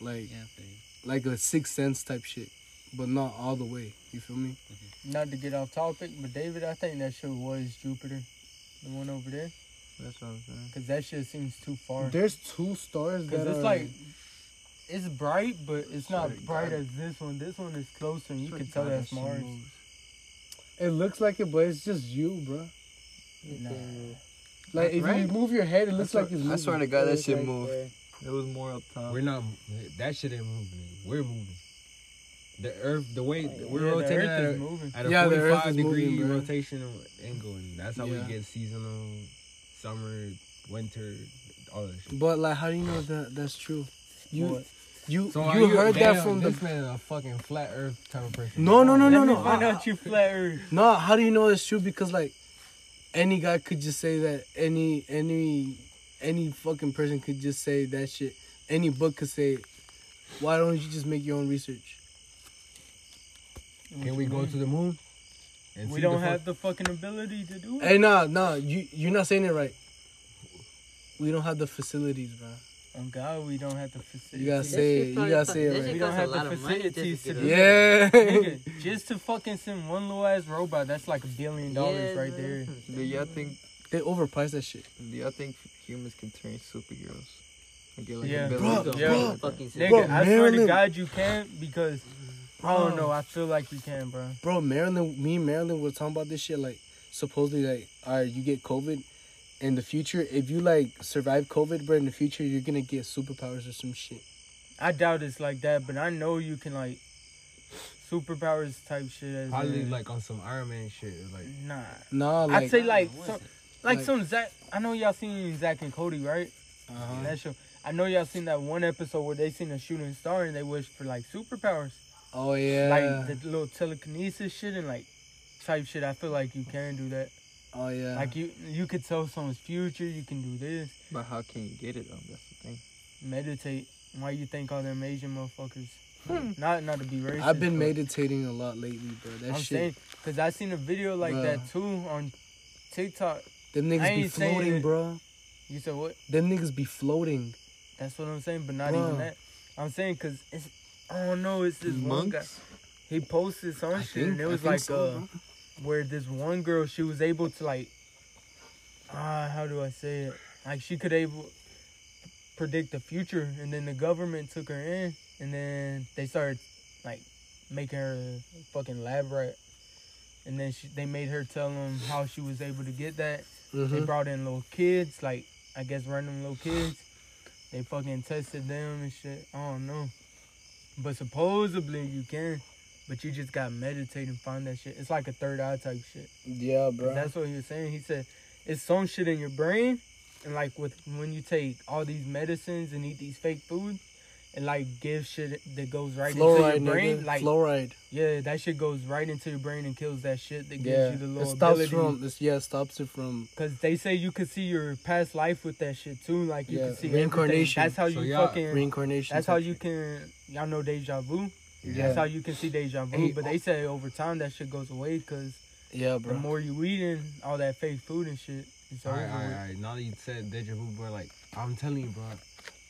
S1: Like
S4: Yeah, babe.
S1: like a sixth sense type shit, but not all the way. You feel me?
S2: Not to get off topic, but David, I think that shit was Jupiter, the one over there,
S6: That's what I'm saying.
S2: because that shit seems too far.
S1: There's two stars
S2: Cause
S1: that
S2: it's
S1: are
S2: like it's bright, but it's not
S6: Sorry,
S2: bright
S6: God.
S2: as this one. This one is closer, and you can tell that's Mars.
S1: it looks like it, but it's just you, bro.
S2: Nah.
S1: Like if you
S6: Right?
S1: move your head, it looks like it's.
S6: I swear to
S1: moving.
S6: God, that shit moved. It was more up top.
S3: We're not. That shit ain't moving. nigga. We're moving. The Earth, the way we're
S2: Yeah, the
S3: rotating
S2: Earth
S3: at
S2: is
S3: a-
S2: moving.
S3: at a
S1: Yeah, the Earth
S3: 45
S1: is
S3: degree
S1: moving, bro.
S3: rotational angle, and that's how
S1: Yeah.
S3: we get seasonal, summer, winter, all that shit.
S1: But like, how do you know that that's true? You
S2: What?
S1: you
S3: are
S1: you heard that
S3: damn,
S1: from
S3: this
S1: the.
S3: man is a fucking flat Earth type of person.
S1: No, no, no, no,
S2: Let me
S1: no.
S2: Find
S1: I-
S2: out you flat Earth.
S1: No, how do you know it's true? Because like, any guy could just say that. Any any any fucking person could just say that shit. Any book could say. it. Why don't you just make your own research?
S3: Can we go to the moon? And
S2: We
S3: see
S2: don't
S3: the fuck-
S2: have the fucking ability to do it.
S1: Hey, nah, nah. You you're not saying it right. We don't have the facilities, bro.
S2: Oh God, we don't have the facilities.
S1: You gotta say it. You gotta say it
S2: We
S1: right.
S2: don't
S10: costs a
S2: have the
S10: lot of money just to
S2: facilities
S10: get
S2: to
S10: a-
S2: do it.
S1: Yeah.
S6: *laughs*
S2: Nigga, just to fucking send one little ass robot, that's like a billion dollars right there.
S6: Do y'all think?
S1: They overpriced that shit.
S6: Do y'all think humans can turn superheroes? And get like
S2: Yeah.
S6: a billion
S1: Bro,
S6: dollars?
S2: yeah.
S6: Like that?
S10: Fucking
S2: Nigga,
S1: Bro,
S2: I swear to
S1: Marilyn-
S2: God, you can because I don't know. I feel like you can, bro.
S1: Bro, Maryland, me and Maryland were talking about this shit. Like, supposedly, like, all right, you get COVID in the future. If you, like, survive COVID, bro, in the future, you're gonna get superpowers or some shit.
S2: I doubt it's like that, but I know you can like superpowers type shit. As
S3: Probably
S2: in-
S3: like on some Iron Man shit. Like
S2: nah.
S1: Nah, like,
S2: I'd say like some, like,
S1: Like-
S2: some Zach. I know y'all seen Zach and Cody, right?
S1: Uh-huh.
S2: in that show. I know y'all seen that one episode where they seen a shooting star and they wish for like superpowers,
S1: Oh yeah.
S2: like the little telekinesis shit and like type shit. I feel like you can do that.
S1: oh yeah.
S2: Like you, you could tell someone's future. You can do this.
S3: But how can you get it though? That's the thing.
S2: Meditate. Why you think all them Asian motherfuckers? Not not to be racist.
S1: Hmm. I've been
S2: but-
S1: meditating a lot lately, bro. That
S2: I'm
S1: shit.
S2: saying because I seen a video like that too on TikTok.
S1: them niggas be
S2: ain't saying
S1: floating,
S2: it.
S1: bro.
S2: You said what?
S1: Them niggas be floating.
S2: That's what I'm saying, but not
S1: Bruh.
S2: even that. I'm saying because it's I don't know. It's this one guy. He posted some shit
S1: think-
S2: and it
S1: I
S2: was
S1: think
S2: like
S1: so,
S2: uh, where this one girl she was able to like ah how do I say it like she could able predict the future and then the government took her in and then they started like making her fucking lab rat and then she, they made her tell them how she was able to get that they
S1: Mhm.
S2: brought in little kids, like I guess random little kids. They fucking tested them and shit. I don't know. But supposedly you can. But you just gotta meditate and find that shit. It's like a third eye type shit.
S1: Yeah,
S2: 'Cause
S1: bro.
S2: That's what he was saying. He said it's some shit in your brain and like with when you take all these medicines and eat these fake foods, it like gives shit that goes right
S1: Fluoride,
S2: into your brain.
S1: nigga.
S2: Like
S1: Fluoride.
S2: yeah, that shit goes right into your brain and kills that shit that gives
S1: Yeah.
S2: you the
S1: It
S2: little
S1: stops
S2: ability.
S1: from. It's, yeah, it stops it from.
S2: Cause they say you could see your past life with that shit too. Like you
S1: Yeah,
S2: can see
S1: reincarnation.
S2: Everything. That's how
S9: So,
S2: you
S9: yeah,
S2: fucking.
S1: Reincarnation.
S2: that's how you can. Y'all know deja vu. That's how you can see deja vu.
S1: Hey, oh.
S2: but they say over time that shit goes away. Cause
S1: Yeah,
S2: the
S1: bro.
S2: more you eating all that fake food and shit, it's
S9: All
S2: over.
S9: right, all right, all
S2: with.
S9: right. Now that you said deja vu, bro, like I'm telling you, bro,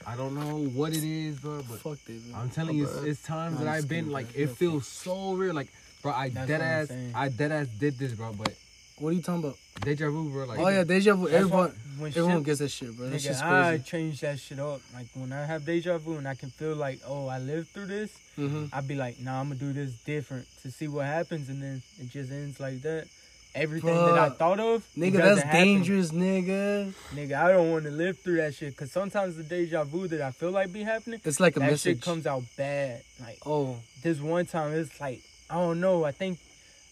S9: I don't know what it is, bro, but
S1: Fuck that, bro.
S9: I'm telling you, it's, it's times that I've been like, it feels so real, like, bro, I
S2: That's
S9: dead
S2: what I'm
S9: ass,
S2: saying.
S9: I dead ass did this, bro, but
S1: What are you talking about?
S9: deja vu, bro, like,
S1: oh yeah, deja vu.
S2: That's why
S1: Everyone,
S2: when
S1: everyone
S2: shit,
S1: gets that shit, bro. That
S2: nigga,
S1: shit's
S2: I
S1: crazy.
S2: change that shit up. Like when I have deja vu and I can feel like, oh, I lived through this.
S1: Mm-hmm.
S2: I'd be like, nah, I'm gonna do this different to see what happens, and then it just ends like that. Everything that I
S1: Bruh.
S2: thought of, it
S1: Nigga,
S2: doesn't
S1: that's
S2: happen.
S1: dangerous, nigga.
S2: Nigga, I don't want to live through that shit. Cause sometimes the deja vu that I feel like be happening,
S1: It's like a
S2: that
S1: message.
S2: shit comes out bad. Like
S1: oh,
S2: this one time, it's like I don't know. I think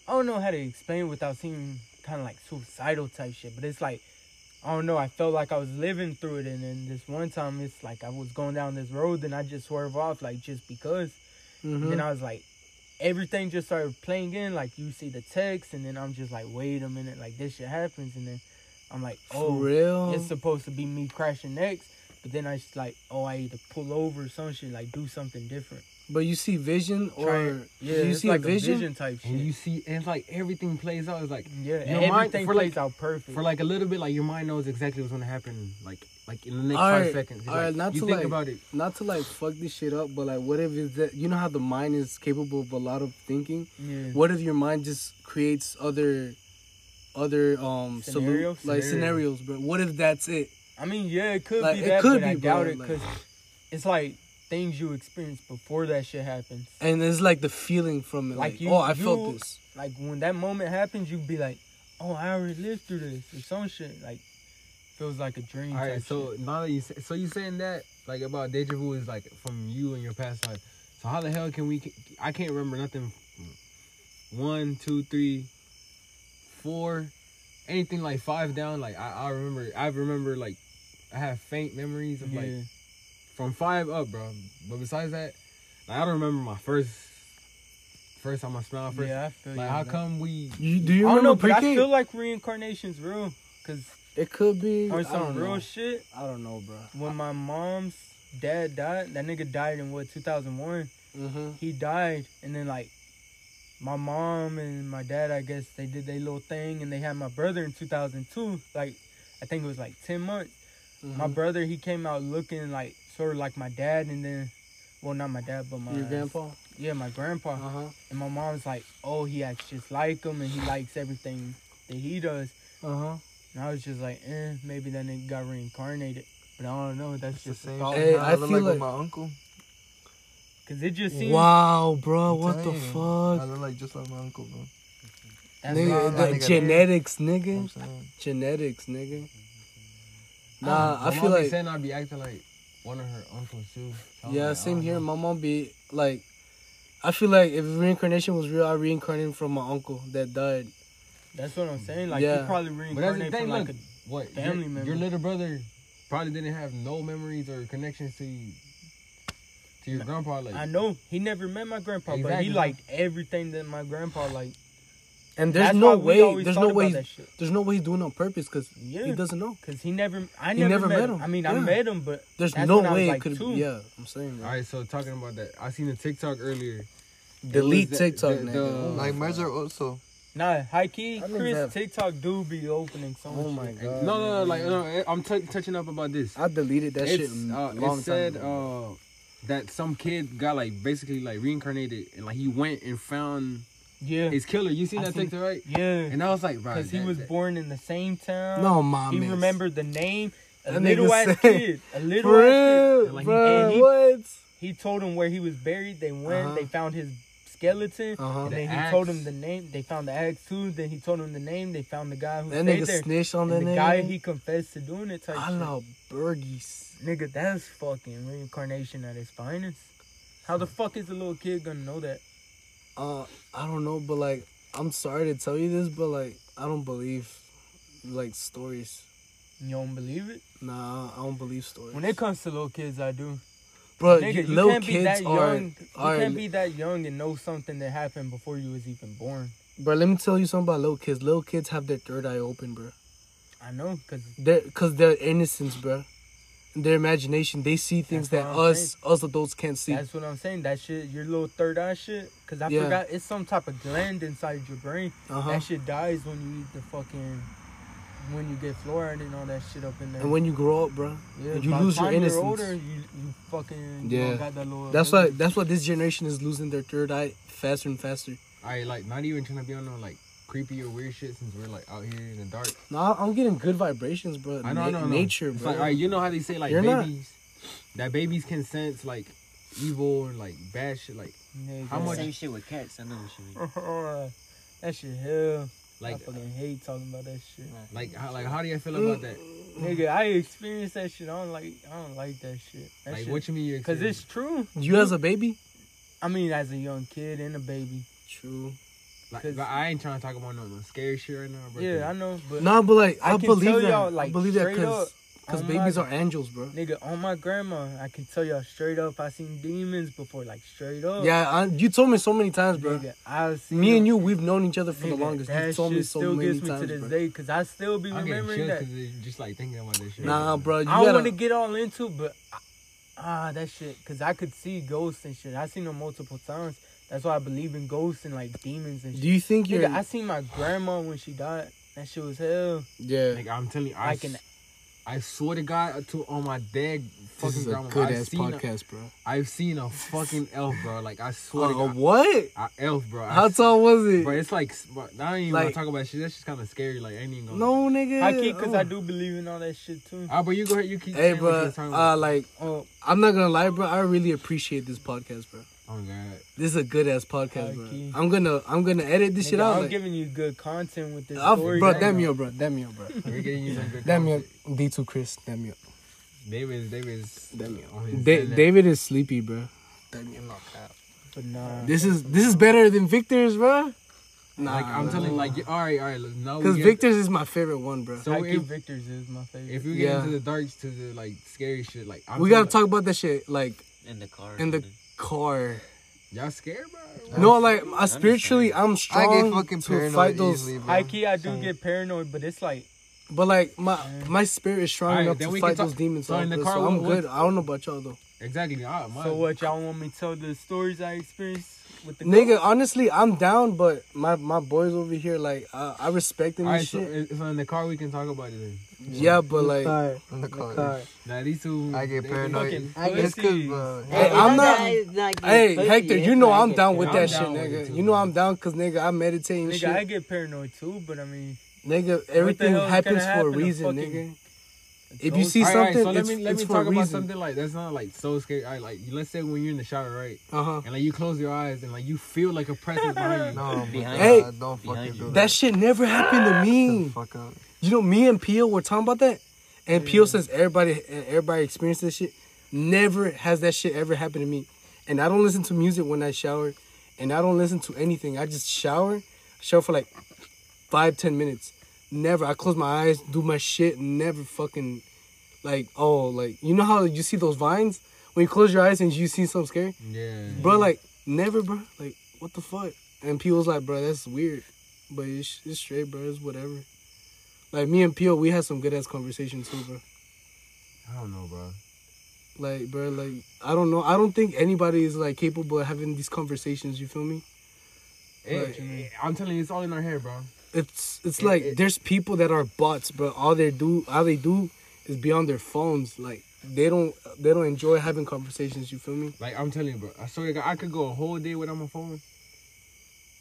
S2: I don't know how to explain without seeming kind of like suicidal type shit. But it's like I don't know. I felt like I was living through it, and then this one time, it's like I was going down this road, and I just swerve off like just because. And
S1: Mhm.
S2: then I was like, everything just started playing in. Like you see the text, and then I'm just like, wait a minute, like this shit happens, and then I'm like,
S1: for
S2: oh.
S1: real.
S2: It's supposed to be me crashing next, but then I just like, oh, I either pull over or some shit, like do something different.
S1: but you see vision
S2: Try
S1: or
S2: and- yeah,
S1: you
S2: it's
S1: see
S2: like
S1: a vision.
S2: type shit.
S9: and you see, and it's like everything plays out, it's like,
S2: yeah, and
S9: your mind-
S2: everything
S9: for, like-
S2: plays out perfect.
S9: for like a little bit, like, your mind knows exactly what's gonna happen, like, like in the next
S1: All
S9: five
S1: right,
S9: seconds. It's
S1: all right,
S9: like,
S1: not
S9: you
S1: to,
S9: think
S1: like-
S9: about it.
S1: Not to like fuck this shit up, but like what if it's that you know how the mind is capable of a lot of thinking.
S2: yeah.
S1: What if your mind just creates other, other um solu-
S2: Scenarios?
S1: like
S2: Scenarios.
S1: scenarios, bro? What if that's it?
S2: I mean, yeah, it could
S1: Like,
S2: be
S1: it
S2: that,
S1: could
S2: but I
S1: be,
S2: doubt
S1: bro,
S2: it
S1: like-
S2: because it's like things you experience before that shit happens.
S1: And it's like the feeling from it,
S2: Like
S1: like,
S2: you-
S1: oh, I
S2: you-
S1: felt this.
S2: Like when that moment happens, you'd be like, oh, I already lived through this or some shit. Like feels like a dream.
S9: All right,
S2: type
S9: so
S2: shit.
S9: now that you say, so you saying that like about deja vu is like from you and your past life. So how the hell can we? I can't remember nothing. One, two, three, four, anything like five down. Like I, I remember, I remember like I have faint memories of like
S2: Yeah.
S9: from five up, bro. But besides that, like, I don't remember my first, first time I smiled first.
S2: yeah, I feel
S9: like
S2: you.
S9: how
S2: on that.
S9: come we?
S1: You, do you
S2: I don't know,
S1: remember
S2: but I
S1: pre-K?
S2: feel like reincarnation's real. Cause
S1: it could be. I
S2: on some
S1: don't
S2: real
S1: know.
S2: shit,
S1: I don't know, bro.
S2: when my mom's dad died, that nigga died in what 2001.
S1: Mm-hmm.
S2: He died, and then like my mom and my dad, I guess they did their little thing, and they had my brother in 2002. Like I think it was like 10 months. My
S1: Mm-hmm.
S2: brother, he came out looking like sort of like my dad, and then well, not my dad, but my
S1: Your grandpa. Uh-huh.
S2: Yeah, my grandpa.
S1: huh.
S2: And my mom's like, oh, he acts just like him, and he likes everything that he does.
S1: Uh huh.
S2: And I was just like, eh, maybe that nigga got reincarnated. But I don't know. That's just a thought.
S1: Hey,
S6: Nah,
S1: I
S6: look
S1: feel
S6: like,
S1: like-
S6: with my uncle.
S2: Cause it just seems.
S1: Wow, bro, Oh, what the
S6: Damn. I
S1: fuck?
S6: look like just like my uncle, bro.
S2: That's why I'm
S1: Nigga,
S6: not
S1: like
S6: nigga.
S1: genetics,
S6: You know
S1: nigga.
S6: what I'm saying?
S1: Genetics, nigga.
S9: don't know.
S1: Nah, I
S9: My
S1: feel
S9: mom be
S1: like
S9: saying I'd be acting like one of her uncles too. So
S3: Oh,
S9: I'm
S1: yeah,
S9: like, I
S1: same
S9: don't
S1: here.
S9: know.
S1: My mom be like, I feel like if reincarnation was real, I reincarnated from my uncle that died.
S2: That's what I'm saying. Like
S1: Yeah.
S2: you probably
S9: But that's the
S2: reincarnate
S9: thing,
S2: from
S9: look,
S2: like a
S9: what
S2: family
S9: your,
S2: member.
S9: your little brother
S3: probably didn't have no memories or connections to to your grandpa. Like
S2: I know he never met my grandpa, but
S3: Exactly.
S2: he liked everything that my grandpa liked.
S1: And there's
S2: That's
S1: no
S2: why we
S1: way.
S2: always
S1: There's
S2: thought
S1: no
S2: about
S1: way.
S2: that
S1: He's,
S2: shit.
S1: there's no way he's doing it on purpose because he
S2: Yeah.
S1: doesn't know.
S2: Cause he never, I
S1: He
S2: never,
S1: never
S2: met,
S1: met
S2: him.
S1: him.
S2: I mean, I
S1: Yeah.
S2: met him, but
S1: There's
S2: that's
S1: no
S2: when I was,
S1: way
S2: like,
S1: it could.
S2: two.
S1: Yeah, I'm saying.
S3: all
S1: Bro.
S3: right, so talking about that, I seen a TikTok earlier.
S1: Delete
S3: the-
S1: TikTok,
S3: the-
S1: nigga.
S3: the-
S1: oh my,
S6: Like mine's are also.
S2: Nah, high key,
S1: I didn't
S2: Chris
S1: have-
S2: TikTok do be opening some.
S1: oh my
S2: shit.
S1: god.
S3: no, no, no, like no, eh, I'm t- touching up about this.
S1: I deleted that shit.
S3: It's,
S1: a
S3: uh,
S1: long
S3: it said
S1: time ago.
S3: uh, that some kid got like basically like reincarnated and like he went and found
S2: Yeah,
S3: his killer. You seen
S2: I
S3: that
S2: seen-
S3: TikTok, right?
S2: yeah,
S3: And I was like, bro,
S2: because he
S3: that-
S2: was
S3: that-
S2: born in the same town.
S1: no, mom.
S2: uh, he
S1: is-
S2: remembered the name. A
S1: That nigga
S2: little ass
S1: said-
S2: kid, a little
S1: For
S2: ass
S1: real,
S2: kid.
S1: bro.
S2: and he
S1: what?
S2: He told him where he was buried. They went.
S1: Uh-huh.
S2: They found his skeleton.
S1: Uh-huh.
S2: And
S3: The
S2: then he
S3: axe.
S2: told him the name. They found the axe too. Then he told him the name. They found the guy who
S1: That
S2: stayed
S1: nigga
S2: there.
S1: snitched on
S2: And
S1: that
S2: the
S1: nigga.
S2: guy he confessed to doing it type
S1: I
S2: shit.
S1: love burgies.
S2: Nigga, that's fucking reincarnation at its finest. How the fuck is a little kid gonna know that?
S1: Uh, I don't know, but like, I'm sorry to tell you this, but like, I don't believe like stories.
S2: You don't believe it?
S1: Nah, I don't believe stories.
S2: When it comes to little kids, I do.
S1: bro,
S2: Nigga,
S1: you,
S2: you
S1: little
S2: can't be
S1: kids
S2: that
S1: are,
S2: young.
S1: are
S2: you can't be that young and know something that happened before you was even born.
S1: Bro, let me tell you something about little kids. Little kids have their third eye open, bro.
S2: I know, cause
S1: They're, cause their innocence, bro. Their imagination, they see things
S2: That's
S1: that
S2: what I'm
S1: us us adults can't see.
S2: that's what I'm saying. That shit, your little third eye shit. Cause I
S1: Yeah.
S2: forgot it's some type of gland inside your brain.
S1: Uh-huh.
S2: That shit dies when you eat the fucking, when you get fluoride and all that shit up in there.
S1: And when you grow up, bro,
S2: Yeah,
S1: you
S2: by
S1: lose
S2: the
S1: your
S2: time
S1: innocence.
S2: You're older, you, you fucking yeah.
S1: Yeah.
S2: got that little.
S1: That's why that's why this generation is losing their third eye faster and faster.
S3: I like not even trying to be on no like creepy or weird shit since we're like out here in the dark.
S1: Nah, I'm getting good vibrations, bro.
S3: I know,
S1: Na-
S3: I know, I know.
S1: nature,
S3: It's
S1: bro.
S3: Like, all right, you know how they say like
S1: You're not-
S3: babies, that babies can sense like evil and like bad shit. Like
S2: Nigga.
S3: how much?
S4: Same shit with cats. I know what you mean.
S2: *laughs* that shit hell. I
S3: Like
S2: fucking hate talking about that shit.
S3: like how like how do you feel about that?
S1: Mm-hmm.
S2: Nigga, I experienced that shit. I don't like. I don't like that shit. That
S3: Like
S2: shit.
S3: what you mean? You're
S2: Cause it's true.
S1: you as a baby?
S2: I mean, as a young kid and a baby.
S1: True.
S3: like,
S2: 'cause-
S3: but I ain't trying to talk about no, no scary shit right now. Bro.
S2: Yeah, I know. But
S1: Nah, but like I,
S2: I can tell
S1: believe that.
S2: y'all,
S1: I
S2: like,
S1: believe that
S2: straight up,
S1: because because
S2: on my-
S1: babies are angels, bro.
S2: nigga, on my grandma, I can tell y'all straight up. I seen demons before, like straight up.
S1: Yeah, I, you told me so many times, bro.
S2: Nigga, I seen
S1: Me and you, we've known each other for the
S2: nigga,
S1: longest.
S2: That
S1: You told me
S2: shit
S1: so
S2: still
S1: many
S2: gets me to
S1: times,
S2: this
S1: bro.
S2: day, cause I still be
S3: I'm getting
S2: remembering
S3: chills
S2: that.
S3: because just like thinking about that shit.
S1: Nah, bro. You
S2: I
S1: gotta,
S2: want to get all into, but I, ah, that shit, cause I could see ghosts and shit. I seen them multiple times. That's why I believe in ghosts and like demons and
S1: Do
S2: shit.
S1: you think you're?
S2: Nigga, I seen my grandma when she died. That shit was hell.
S1: yeah.
S3: Like I'm telling you, I,
S2: I
S3: can.
S2: can.
S3: I swear to God, to on my dead
S1: This
S3: fucking
S1: is a
S3: grandma,
S1: good
S3: I've
S1: ass
S3: seen
S1: podcast, bro.
S3: A, I've seen a fucking elf, bro. Like I swear to
S1: Uh,
S3: God,
S1: what?
S3: I, elf, bro. I
S1: How
S3: s-
S1: tall was it?
S3: Bro, it's like bro, I ain't even
S1: Like-
S3: gonna talk about shit. That's just kind of scary. Like I ain't even gonna.
S1: No, nigga.
S2: I keep, cause I
S1: Oh.
S2: do believe in all that shit too.
S3: Ah, but you go ahead. You keep.
S1: Hey,
S3: saying what you
S1: bro.
S3: was talking
S1: Uh,
S3: about.
S1: like,
S2: Oh,
S1: I'm not gonna lie, bro. I really appreciate this podcast, bro.
S3: oh god.
S1: This is a good ass podcast, bro.
S2: Okay.
S1: I'm gonna, I'm gonna edit this shit
S2: nigga,
S1: out.
S2: I'm
S1: like,
S2: giving you good content with this
S1: I'll-
S2: story.
S1: bro,
S2: right
S1: damn
S2: now.
S1: you, bro. Damn you, bro.
S3: We're getting you some good.
S1: Damn you,
S3: content.
S1: D2 Chris. Damn you.
S3: David's David's on his
S1: Da-
S3: internet.
S1: David is sleepy, bro.
S2: But nah,
S1: This is, this is better than Victor's, bro. Nah,
S3: Like I'm telling you, like all right, all right. Now we
S1: Cause
S3: get-
S1: Victor's is my favorite one, bro.
S3: So
S2: I keep
S3: if,
S2: Victor's is my favorite.
S3: if we get
S1: Yeah.
S3: into the darks to the like scary shit, like I'm
S1: we gotta
S3: telling
S1: talk about that shit, like
S4: In the car.
S1: in the car.
S3: you, Y'all scared, bro?
S1: No, like I spiritually, I'm
S6: I
S1: strong
S6: get fucking
S1: to
S6: paranoid
S1: fight those.
S6: easily, bro.
S2: High key, I do get paranoid, but it's like
S1: But like my my spirit is strong
S3: Alright,
S1: enough
S3: then
S1: to
S3: we
S1: fight
S3: can talk-
S1: those demons.
S3: so
S1: out
S3: in the
S1: there,
S3: car,
S1: so
S3: what-
S1: I'm
S3: what-
S1: good. I don't know about y'all though,
S3: Exactly. Ah, my,
S2: So what y'all want me to tell the stories I experienced with the
S1: nigga. Honestly, I'm down, but my my boys over here, like I I respect them
S3: All
S1: and
S3: right, so,
S1: shit.
S3: uh, so in the car we can talk about it. Then.
S1: yeah, but like
S6: In the car.
S3: Now these two,
S6: I get
S3: they-
S6: paranoid.
S2: fucking
S12: I
S6: It's
S2: pussies.
S6: good, bro.
S1: Hey, I'm not- hey Hector, you know I'm down with
S3: I'm
S1: that shit,
S3: down with it
S1: nigga.
S3: too,
S1: You know
S3: bro.
S1: I'm down because nigga, I meditate and
S2: Nigga,
S1: shit.
S2: I get paranoid too, but I mean,
S1: Nigga,
S2: hell
S1: everything
S2: is gonna
S1: happens for a
S2: happen to
S1: reason,
S2: fucking-
S1: nigga. If you see
S3: All right, all right,
S1: something,
S3: so let
S1: it's,
S3: me let
S1: it's
S3: me
S1: for
S3: talk
S1: a
S3: about
S1: reason.
S3: something like that's not like so scary. All right, like let's say when you're in the shower, right,
S1: Uh huh.
S3: and like you close your eyes and like you feel like a presence behind you.
S6: *laughs* No, my
S4: Behind
S1: Hey,
S6: God, don't fucking
S4: behind you.
S6: do
S1: That
S6: that.
S1: shit never happened to
S3: *laughs*
S6: Shut the
S1: me.
S6: fuck up.
S1: You know, me and Pio were talking about that, and Pio says everybody, everybody experienced this shit. Never has that shit ever happened to me. And I don't listen to music when I shower, and I don't listen to anything. I just shower, shower for like five, ten minutes. Never. I close my eyes, do my shit. Never fucking. like oh like you know how you see those vines when you close your eyes and you see something scary,
S3: Yeah.
S1: bro. Like never, bro. Like what the fuck? And P was like, bro, that's weird, but it's, it's straight, bro. It's whatever. Like me and Pio, we had some good ass conversation too, bro.
S3: I don't know, bro.
S1: Like, bro, like I don't know. I don't think anybody is like capable of having these conversations. You feel me?
S3: Hey,
S1: Like-
S3: hey, I'm telling you, it's all in our head, bro.
S1: It's it's like
S3: it-
S1: there's people that are bots, but all they do all they do is be on their phones. Like they don't they don't enjoy having conversations. You feel me?
S3: Like I'm telling you, bro. I swear to God, I could go a whole day without my phone.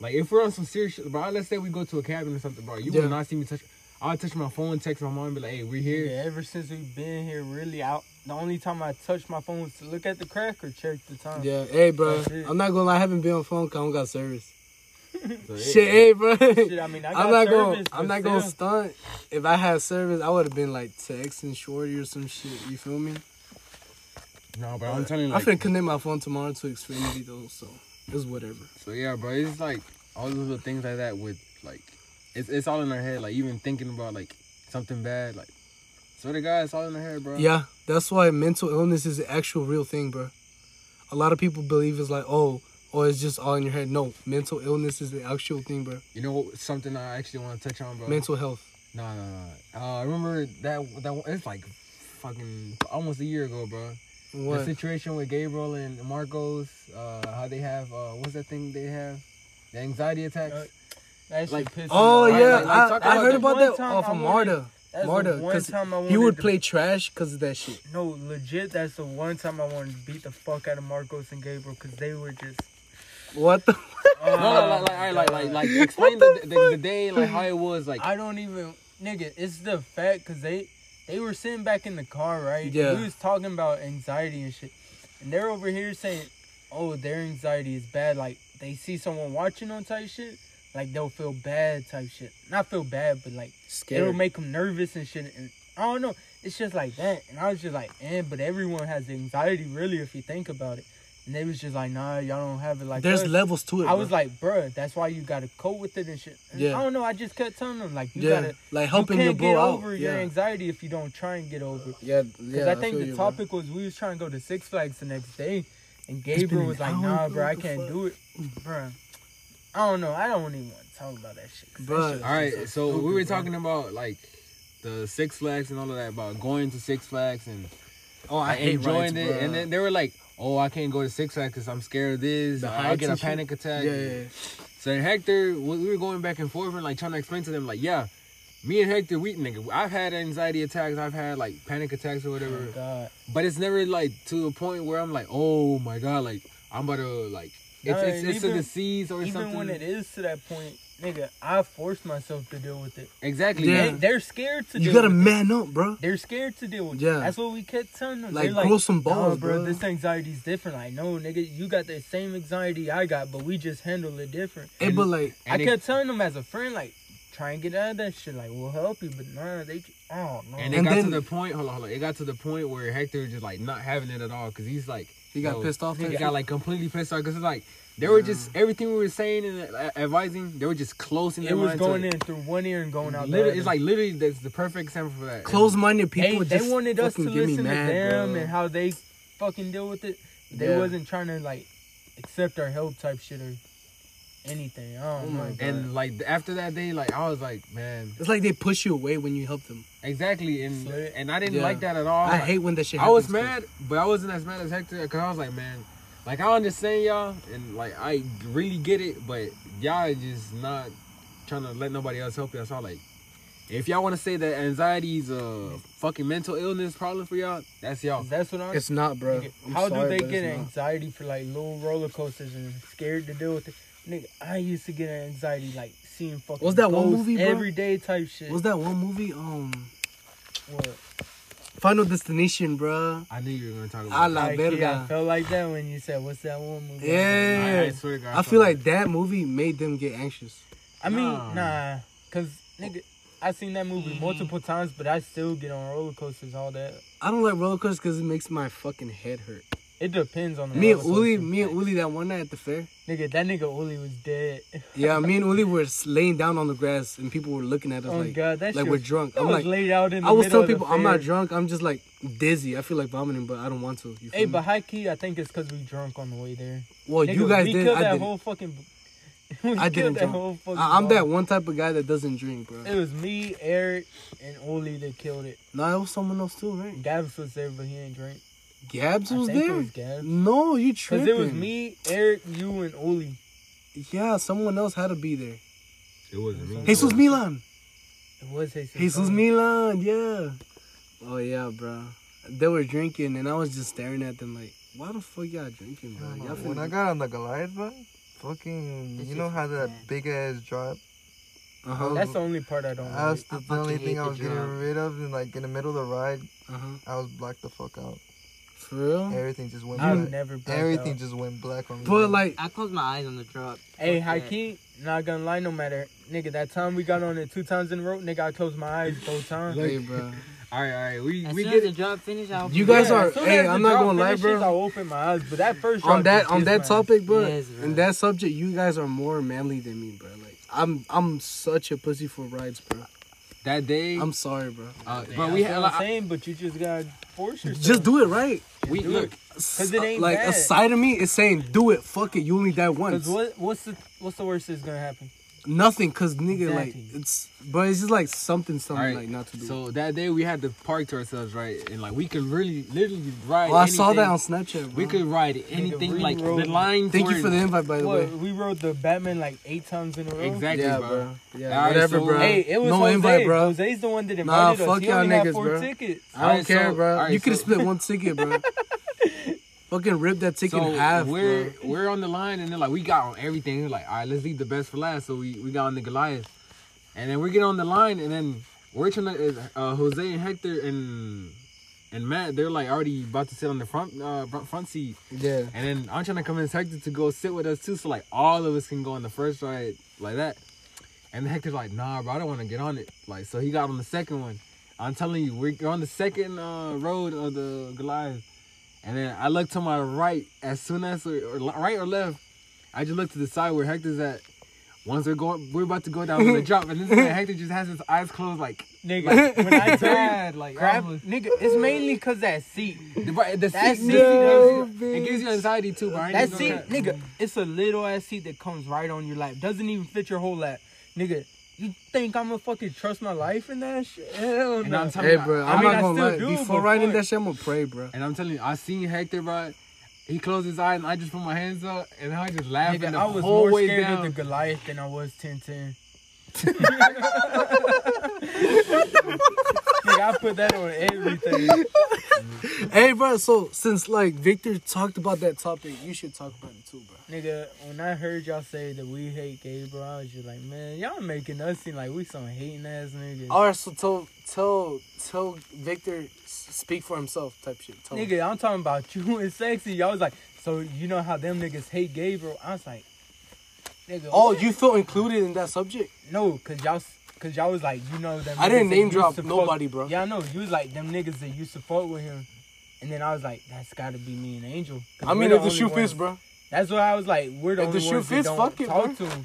S3: Like if we're on some serious shit, bro. Let's say we go to a cabin or something, bro. You
S1: Yeah.
S3: will not see me touch. I'll touch my phone, text my mom, and be like, "Hey, we're here."
S2: Yeah, ever since we've been here, really out. The only time I touched my phone was to look at the crack or check the time.
S1: Yeah. Hey, bro.
S2: That's it.
S1: I'm not gonna lie. I haven't been on phone. 'cause I don't got
S2: *laughs*
S1: service.
S3: So, hey,
S1: Shit, hey, bro.
S2: Shit,
S1: *laughs*
S2: I mean, I got
S1: I'm not
S2: service,
S1: gonna I'm
S2: but
S1: not gonna
S2: still.
S1: stunt. If I had service, I would have been like texting Shorty or some shit. You feel me?
S3: No, bro. I'm telling you,
S1: I'm
S3: like,
S1: finna connect my phone tomorrow to Xfinity though, so it's whatever.
S3: so yeah, bro. It's like all those little things like that with like, it's it's all in our head. Like even thinking about like something bad, like. Swear to God, it's all in our head, bro.
S1: Yeah, that's why mental illness is an actual real thing, bro. A lot of people believe it's like, oh, oh, it's just all in your head. No, mental illness is the actual thing, bro.
S3: You know what? Something I actually want to touch on, bro.
S1: Mental health.
S3: No, no, no. Uh, I remember that that one- it's like fucking almost a year ago, bro. The
S1: What?
S3: situation with Gabriel and Marcos, uh, how they have uh, what's that thing they have? The anxiety attacks.
S2: Uh, That shit
S3: Like-
S2: pissed me
S1: Oh
S2: off.
S1: yeah,
S3: like, like, talk
S1: I, I
S3: about
S1: heard
S3: that
S1: about
S2: one
S1: that
S2: time
S1: oh,
S2: I
S1: from
S2: wanted-
S1: Marta.
S2: That's
S1: Marta,
S2: the one
S1: cause
S2: time I wanted
S1: he would
S2: to-
S1: play trash because of that shit.
S2: No, legit, that's the one time I wanted to beat the fuck out of Marcos and Gabriel because they were just.
S1: What *laughs* the?
S2: Uh,
S3: no, no, like, like, like, like, like, explain the, the, the, day, like how it was, like,
S2: I don't even, nigga. It's the fact because they they were sitting back in the car, right?
S1: Yeah.
S2: We was talking about anxiety and shit, and they're over here saying, "Oh, their anxiety is bad." Like they see someone watching them type shit, like they'll feel bad type shit. Not feel bad, but like it'll
S1: Scared.
S2: make them nervous and shit. And I don't know. It's just like that, and I was just like, "Man, but everyone has anxiety, really, if you think about it." And they was just like, "Nah, y'all don't have it like
S1: There's
S2: us."
S1: levels to it.
S2: I was
S1: bro.
S2: like, bruh, that's why you gotta cope with it and shit. And
S1: Yeah.
S2: I don't know. I just kept telling them like you
S1: yeah,
S2: gotta
S1: like helping
S2: you
S1: your
S2: can't
S1: bro
S2: get
S1: out.
S2: over
S1: yeah.
S2: your anxiety if you don't try and get over. it.
S1: yeah,
S2: Cause
S1: yeah.
S2: I think
S1: feel
S2: the
S1: you, bro.
S2: topic was we was trying to go to Six Flags the next day, and
S1: an
S2: Gabriel was like,
S1: hour,
S2: nah,
S1: bro,
S2: bro, I
S1: what the
S2: can't
S1: fuck?"
S2: do it, bruh. I don't know. I don't even want to talk about that shit. 'cause that
S1: Bruh.
S2: shit was
S3: all right.
S2: just
S3: So we
S2: stupid,
S3: were
S2: bruh.
S3: talking about like the Six Flags and all of that, about going to Six Flags and
S1: Oh, I
S3: like,
S1: hate
S3: enjoying
S1: rides,
S3: it,
S1: bro.
S3: and then they were like, "Oh, I can't go to Six Flags because I'm scared of this.
S1: The
S3: I'll
S1: heights
S3: get a
S1: and shit?
S3: panic attack."
S1: yeah, yeah, yeah.
S3: So then Hector, we we were going back and forth and like trying to explain to them, like, yeah, me and Hector, we nigga, I've had anxiety attacks, I've had like panic attacks or whatever,
S2: Oh, God.
S3: but it's never like to a point where I'm like, oh my god, like I'm about to like it's
S2: No,
S3: it's,
S2: and
S3: it's a
S2: even-
S3: disease or
S2: Even
S3: something.
S2: when it is to that point, nigga, I forced myself to deal with it.
S3: Exactly.
S1: Yeah.
S2: They, they're scared to.
S1: You
S2: deal
S1: gotta
S2: with it.
S1: man up, bro.
S2: They're scared to deal with.
S1: Yeah.
S2: Yeah, that's what we kept telling them.
S1: Like,
S2: They're
S1: grow some balls,
S2: "Nah,
S1: bro."
S2: This anxiety's different. I know, nigga, you got the same anxiety I got, but we just handle it different.
S1: Hey, but like,
S2: I
S3: And it-
S2: kept telling them as a friend, like, try and get out of that shit. Like, we'll help you, but nah, they. Oh no.
S3: And it
S1: And
S3: got
S1: then-
S3: to the point. Hold on, hold on. It got to the point where Hector was just like not having it at all because he's like
S1: He got
S3: yo,
S1: pissed off,
S3: He
S1: Hector?
S3: got like completely pissed off because it's like they were just everything we were saying and uh, advising. They were just closing.
S2: it
S3: their
S2: was
S3: mind to
S2: going
S3: it.
S2: in through one ear and going out the
S3: Literally,
S2: other.
S3: it's like literally that's the perfect example for that.
S1: closed-minded
S2: they,
S1: people
S2: they
S1: just
S2: wanted us to
S1: fucking get me
S2: listen to
S1: mad,
S2: them
S1: bro.
S2: and how they fucking deal with it. They
S1: Yeah.
S2: wasn't trying to like accept our help type shit or anything. I
S1: Oh
S2: don't know.
S3: and like after that day, like I was like, man,
S1: It's like they push you away when you help them.
S3: exactly, and
S2: Slit.
S3: and I didn't
S1: Yeah.
S3: like that at
S2: Oh,
S3: all.
S1: I
S3: Like,
S1: hate when that shit.
S3: I was
S1: happens, bro.
S3: mad, but I wasn't as mad as Hector because I was like, man, like I understand y'all, and like I really get it, but y'all are just not trying to let nobody else help y'all. So I like, if y'all want to say that anxiety's a fucking mental illness problem for y'all, that's y'all.
S2: That's what I'm
S1: It's not, bro.
S2: Nigga,
S1: I'm
S2: how
S1: sorry,
S2: do
S1: but
S2: they
S1: it's
S2: get
S1: not.
S2: anxiety for like little roller coasters and scared to deal with it? Nigga, I used to get anxiety like seeing fucking
S1: What's that one
S2: ghosts
S1: movie, bro?
S2: every day type shit.
S1: Was that one movie? Um,
S2: What?
S1: Final Destination, bro.
S3: I knew you were gonna talk
S1: I
S3: about.
S1: la
S2: Like, yeah, I
S1: verga.
S2: felt like that when you said, "What's that one movie?"
S3: that.
S1: Yeah.
S3: I, I swear to God,
S1: I feel
S3: thought-
S1: like that movie made them get anxious.
S2: I mean,
S3: Nah.
S2: nah, cause nigga, I seen that
S1: Mm-hmm.
S2: movie multiple times, but I still get on roller coasters all that.
S1: I don't like roller coasters because it makes my fucking head hurt.
S2: It depends on the
S1: Me and
S2: route, so
S1: Uli,
S2: it's-
S1: me and Uli that one night at the fair.
S2: Nigga, that nigga Uli was dead. *laughs*
S1: Yeah, me and Uli were laying down on the grass and people were looking at us
S2: Oh
S1: like,
S2: god, that
S1: like
S2: shit
S1: we're
S2: was-
S1: drunk.
S2: that
S1: I'm
S2: was
S1: like,
S2: laid out in the
S1: I was
S2: middle
S1: telling
S2: of the
S1: people I'm not
S2: fair.
S1: drunk. I'm just like dizzy. I feel like vomiting, but I don't want to. You feel
S2: Hey,
S1: me?
S2: but high key, I think it's because we drunk on the way there.
S1: well,
S2: Nigga,
S1: you guys
S2: we
S1: did.
S2: killed
S1: I
S2: that
S1: didn't.
S2: whole fucking. *laughs* We
S1: I didn't
S2: killed that
S1: drink.
S2: whole fucking.
S1: I, I'm that
S2: bottle.
S1: one type of guy that doesn't drink, bro.
S2: It was me, Eric, and Uli that killed it.
S1: No, it was someone else too, right?
S2: Gabs was there, but he didn't drink.
S1: Gabs
S2: I
S1: was
S2: think it
S1: there.
S2: was Gabs.
S1: No, you
S2: Cause
S1: tripping?
S2: it was me, Eric, you, and Uli.
S1: Yeah, someone else had to be there.
S3: It wasn't me.
S1: Jesus Milan.
S2: It was Jesus.
S1: Jesus Milan, yeah. Oh yeah, bro. They were drinking, and I was just staring at them like, "Why the fuck y'all drinking, bro? Y'all
S6: When I got on the Goliath, bro, fucking,
S10: This
S6: you know
S10: is
S6: how that
S10: bad.
S6: big ass drop?
S1: uh huh,
S2: That's the only part I don't.
S6: That's
S2: Like.
S6: the,
S10: I
S6: the only
S10: fucking
S6: thing
S10: hate
S6: I
S10: the
S6: was getting
S10: drop.
S6: rid of, and like in the middle of the ride,
S1: uh huh.
S6: I was blacked the fuck out.
S1: For real.
S6: Everything just went.
S2: I've
S6: black.
S2: never. blacked
S6: Everything
S2: out.
S6: just went black on me.
S1: But like,
S10: I closed my eyes on the drop.
S2: Hey,
S10: Fuck
S2: high
S10: that.
S2: key, not gonna lie, no matter, nigga. That time we got on it two times in a row, nigga. I closed my eyes both times.
S1: hey,
S6: *laughs*
S1: bro.
S3: All right, all right. We
S10: As
S3: we
S10: soon
S3: get
S10: as the
S3: it.
S10: drop finished, I'll
S1: You guys
S2: Yeah,
S1: are-
S2: as soon
S1: hey,
S2: as the
S1: I'm not
S2: drop
S1: gonna lie,
S2: finishes,
S1: bro.
S2: I opened my eyes, but that first
S1: On
S2: drop
S1: that
S2: just
S1: on
S2: pissed
S1: that
S2: my ass.
S1: topic, bro.
S10: Yes, bro.
S1: In that subject, you guys are more manly than me, bro. Like, I'm I'm such a pussy for rides, bro.
S3: that day.
S1: I'm sorry, bro.
S3: uh,
S2: But
S3: but we
S2: had
S3: had
S2: the
S3: like,
S2: same, but you just gotta force yourself.
S1: Just do it right.
S3: we look.
S1: Cause
S2: it ain't
S1: like a
S2: bad.
S1: side of me is saying, "Do it, fuck it. You only die once."
S2: Cause what, what's the what's the worst that's gonna happen?
S1: Nothing, cause nigga, like
S2: Exactly.
S1: it's, but it's just like something, something
S3: Alright,
S1: like not to do.
S3: So that day we had the park to ourselves, right? And like we could really, literally ride.
S1: oh, I saw
S3: anything.
S1: that on Snapchat. Bro.
S3: We could ride anything.
S2: we
S3: Like
S2: rode-
S3: the line.
S1: Thank you for the invite, by the
S2: What
S1: way.
S2: we rode the Batman like eight times in a row.
S3: Exactly,
S1: yeah,
S3: bro.
S1: bro. Yeah,
S3: Alright,
S1: whatever,
S3: so-
S1: bro.
S2: Hey, it was
S1: no
S2: Jose.
S1: invite, bro.
S2: Jose's the one that
S1: Nah,
S2: invited us.
S1: fuck
S2: He
S1: y'all
S2: only had
S1: niggas,
S2: four
S1: bro.
S2: tickets.
S1: I don't
S3: Alright, so-
S1: care, bro.
S3: alright,
S1: you could have
S3: so-
S1: split one ticket, *laughs* bro. Fucking rip that ticket
S3: So
S1: in half,
S3: we're
S1: bro.
S3: we're on the line, and then like we got on everything. We're like, all right, let's leave the best for last. So we we got on the Goliath, and then we get on the line, and then we're trying to uh, Jose and Hector and and Matt. They're like already about to sit on the front uh, front front seat,
S1: Yeah.
S3: and then I'm trying to convince Hector to go sit with us too, so like all of us can go on the first ride like that. And Hector's like, nah, bro, I don't want to get on it. Like, so he got on the second one. I'm telling you, we're on the second uh, road of the Goliath. And then I look to my right as soon as, or, or li- right or left, I just look to the side where Hector's at. Once we're going, we're about to go down with the drop, and this man Hector just has his eyes closed, like,
S2: Nigga, when
S1: *laughs*
S2: I tell
S3: bad, like,
S2: you, grab,
S3: I was-
S2: nigga, it's mainly cause that seat.
S3: the, right- the
S2: That
S3: seat,
S2: seat
S3: gives you, it gives you anxiety too, bro. I ain't
S2: That
S3: even gonna
S2: seat,
S3: cap.
S2: nigga, it's a little ass seat that comes right on your lap. Doesn't even fit your whole lap, nigga. You think I'm gonna fucking trust my life in that shit? Hell
S3: And
S2: no.
S3: I'm telling
S1: Hey,
S3: you,
S1: bro.
S3: I
S1: I'm
S3: mean,
S1: not
S3: I
S1: gonna
S2: still
S1: lie.
S2: do,
S1: Before
S2: but
S1: riding
S2: fuck.
S1: that shit, I'm gonna pray, bro.
S3: And I'm telling you, I seen Hector, bro. He closed his eyes, and I just put my hands up, and I was just laughing
S2: Nigga,
S3: the
S2: I was
S3: whole
S2: more
S3: way
S2: scared of
S3: down.
S2: the Goliath than I was *laughs* 1010. Nigga, I put that on everything.
S1: Hey, bro. So since like Victor talked about that topic, you should talk about it too, bro.
S2: Nigga, when I heard y'all say that we hate gay, bro, I was just like, man, y'all making us seem like we some hating ass niggas.
S1: All right. So tell tell tell Victor s- speak for himself type shit. Tell him.
S2: Nigga, I'm talking about *laughs* you and sexy. Y'all was like, so you know how them niggas hate gay, bro? I was like, nigga,
S1: Oh,
S2: what?
S1: you feel included in that subject?
S2: no, cause y'all, s- cause y'all was like, you know them.
S1: I
S2: niggas
S1: didn't
S2: that
S1: name
S2: used
S1: drop
S2: to fuck-
S1: nobody, bro.
S2: Yeah, I know. You was like them niggas that used to fuck with him, and then I was like, that's gotta be me and Angel. 'Cause
S1: I
S2: we're
S1: mean, if the
S2: only
S1: shoe fits,
S2: ones-
S1: bro.
S2: That's what I was like. We're the
S1: If the
S2: only
S1: shoe
S2: ones that
S1: fits,
S2: don't
S1: fuck it,
S2: talk
S1: bro.
S2: to him.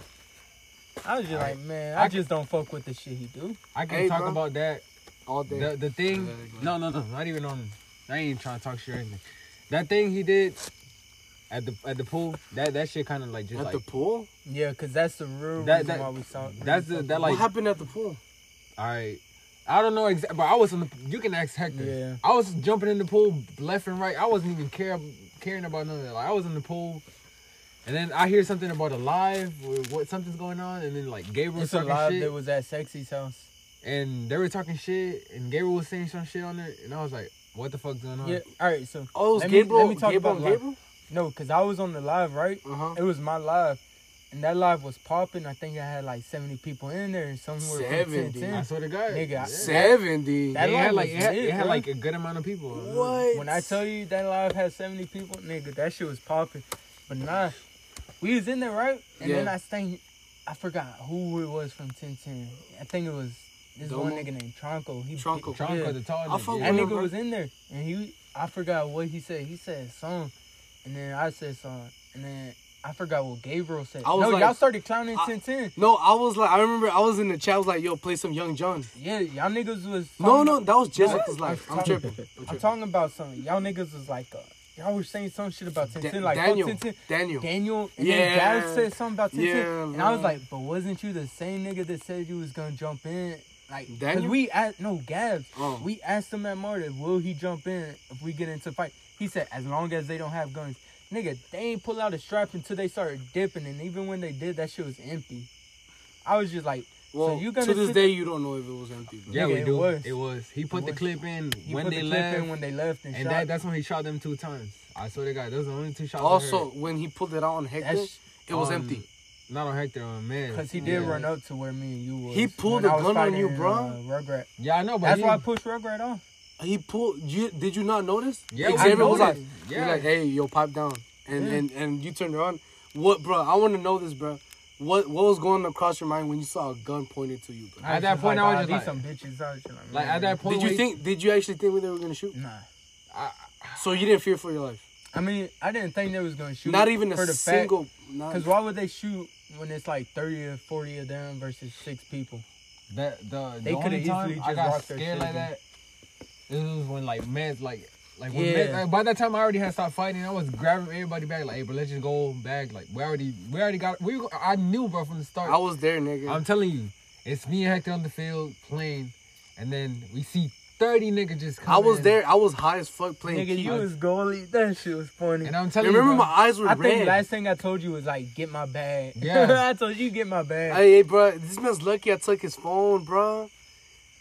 S2: I was just like, man,
S3: I
S2: I
S3: c-
S2: just don't fuck with the shit he do.
S3: I can
S1: Hey,
S3: talk
S1: bro.
S3: about that.
S1: All day.
S3: The, the thing, no, no, no, not even on. I ain't trying to talk shit or anything. That thing he did at the at the pool, that that shit kind of like just
S1: at
S3: like
S1: the pool?
S2: Yeah, cause that's the real
S3: That-
S2: reason
S3: that-
S2: why we saw.
S3: that's the that like
S1: what happened at the pool?
S3: all right. I don't know exactly, but I was in the. You can ask Hector.
S2: Yeah.
S3: I was jumping in the pool left and right. I wasn't even care, caring about none of that. Like I was in the pool, and then I hear something about a live, or what something's going on, and then like Gabriel
S2: It's a
S3: talking
S2: live
S3: shit,
S2: that was at Sexy's house.
S3: and they were talking shit, and Gabriel was saying some shit on it, and I was like, "What the fuck's going on?"
S2: Yeah. All right. So
S1: Oh, it was
S2: Let me-
S1: Gabriel.
S2: let me talk
S1: Gabriel,
S2: about
S1: Gabriel?
S2: no, cause I was on the live, right?
S1: Uh-huh.
S2: It was my live, and that live was popping. I think I had like seventy people in there, and some were
S1: 70.
S2: seventy.
S3: I swear to God,
S2: Nigga, I-
S3: yeah.
S1: 70.
S2: That
S3: It had
S2: line
S3: like
S2: was
S3: it had,
S2: lit,
S3: it had
S2: bro.
S3: like a good amount of people.
S1: what?
S2: When I tell you that live had 70 people, nigga, that shit was popping. But nah, we was in there, right? And then
S1: Yeah.
S2: I think, I forgot who it was from 1010. I think it was this one
S1: Domo?
S2: nigga named Tronco. He
S1: Tronco.
S3: Tronco,
S2: Yeah.
S3: the tall
S1: I
S3: nigga,
S1: fuck
S3: yeah.
S2: That
S1: with him,
S2: nigga
S1: bro.
S2: was in there. And he, I forgot what he said. He said some and then I said something, and then I forgot what Gabriel said.
S3: I was
S2: no,
S3: like-
S2: y'all started clowning
S3: I-
S2: ten ten.
S3: No, I was like, I remember I was in the chat. I was like, yo, play some Young John.
S2: Yeah, y'all niggas was
S3: No,
S2: talking-
S3: no, that was Jessica's
S2: What?
S3: life.
S2: I'm
S3: I'm tripping.
S2: talking- I'm talking about something. Y'all niggas was like, uh, y'all were saying some shit about ten ten, like fuck
S3: Daniel,
S2: 10.
S3: Daniel.
S2: Daniel, and
S3: Yeah.
S2: then Dad said something about ten ten,
S3: Yeah,
S2: and I was
S3: bro.
S2: like, but wasn't you the same nigga that said you was gonna jump in? Like, cause
S3: Daniel?
S2: we asked no Gabs,
S3: Oh.
S2: we asked him at Marta, will he jump in if we get into a fight? He said, as long as they don't have guns. Nigga, they ain't pull out a strap until they started dipping, and even when they did, that shit was empty. I was just like,
S3: Well,
S2: so you gonna
S3: to this
S2: sit-
S3: day, you don't know if it was empty. Bro.
S2: Yeah,
S3: Yeah,
S2: we it do. was.
S3: It was.
S2: He
S3: He put the
S2: was.
S3: clip in
S2: he
S3: when
S2: put
S3: they
S2: the clip
S3: left,
S2: in when they left and,
S3: and
S2: shot.
S3: that, that's when he shot them two times. I swear to God, those are the only two shots. I Also, heard.
S2: when he pulled
S3: that on Hector,
S2: That's-
S3: it was on-
S2: empty.
S3: Not on Hector, on man.
S2: Because he did
S3: Yeah.
S2: run up to where me and you was.
S3: He pulled
S2: when
S3: a
S2: I was
S3: gun on
S2: fighting,
S3: you, bro.
S2: Uh, Rugrat.
S3: Yeah, I know, but
S2: That's
S3: he,
S2: why I pushed Rugrat off.
S3: he pulled. You did you not notice?
S2: Yeah, I
S3: Xavier was like,
S2: noticed.
S3: you're
S2: Yeah.
S3: like, hey, yo, pipe down, and
S2: Yeah.
S3: and and you turned around. What, bro? I want to know this, bro. What what was going across your mind when you saw a gun pointed to you, bro?
S2: I was
S3: that
S2: just
S3: point,
S2: like,
S3: I was
S2: "Ah, these
S3: just
S2: some bitches. I was just like,
S3: Like,
S2: "Man,
S3: at that point,
S2: did
S3: did you think? Did you actually think they were gonna shoot?
S2: you? Nah.
S3: So you didn't fear for your life.
S2: I mean, I didn't think they was gonna shoot.
S3: Not even a
S2: for the
S3: single. not-
S2: Because why would they shoot when it's like thirty or forty of them versus six people?
S3: That the
S2: They
S3: the
S2: coulda
S3: only time
S2: easily
S3: I
S2: just
S3: got
S2: rocked their
S3: scared
S2: shit
S3: like
S2: again.
S3: that. This was when like meds like like, when
S2: Yeah.
S3: meds, like by that time I already had stopped fighting. I was grabbing everybody back like, hey, but let's just go back. Like we already we already got we. I knew bro from the start. I was there, nigga. I'm telling you, it's me and Hector on the field playing, and then we see thirty niggas just. Come I was there. I was high as fuck playing.
S2: Nigga, you was goalie. That shit was funny.
S3: And I'm telling you, remember my eyes were
S2: I think last thing I told you was like, get my bag. *laughs*
S3: Yeah.
S2: I told you get my bag.
S3: Hey, bro, this man's lucky I took his phone, bro.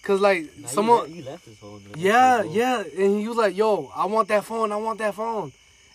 S3: Cause like
S4: Nah, you
S3: someone,
S4: left- you left this whole.
S3: Yeah, yeah. And he was like, yo, I want that phone. I want that phone.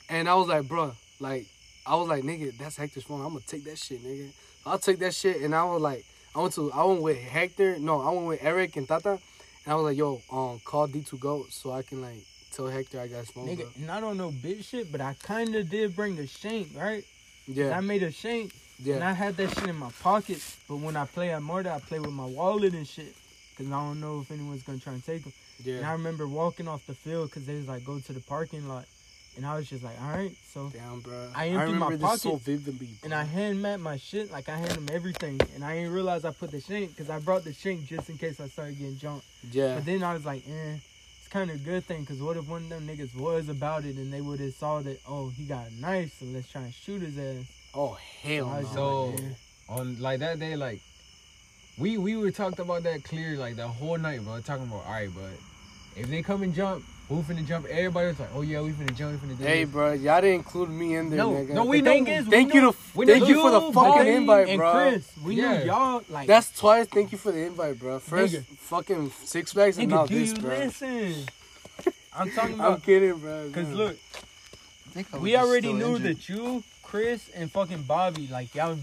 S3: And I was like, bruh, like, I was like, nigga, that's Hector's phone. I'm going to take that shit, nigga. I'll take that shit. And I was like, I went to, I went with Hector. No, I went with Eric and Tata. And I was like, yo, um, call D2Go so I can, like, tell Hector I got his phone.
S2: Nigga,
S3: bro.
S2: and I don't know bitch shit, but I kind of did bring a shank, right? And I
S3: Yeah,
S2: made a shank, and
S3: yeah.
S2: I had that shit in my pocket. But when I play at Marta, I play with my wallet and shit, cause I don't know if anyone's gonna try and take them. And I
S3: Yeah.
S2: remember walking off the field, cause they was like, go to the parking lot, and I was just like, all right, so.
S3: Damn, bro.
S2: I emptied my
S3: remember this so
S2: pocket,
S3: vividly.
S2: And I hand Matt my shit, like I hand him everything, and I didn't realize I put the shank, cause I brought the shank just in case I started getting jumped.
S3: Yeah.
S2: But then I was like, eh, it's kind of a good thing because what if one of them niggas was about it and they would have saw that, oh, he got a knife, so let's try and shoot his ass.
S3: Oh, hell
S2: I
S3: no.
S2: was just like, eh.
S3: on like that day, like we we were talked about that clear like the whole night, bro. Talking about all right, but if they come and jump, who finna jump? Everybody was like, oh yeah, we finna jump, we finna do
S13: Hey,
S3: this.
S13: bro, y'all didn't include me in there,
S2: No,
S13: nigga.
S2: no, we
S3: The
S2: don't.
S3: thing
S2: Is, we
S13: thank you
S2: knew-
S13: to, thank you for the
S2: knew
S13: fucking
S2: Bobby
S13: invite,
S2: and
S13: bro.
S2: Chris, we
S3: Yeah.
S2: knew y'all like.
S13: That's twice. Thank you for the invite, bro. First,
S2: Nigga.
S13: fucking Six Flags, and now
S2: nigga, do
S13: this,
S2: you
S13: bro.
S2: listen? *laughs* I'm talking
S13: I'm
S2: about
S13: kidding, bro.
S2: because
S13: man.
S2: look,
S6: think I was
S2: we
S6: just
S2: already
S6: still
S2: knew
S6: injured.
S2: that you, Chris, and fucking Bobby, like y'all,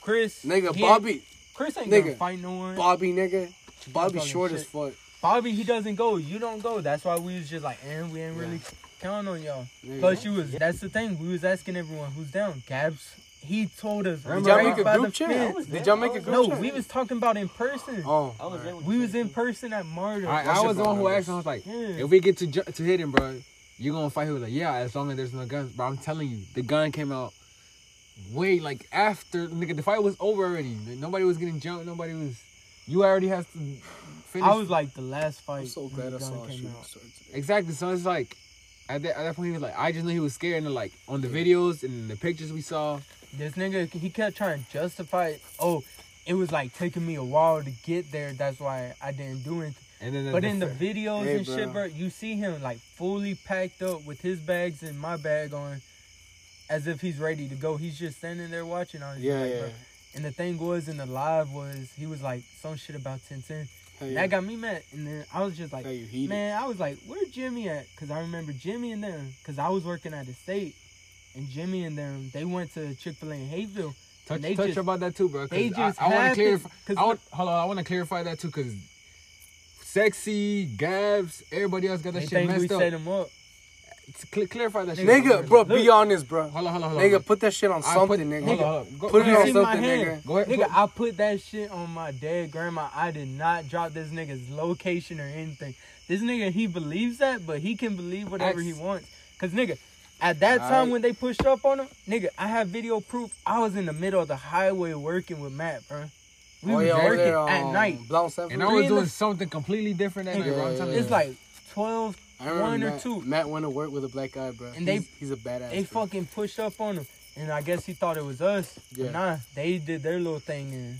S2: Chris,
S13: nigga,
S2: he ain't-
S13: Bobby,
S2: Chris ain't gonna
S13: nigga,
S2: fight no one.
S13: Bobby, nigga, Bobby,
S2: talking
S13: short
S2: shit.
S13: as fuck,
S2: Bobby, he doesn't go. You don't go. That's why we was just like, and we ain't really count on y'all. Plus, you was. That's the thing. We was asking everyone who's down. Gabs. He told us.
S3: Did
S2: right
S3: y'all make
S2: by
S3: a
S2: the
S3: group chat?
S2: fence.
S3: Did y'all make a group
S2: No,
S3: chat?
S2: we was talking about in person.
S3: Oh,
S4: I was there with
S2: we
S4: you.
S2: was in person at Martyr.
S3: I, I was the one who asked. him, I was like,
S2: Yeah.
S3: if we get to ju- to hit him, bro, you gonna fight? He was like, yeah, as long as there's no guns. But I'm telling you, the gun came out way like after nigga. The fight was over already. Nobody was getting jumped. Nobody was. You already has to finish.
S2: I was like the last fight.
S13: I'm so
S2: when
S13: glad
S2: the
S13: I
S2: gun
S13: saw a
S2: came
S13: shooting
S2: out.
S13: star today.
S3: Exactly. So it's like at that, at that point he was like, I just knew he was scared and like on the videos and the pictures we saw.
S2: This nigga, he kept trying to justify. it. Oh, it was like taking me a while to get there. That's why I didn't do anything.
S3: And then
S2: But in the videos
S13: Hey,
S2: and shit,
S13: bro.
S2: bro, you see him like fully packed up with his bags and my bag on, as if he's ready to go. He's just standing there watching. I was just
S13: Yeah,
S2: like,
S13: yeah.
S2: bro. And the thing was, in the live was he was like some shit about ten ten.
S13: How
S2: And
S13: you,
S2: That got me mad. And then I was just like,
S13: how you heated?
S2: man, I was like, where Jimmy at? Cause I remember Jimmy and them, cause I was working at the state, and Jimmy and them, they went to Chick Fil A in Hayville.
S3: touch,
S2: and they
S3: touch
S2: just-
S3: about that too, bro. 'cause
S2: They just
S3: I, I want to
S2: happened-
S3: clarify.
S2: 'cause
S3: I want, hold on, I want to clarify that too because sexy Gabs, everybody else got
S2: They
S3: that shit
S2: think we
S3: messed
S2: set
S3: up.
S2: him up.
S3: Cl- clarify that shit,
S13: nigga, bro, be
S3: Look,
S13: honest, bro.
S3: Hold on, hold on, hold on.
S13: Nigga, put that shit on
S3: I
S13: something,
S3: put-
S13: nigga.
S1: Oh,
S3: Hold on, hold on. Go,
S13: Put
S3: go
S13: it
S2: You
S13: on
S2: see
S3: ahead.
S2: my
S13: something,
S2: hand?
S13: nigga.
S3: Go ahead.
S2: Nigga, I put that shit on my dead grandma. I did not drop this nigga's location or anything. This nigga, he believes that, but he can believe whatever
S3: Ax-
S2: he wants. Cause nigga, At that time
S3: Aight.
S2: when they pushed up on him, nigga, I have video proof. I was in the middle of the highway working with Matt, bro. We
S1: Oh,
S2: was
S1: yeah, over
S2: working
S1: there,
S2: at
S1: um,
S2: night.
S1: Blount Seven.
S3: And I
S2: Three
S3: was
S2: in the-
S3: doing something completely different that night.
S2: Nigga,
S3: bro. I'm
S1: yeah,
S3: telling
S1: yeah.
S3: you.
S2: It's like 12,
S1: I remember
S2: one or
S1: Matt-
S2: two.
S1: Matt went to work with a black guy, bro.
S2: And they-
S1: he's, he's a badass.
S2: They
S1: bro.
S2: fucking pushed up on him. And I guess he thought it was us. But
S1: Yeah.
S2: Nah, they did their little thing. And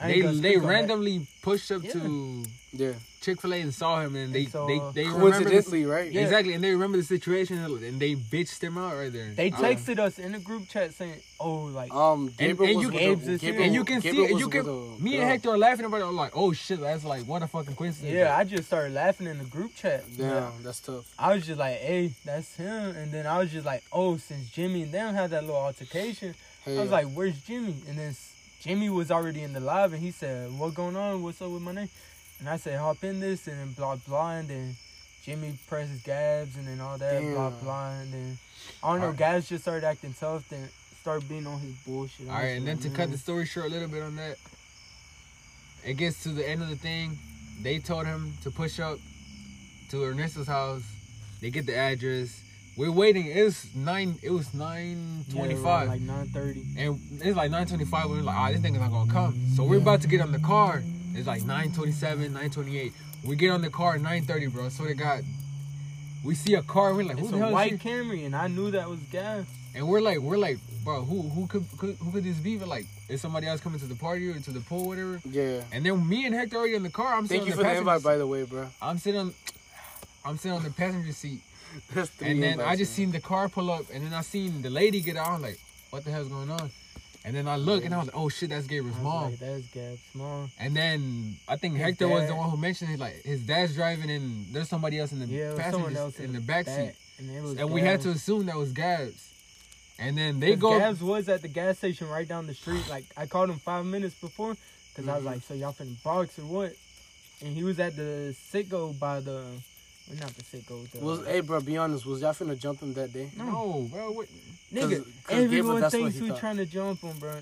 S2: I
S3: they
S2: ain't gonna
S3: they
S2: speak on that.
S3: randomly pushed up
S2: Yeah.
S3: to
S1: Yeah.
S3: Chick Fil A and saw him, and they
S2: And so,
S3: they
S2: uh,
S3: they remember this,
S1: Coincidentally, right?
S2: Yeah.
S3: exactly, and they remember the situation, and they bitched him out right there.
S2: They
S3: Uh,
S2: texted us in the group chat saying, "Oh, like
S1: Um,
S3: And,
S1: Gabriel
S3: and
S1: was
S3: you
S1: with
S2: Gabe's
S1: a-
S2: is here.
S1: Gabriel-
S3: and you can
S1: Gabriel
S3: see
S1: was
S3: you
S1: with
S3: can
S1: a
S3: me and
S1: girl.
S3: Hector are laughing about it. I'm like, oh shit, that's like what a fucking coincidence.
S2: yeah." I just started laughing in the group chat.
S1: Damn, that's tough.
S2: I was just like, "Hey, that's him," and then I was just like, "Oh, since Jimmy and them had that little altercation,
S1: Hey,
S2: I was like, "Where's Jimmy?" And then s- Jimmy was already in the live, and he said, "What going on? What's up with my name?" And I said, "Hop in this," and then blah blah, and then Jimmy presses Gabs, and then all that blah
S1: Damn.
S2: blah, and then I don't know. Gabs just started acting tough, then started being on his bullshit. I
S3: All right,
S2: was
S3: and then
S2: like,
S3: to cut
S2: "Man."
S3: the story short a little bit on that, it gets to the end of the thing. They told him to push up to Ernesto's house. They get the address. We're waiting. It was nine. It was nine
S2: Yeah, around,
S3: twenty-five.
S2: like nine thirty.
S3: And it's like 925 we're like, ah, this thing is not gonna come. So we're about to get on the car. It's like 927, 928. We get on the car at 930, bro. So they got we see a car, we're like, who
S2: It's
S3: the
S2: a
S3: hell is
S2: white
S3: she?
S2: Camry, and I knew that was Gabs.
S3: And we're like, we're like, bro, who who could, could who could this be? But like, is somebody else coming to the party or to the pool, whatever? *laughs*
S1: yeah.
S3: And then me and Hector already in the car. I'm
S1: Thank
S3: sitting
S1: you for
S3: on the
S1: the
S3: passenger.
S1: invite, by the way, bro. *laughs*
S3: I'm sitting on I'm sitting on the passenger seat.
S1: That's three
S3: And then I
S1: invites,
S3: just
S1: man.
S3: seen the car pull up, and then I seen the lady get out. I'm like, what the hell's going on? And then I look, and I was like, oh shit, that's Gabriel's
S2: I was
S3: mom.
S2: like, that's Gab's mom.
S3: And then I think
S2: His
S3: Hector was the
S2: dad.
S3: one who mentioned it. Like his dad's driving, and there's somebody else in the
S2: Yeah, it was
S3: passenger
S2: someone else
S3: in, the back seat,
S2: And, it was
S3: and we had
S2: Gabs.
S3: to assume that was Gabs. And then they
S2: 'Cause
S3: go.
S2: Gabs was at the gas station right down the street. Like I called him five minutes before, because I was like, "So y'all finna box or what?" And he was at the sicko by the, well, not the sicko. The,
S1: Was, hey, bro, be honest. Was y'all finna jump him that day?
S3: No, bro. What?
S2: nigga,
S1: 'cause- 'cause Gabriel,
S2: everyone
S1: that's what
S2: thinks
S1: he
S2: we
S1: thought.
S2: trying to jump him, bro.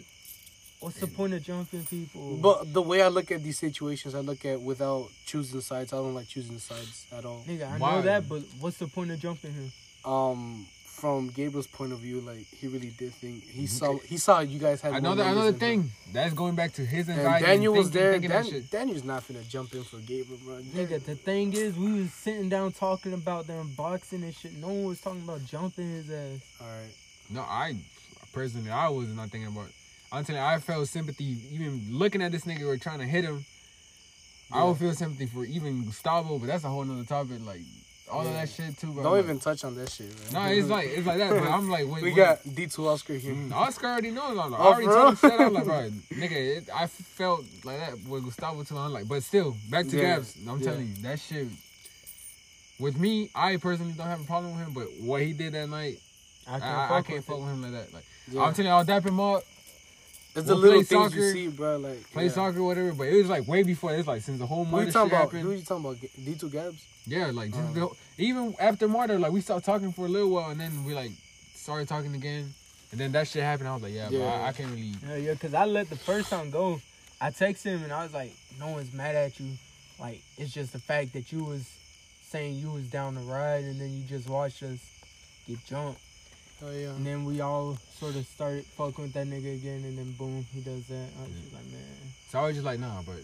S2: What's the point of jumping people?
S1: But the way I look at these situations, I look at without choosing sides. I don't like choosing sides at all.
S2: nigga, I
S3: Why?
S2: know that, but what's the point of jumping him?
S1: Um, from Gabriel's point of view, like he really did think he saw he saw you guys had more
S3: Mhm. Another
S1: numbers
S3: another
S1: than him.
S3: thing. That's going back to his anxiety.
S1: And
S3: and
S1: Daniel was
S3: thinking-
S1: there.
S3: thinking that
S1: Dan-
S3: shit.
S1: Daniel's not finna jump in for Gabriel, bro.
S2: Nigga, the thing is, we was sitting down talking about them boxing and shit. No one was talking about jumping his ass.
S1: All right.
S3: No, I personally, I was not thinking about. It. I'm telling you, I felt sympathy even looking at this nigga or trying to hit him. I would feel sympathy for even Gustavo, but that's a whole nother topic. Like all
S1: Yeah.
S3: of that shit too, bro.
S1: Don't
S3: Like,
S1: even touch on that shit, man. *laughs*
S3: No, it's like it's like that. But I'm like, wait,
S1: we
S3: what-
S1: got D2 Oscar here.
S3: Mm, Oscar already knows. I'm like, I
S1: Oh,
S3: already
S1: for
S3: told him
S1: real?
S3: shit. I'm
S1: *laughs*
S3: like, bro, nigga, it, I felt like that with Gustavo too. I'm like, but still, back to
S1: Yeah,
S3: Gabs. I'm
S1: yeah.
S3: telling you, that shit. With me, I personally don't have a problem with him, but what he did that night, I,
S2: I can't,
S3: I,
S2: fuck,
S3: I can't
S2: with
S3: fuck
S2: it.
S3: with him like that. Like,
S1: Yeah.
S3: I'm telling you, I'll dap him up,
S1: It's
S3: We'll
S1: the little
S3: play
S1: things
S3: soccer.
S1: you see, bro. Like
S3: play
S1: yeah.
S3: soccer, whatever. But it was like way before. It's like since the whole
S1: Who you
S3: murder shit
S1: talking about? Who
S3: happened.
S1: you talking about? D two Gabs.
S3: Yeah, like just
S1: Um,
S3: the, whole- even after murder, like we stopped talking for a little while, and then we like started talking again, and then that shit happened. I was like, yeah, bro,
S1: Yeah.
S3: I, I can't really.
S2: Yeah, yeah, cause I let the first time go. I texted him and I was like, "No one's mad at you. Like it's just the fact that you was saying you was down the ride and then you just watched us get jumped.
S1: Oh yeah.
S2: And then we all sort of started fucking with that nigga again. And then boom, he does that. I was just like, man,
S3: So I was just like, nah, but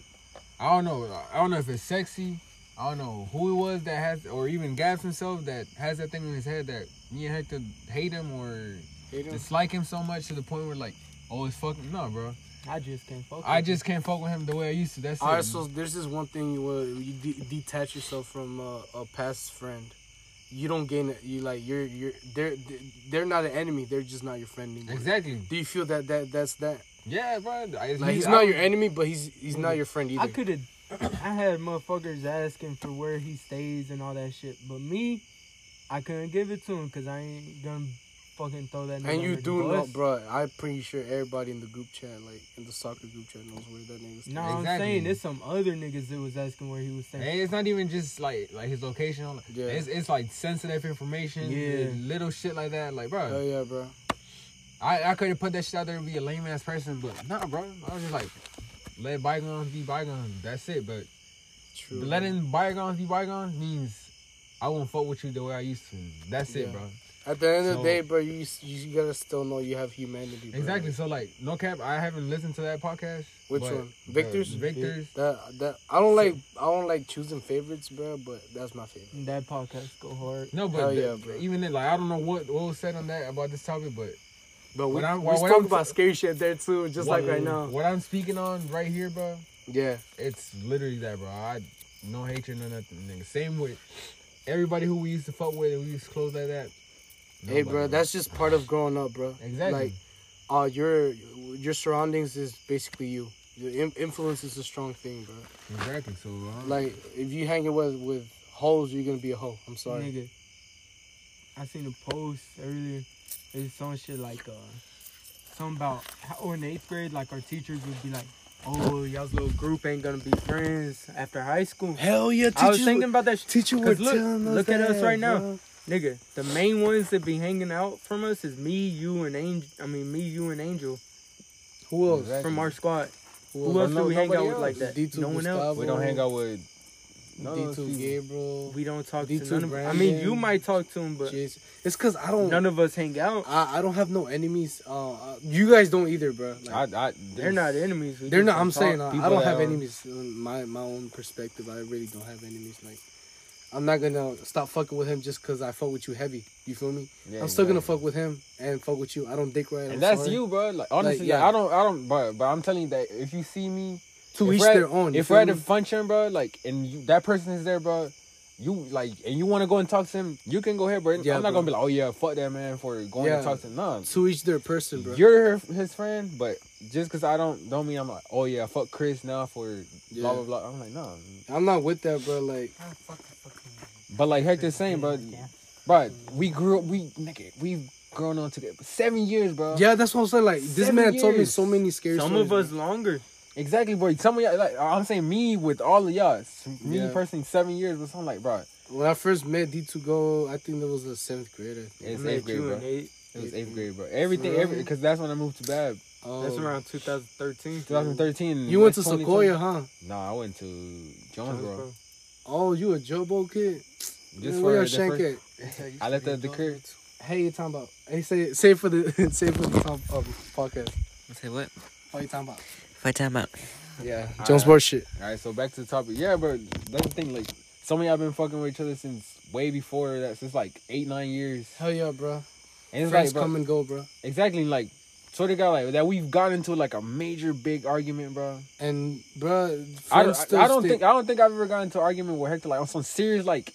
S3: I don't know. I don't know if it's sexy. I don't know who it was that has, or even Gabs himself that has that thing in his head that me and Hector hate him or
S1: Hate him?
S3: dislike him so much to the point where like, oh, it's fucking no, bro.
S2: I just can't fuck.
S3: I
S2: with
S3: just can't fuck with him the way I used to. That's
S1: All right.
S3: it.
S1: So there's this one thing you uh, you de- detach yourself from uh, a past friend. You don't gain. You like you're you're they're they're not an enemy. They're just not your friend anymore.
S3: exactly.
S1: Do you feel that that that's that?
S3: Yeah, bro. I- it's-
S1: Like he's
S3: I- Mm.
S1: not your enemy, but he's he's not your friend
S2: you.
S1: either.
S2: I could have. I had motherfuckers asking for where he stays and all that shit, but me, I couldn't give it to him because I ain't gonna fucking throw that. nigga
S1: And you
S2: under the
S1: do know,
S2: bus.
S1: bro. I'm pretty sure everybody in the group chat, like in the soccer group chat, knows where that nigga's.
S2: No, I'm
S3: Exactly.
S2: saying there's some other niggas that was asking where he was staying.
S3: And it's not even just like like his location. I'm like,
S1: Yeah.
S3: It's it's like sensitive information.
S2: Yeah.
S3: and Little shit like that. Like, bro.
S1: Oh yeah, bro.
S3: I, I could have put that shit out there and be a lame ass person, but nah, bro. I was just like, let bygones be bygones. That's it. But
S1: True.
S3: letting bygones be bygones means I won't fuck with you the way I used to. That's
S1: Yeah.
S3: it, bro.
S1: At the end of the
S3: So-
S1: day, bro, you you gotta still know you have humanity. Bro.
S3: Exactly. So like, no cap. I haven't listened to that podcast.
S1: Which
S3: but
S1: one?
S3: the
S1: Victor's.
S3: Victor's.
S1: That that I don't like. I don't like choosing favorites, bro. But that's my favorite.
S2: That podcast go hard.
S3: No, but
S1: Hell
S3: the-
S1: yeah, bro.
S3: even then, like, I don't know what what was said on that about this topic, but
S1: But we,
S3: When I-
S1: we
S3: when
S1: was
S3: I'm
S1: talking
S3: t-
S1: about scary shit there too, just
S3: what-
S1: like right now.
S3: what I'm speaking on right here, bro,
S1: Yeah.
S3: it's literally that, bro. I no hatred, no nothing. Nigga. Same with everybody who we used to fuck with, and we used to close like that.
S1: Hey, bro,
S3: Nobody.
S1: that's just part of growing up, bro.
S3: exactly.
S1: Like, uh, your your surroundings is basically you. Your in- influence is a strong thing, bro.
S3: Exactly. So uh,
S1: Like, if you hanging with with hoes, you're gonna be a hoe. I'm sorry.
S2: Nigga, I seen a post earlier. It's some shit like uh, something about how in eighth grade, like our teachers would be like, "Oh, y'all's little group ain't gonna be friends after high school."
S14: Hell yeah,
S2: I was thinking about that shit.
S14: teacher
S2: 'cause look, look at us right now, nigga. The main ones that be hanging out from us is me, you, and Angel. I mean, me, you, and Angel
S1: Who else?
S3: Exactly.
S2: from our squad.
S1: Who
S2: Who else
S1: No-
S2: do we hang out
S1: nobody
S2: with like that?
S1: D2
S2: no one else.
S3: we don't hang out with. No, no,
S1: D2
S3: it's people.
S1: Gabriel.
S2: We don't talk
S1: D2
S2: to none of. I mean, you
S1: Brandon.
S2: might talk to him, but
S1: Jason. It's cause I don't.
S2: none of us hang out.
S1: I, I don't have no enemies. Uh, uh, you guys don't either, bro. Like,
S3: I, I,
S2: They're not enemies. We
S1: They're
S2: just
S1: not.
S2: don't
S1: I'm
S2: talk.
S1: saying uh, I
S3: people
S1: don't
S3: that
S1: have
S3: are-
S1: enemies. uh, My my own perspective. I really don't have enemies. Like I'm not gonna stop fucking with him just cause I fuck with you heavy. You feel me?
S3: Yeah,
S1: I'm still gonna
S3: exactly.
S1: fuck with him and fuck with you. I don't dick right. I'm
S3: And that's
S1: sorry.
S3: you, bro. Like honestly, like,
S1: yeah.
S3: I don't, I don't, but but I'm telling you that if you see me,
S1: To
S3: if
S1: each
S3: we're at-
S1: their own. you
S3: If
S1: feel
S3: we're at a
S1: me?
S3: function, bro, like, and you, that person is there, bro, you like, and you want to go and talk to him, you can go ahead, bro.
S1: Yeah,
S3: I'm not
S1: bro.
S3: gonna be like, oh yeah, fuck that man for going
S1: Yeah.
S3: and talk to him. Nah,
S1: to each their person, bro.
S3: you're her, his friend, but just because I don't, don't mean I'm like, oh yeah, fuck Chris now for blah
S1: Yeah.
S3: blah blah. I'm like, nah.
S1: I'm not with that, bro. Like
S3: But like Hector's saying, bro, bro, we grew up, we nigga, we grown on together seven years, bro.
S1: yeah, that's what I'm saying. Like this
S3: Seven
S1: man told me
S3: years.
S1: so many scary.
S2: Some
S1: stories,
S2: of us longer.
S3: Exactly, bro. Some of y'all, like, I'm saying me with all of y'all. s- Me
S1: Yeah.
S3: personally, seven years, but I'm like, bro,
S1: bro. When I first met D2 Go, I think that was the seventh grader.
S3: it's
S2: I met
S3: eighth grade,
S2: you
S3: bro.
S2: in eight.
S3: It was eighth grade, bro. Everything, every,
S1: Mm-hmm.
S3: because that's when I moved to Bab,
S1: Oh.
S2: That's around 2013.
S3: 2013.
S1: You went to
S3: that's 2020.
S1: Sequoia, huh?
S3: Nah, I went to Jonesboro.
S1: Oh, you a Jobo kid?
S3: Just
S1: Man,
S3: for
S1: where
S3: the
S1: your shank
S3: first,
S1: at?
S3: I left that at the crib.
S1: Hey, you talking about? Hey, say say for the *laughs* say for the top um, podcast.
S10: Say what?
S1: What you talking about?
S10: Fight time out.
S1: Yeah,
S3: All
S1: Jones
S3: right.
S1: Sports shit.
S3: All right, so back to the topic. Yeah, bro. That's the thing. Like, some of y'all been fucking with each other since way before that, since like eight, nine years.
S1: Hell yeah, bro.
S3: And it's
S1: Friends
S3: like, bro,
S1: come and go, bro.
S3: exactly, like, sort of got like that. We've gotten into like a major big argument, bro.
S1: And bro,
S3: I
S1: friends
S3: don't,
S1: still
S3: I don't
S1: stick.
S3: think I don't think I've ever gotten into an argument with Hector like on some serious like,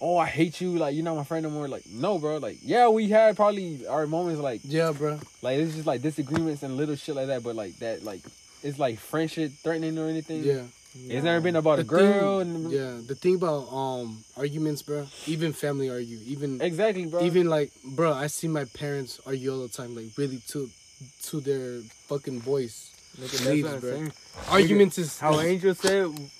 S3: oh I hate you like you're not my friend no more like no bro like yeah we had probably our moments like
S1: Yeah, bro.
S3: like it's just like disagreements and little shit like that but like that like it's like friendship threatening or anything
S1: Yeah.
S3: it's never been about a
S1: The
S3: girl
S1: thing,
S3: and
S1: yeah. The thing about um arguments, bro. Even family argue. Even
S3: exactly bro
S1: even like, bro. I see my parents argue all the time. Like really to to their fucking voice. Leaves,
S2: That's what
S1: bro.
S2: I'm saying.
S1: Arguments is
S2: How Angel said,
S1: is-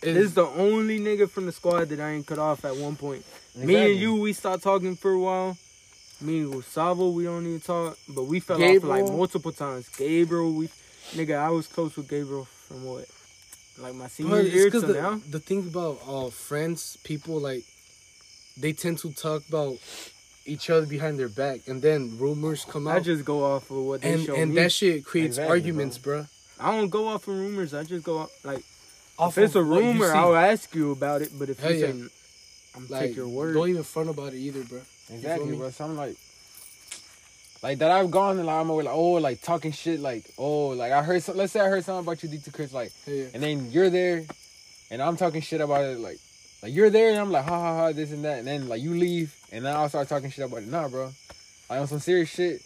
S2: this is the only nigga from the squad that I ain't cut off at one point. Me
S3: Exactly.
S2: and you, we stopped talking for a while. Me and Gustavo, we don't even talk, but we fell off like
S1: Gabriel.
S2: multiple times. Gabriel, we nigga, I was close with Gabriel from what, like my senior
S1: But
S2: year
S1: it's
S2: till
S1: because
S2: now.
S1: the, the thing about uh, friends, people like they tend to talk about each other behind their back, and then rumors come
S2: I
S1: out,
S2: just go off of what they
S1: and
S2: show
S1: and
S2: me.
S1: that shit creates
S3: Exactly,
S1: arguments, bro.
S2: I don't go off of rumors. I just go off like
S1: Off
S2: if it's a
S1: of what you
S2: rumor,
S1: see.
S2: I'll ask you about it. But if
S1: Hell
S2: you
S1: yeah.
S2: say, I'm
S1: Like,
S2: take your word.
S1: Don't even front about it either, bro.
S3: Exactly,
S1: me?
S3: bro. So I'm like, like that. I've gone and like, I'm over, like, oh, like talking shit, like, oh, like I heard. Some, let's say I heard something about you, D2 Chris, like,
S1: Yeah.
S3: and then you're there, and I'm talking shit about it, like, like you're there, and I'm like, ha ha ha, this and that, and then like you leave, and then I'll start talking shit about it. Nah, bro, like on some serious shit.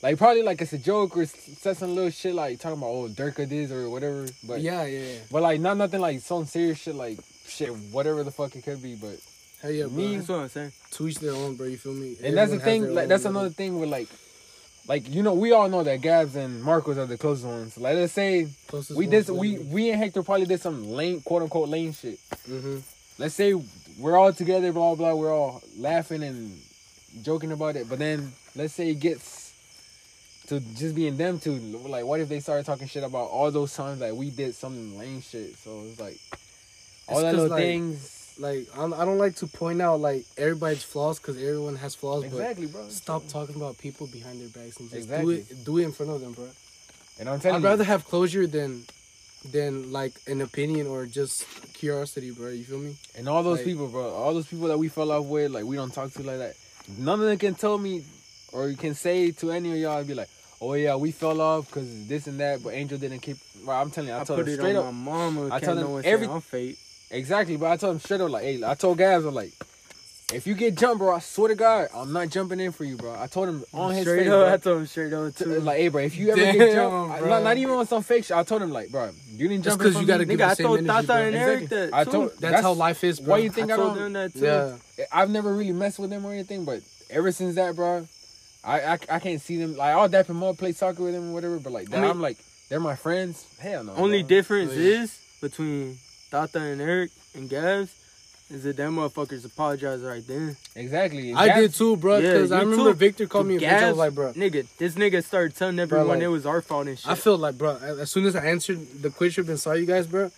S3: Like probably like it's a joke or s- said some little shit like talking about oh Durka this or whatever, but
S1: yeah, yeah, yeah.
S3: but like not nothing like some serious shit like shit whatever the fuck it could be, but
S1: Hell yeah, bro.
S3: Me-
S2: That's what I'm saying.
S1: to each their own, bro. You feel me?
S3: and that's
S1: Everyone
S3: the
S1: has
S3: thing.
S1: their
S3: Like
S1: own
S3: that's
S1: little-
S3: another thing with like, like you know, we all know that Gabs and Marcos are the closest ones. Like let's say
S1: closest
S3: we
S1: one
S3: did
S1: to
S3: we
S1: them.
S3: we and Hector probably did some lane quote unquote lane shit.
S1: Mhm.
S3: Let's say we're all together, blah blah. We're all laughing and joking about it. But then let's say it gets to just being them two. Like what if they started talking shit about all those times like we did some lame shit? So it's like all
S1: It's 'cause,
S3: that little
S1: like,
S3: things.
S1: Like I'm, I don't like to point out like everybody's flaws because everyone has flaws.
S3: Exactly, bro.
S1: But stop talking about people behind their backs and just
S3: Exactly.
S1: do it. Do it in front of them, bro.
S3: And I'm telling
S1: I'd
S3: you,
S1: rather have closure than than like an opinion or just curiosity, bro. You feel me?
S3: And all those
S1: Like-
S3: people, bro, all those people that we fell off with, like we don't talk to like that. None of them can tell me or can say to any of y'all be like, "Oh yeah, we fell off because this and that," but Angel didn't keep. Bro, I'm telling you, I,
S2: I,
S3: told
S2: put
S3: him
S2: it
S3: straight
S2: on
S3: up.
S2: my mama.
S3: I
S2: Can't
S3: told him
S2: no one
S3: every-
S2: say I'm fake.
S3: Exactly, but I told him straight up like, "Hey, I told Gabs, I'm like, if you get jumped, bro, I swear to God, I'm not jumping in for you, bro." I told him on his
S2: straight
S3: face,
S2: up,
S3: bro.
S2: I told him straight up
S3: T-
S2: too.
S3: Like, hey, bro, if you ever
S2: Damn,
S3: get jumped, I-
S2: bro.
S3: not, not even on some fake shit. I told him, like, bro, you didn't
S1: Just
S3: jump in
S1: 'cause
S3: for
S1: you
S3: me.
S1: gotta give
S2: Nigga, I
S1: the same
S2: told
S1: energy,
S2: Tata
S1: bro.
S2: and Eric
S3: Exactly.
S2: that.
S3: I
S2: too.
S3: told
S1: That's, how life is, bro.
S3: Why you think I,
S2: I told
S3: don't?
S2: them that too.
S1: yeah,
S3: I've never really messed with them or anything, but ever since that, bro, I I, I can't see them. Like, I'll dap them up, play soccer with them or whatever, but like, that,
S2: mean-
S3: I'm like, they're my friends. Hell no.
S2: Only
S3: bro.
S2: difference is between Tata and Eric and Gabs is that them motherfuckers apologize right then.
S3: Exactly.
S1: I
S3: That's-
S1: did too, bro.
S2: Yeah,
S1: Because I
S2: you
S1: remember
S2: too.
S1: Victor called me a bitch. I was
S2: Gabs,
S1: like, bro.
S2: Nigga, this nigga started telling everyone
S1: like-
S2: it was our fault and shit.
S1: I feel like, bro, as soon as I answered the quiz trip and saw you guys, bro,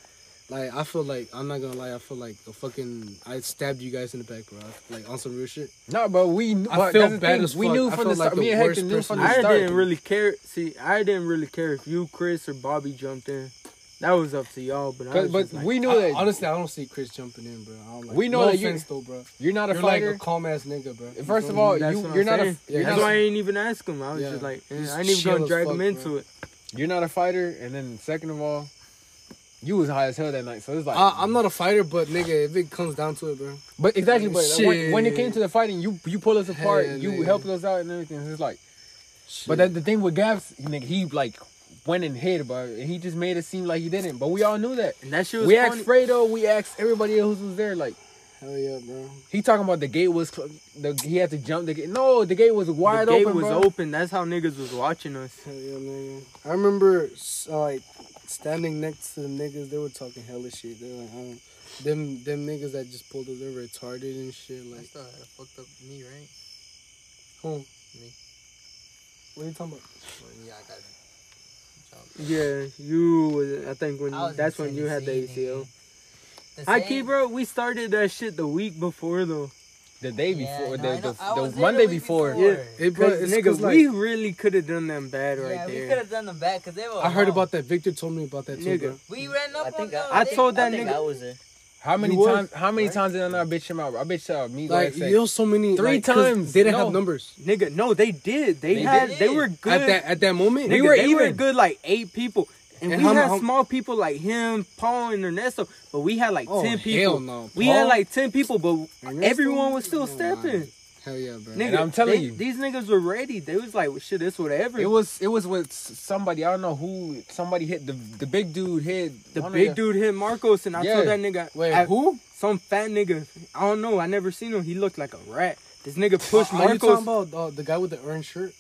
S1: like, I feel like, I'm not gonna lie, I feel like a fucking, I stabbed you guys in the back, bro. Like, on some real shit.
S3: No, but we.
S1: I
S3: but
S1: feel
S3: that's the
S1: bad
S3: thing,
S1: as
S3: We
S1: fuck.
S3: knew
S1: I
S3: from
S1: feel
S3: the
S1: like
S3: start.
S1: the
S3: Me and
S1: worst
S3: Hector knew
S1: person
S3: from
S1: in
S3: the
S1: the
S2: I
S3: start.
S2: didn't really care. See, I didn't really care if you, Chris, or Bobby jumped in. That was up to y'all, but I was
S3: But, but
S2: just like,
S3: we knew
S1: I-
S3: that
S1: honestly, I don't see Chris jumping in, bro. I don't like,
S3: We know
S1: no
S3: that you-
S1: offense, though, bro.
S3: you're not a
S1: You're like
S3: fighter.
S1: a calm ass nigga, bro. You
S3: First
S1: feel
S3: of
S1: me?
S3: all,
S2: That's
S3: you,
S2: what I'm
S3: you're not a.
S2: saying.
S3: You're
S2: that's
S3: not,
S2: why I
S3: a-
S2: ain't even ask him. I was
S1: Yeah.
S2: just like, eh,
S1: Just
S2: I ain't even
S1: chill
S2: gonna
S1: as
S2: drag
S1: fuck,
S2: him
S1: bro.
S2: into it.
S3: you're not a fighter. And then second of all, you was high as hell that night. So it's like.
S1: I, I'm not a fighter, but nigga, if it comes down to it, bro,
S3: But exactly, but when, when it
S1: Shit.
S3: came to the fighting, you you pull us apart,
S1: Hell
S3: you
S1: yeah.
S3: helped us out and everything. It's like,
S1: Shit.
S3: but that, the thing with Gabs, nigga, he like went and hid, but he just made it seem like he didn't. But we all knew that.
S2: And that shit was
S3: We
S2: funny.
S3: asked Fredo, we asked everybody else who was there. Like
S1: hell yeah, bro.
S3: he talking about the gate was, cl- the he had to jump the gate. No, the gate was wide
S2: the gate
S3: open,
S2: was
S3: bro.
S2: open. That's how niggas was watching us.
S1: Hell yeah, nigga. I remember s- uh, like standing next to the niggas. They were talking hella shit. They were like, I don't, them them niggas that just pulled us. They're retarded and shit.
S6: I
S1: Like,
S6: still had a fucked up knee, right?
S1: who?
S6: Me.
S1: What are you talking about?
S6: Well, yeah, I got jumped.
S2: Yeah, you. Was, I think when
S6: I was in
S2: that's when you had the
S6: Tennessee,
S2: ACL.
S6: The
S2: Hi,
S6: same-
S2: Key, bro. We started that shit the week before though.
S3: The day
S6: Yeah,
S3: before,
S6: no, I
S3: the,
S6: know. I
S3: the,
S6: was
S3: the
S6: there
S3: Monday
S6: the week
S3: before.
S6: before.
S1: It, bro,
S2: Cause,
S1: it's
S2: nigga,
S1: 'cause, like,
S2: we really could have done them bad right
S10: yeah, we
S2: there.
S10: could have done the back because they were.
S1: I heard
S10: long.
S1: about that. Victor told me about that too,
S2: Nigga.
S1: bro.
S10: We ran up
S4: I
S10: on
S4: think
S10: them.
S4: I,
S2: I
S10: They-
S2: told
S4: I
S2: that
S4: think
S2: nigga-
S4: I was there.
S3: How many
S2: You was,
S3: times? How many times did I not bitch him out? I bitched out me
S1: Like,
S3: like,
S1: there was so many
S3: Three
S1: like, 'cause
S3: times,
S1: They didn't
S3: no.
S1: have numbers
S2: Nigga, no, they did. They,
S3: They
S2: had.
S10: did.
S2: They were good.
S1: at that at that moment.
S2: Nigga,
S3: We were
S2: they were a
S3: even.
S2: good like eight people. And,
S1: And
S2: we
S1: how mu-
S2: had
S1: how-
S2: small people like him, Paul, and Ernesto, but we had like
S1: Oh,
S2: ten people.
S1: hell no.
S2: We
S1: Paul?
S2: had like ten people, but
S1: Ernesto?
S2: everyone was still
S1: Oh, my.
S2: stepping.
S1: Hell yeah, bro.
S2: Nigga,
S3: And I'm telling
S2: they-
S3: you.
S2: these niggas were ready. They was like, shit, it's whatever.
S3: It was it was with s- somebody I don't know who somebody hit the the big dude hit
S2: the
S3: one of
S2: big
S3: the-
S2: dude hit Marcos, and I
S3: Yeah.
S2: told that nigga,
S1: Wait,
S2: I-
S1: who?
S2: Some fat nigga. I don't know. I never seen him. He looked like a rat. This nigga pushed
S1: Are you
S2: Marcos.
S1: talking about uh, the guy with the orange shirt?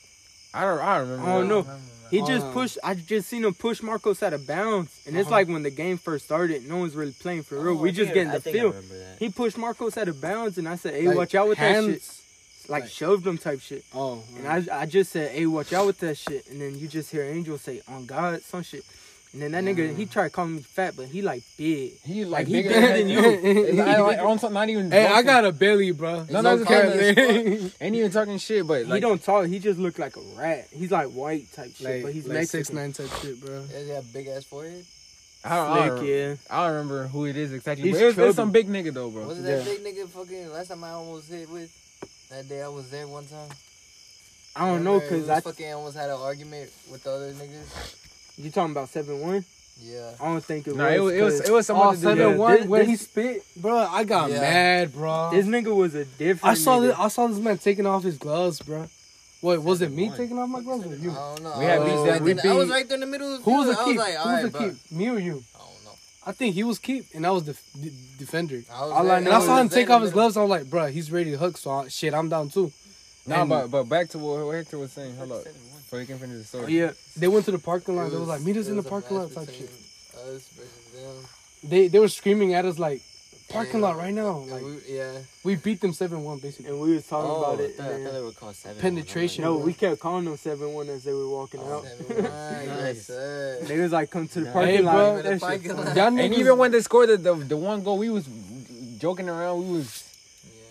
S3: I don't I don't remember.
S2: I don't know. He just
S1: Um,
S2: pushed. I just seen him push Marcos out of bounds, and it's like when the game first started, no one's really playing for real.
S4: Oh,
S2: we
S4: I
S2: just
S4: think I-
S2: getting
S4: I
S2: the
S4: think I
S2: feel.
S4: remember that.
S2: He pushed Marcos out of bounds, and I said, "Hey,
S1: Like,
S2: watch out with that shit."
S1: hands?
S2: Like,
S1: like-
S2: shoved him type shit.
S1: Oh,
S2: And I, I just said, "Hey, watch out with that shit." And then you just hear Angel say, "On God, some shit." And then that nigga, he tried calling me fat, but he like big.
S3: He like,
S2: he
S3: bigger
S2: bigger
S3: than
S2: than
S3: you. It's
S1: *laughs*
S3: like, I- like, I'm so- not even.
S1: Hey, I
S3: joking.
S1: got a belly, bro.
S3: No,
S1: It's
S3: no, it's
S1: okay,
S3: okay.
S1: man. *laughs*
S3: Ain't even talking shit, but like
S2: he don't talk. He just looked like a rat. He's like white type shit, but he's
S1: like
S2: Mexican.
S1: six nine type shit, bro.
S6: Yeah, they have big ass forehead.
S3: I don't, I, don't,
S2: Slick, yeah.
S3: I don't remember who it is exactly.
S2: He's
S3: But it was, it was
S2: chubby.
S3: some big nigga though, bro.
S6: Was it that big nigga fucking last time I almost hit with? That day I was there one time.
S2: I don't know,
S6: Remember,
S2: Oh, cause
S6: we
S2: I
S6: fucking almost had an argument with the other niggas.
S2: you talking about seven one.
S6: Yeah.
S2: I don't think it
S3: No,
S2: was.
S3: it was it was,
S2: cause-
S3: it was someone.
S1: Oh,
S3: to do
S1: so
S3: that.
S1: the one
S2: thi-
S1: where
S2: this-
S1: he spit, bro. I got
S6: Yeah.
S1: mad, bro.
S2: This nigga was a different.
S1: I saw
S2: nigga.
S1: this. uh, I saw this man taking off his gloves, bro. Wait, was it me
S4: Seven-one.
S1: taking off my gloves or you?
S6: I don't know.
S3: We
S6: I
S3: had
S6: was
S3: beats
S6: right
S3: that we
S6: there- I was
S3: beat.
S6: right there in the middle of the
S1: Who was
S6: field.
S1: the
S6: I
S1: keep?
S6: was like,
S1: Who was
S6: alright,
S1: the
S6: bro.
S1: keep? Me or you?
S6: I don't know.
S1: I think he was keep, and I was the f- d- defender.
S6: I was
S2: All
S6: there-
S2: I
S6: I
S2: know
S1: And I
S2: was
S1: saw him
S6: there in
S1: take
S6: the
S1: off his
S6: middle.
S1: gloves. I'm like, bro, he's ready to hook. So I, shit, I'm down too.
S3: Nah,
S1: And
S3: but but back to what what Hector was saying. Hold up, so he can finish the
S2: Oh,
S3: story.
S2: yeah,
S1: They went to the parking lot.
S6: It
S1: They was
S6: was-
S1: like, meet us
S6: it
S1: in the
S6: was a
S1: parking lot
S6: match
S1: type
S6: between
S1: shit.
S6: Us versus them.
S1: They they were screaming at us like, parking
S6: Yeah.
S1: lot right now.
S6: And
S1: Like
S6: we- yeah.
S1: we beat them seven one basically.
S2: and we was talking
S4: Oh,
S2: about
S4: I
S2: it.
S4: thought, I
S2: and
S4: thought they
S2: then-
S4: were called seven.
S1: Penetration.
S2: no, we kept calling them seven one as they were walking
S3: Oh,
S2: out. *laughs*
S6: Seven, one, yes,
S4: Nice.
S6: sir.
S2: They was like, come to the
S4: Hey,
S2: parking lot.
S1: bro.
S2: and that shit-
S6: Parking lot.
S1: Y'all
S3: And
S1: niggas-
S3: even when they scored the, the the one goal, we was joking around. We was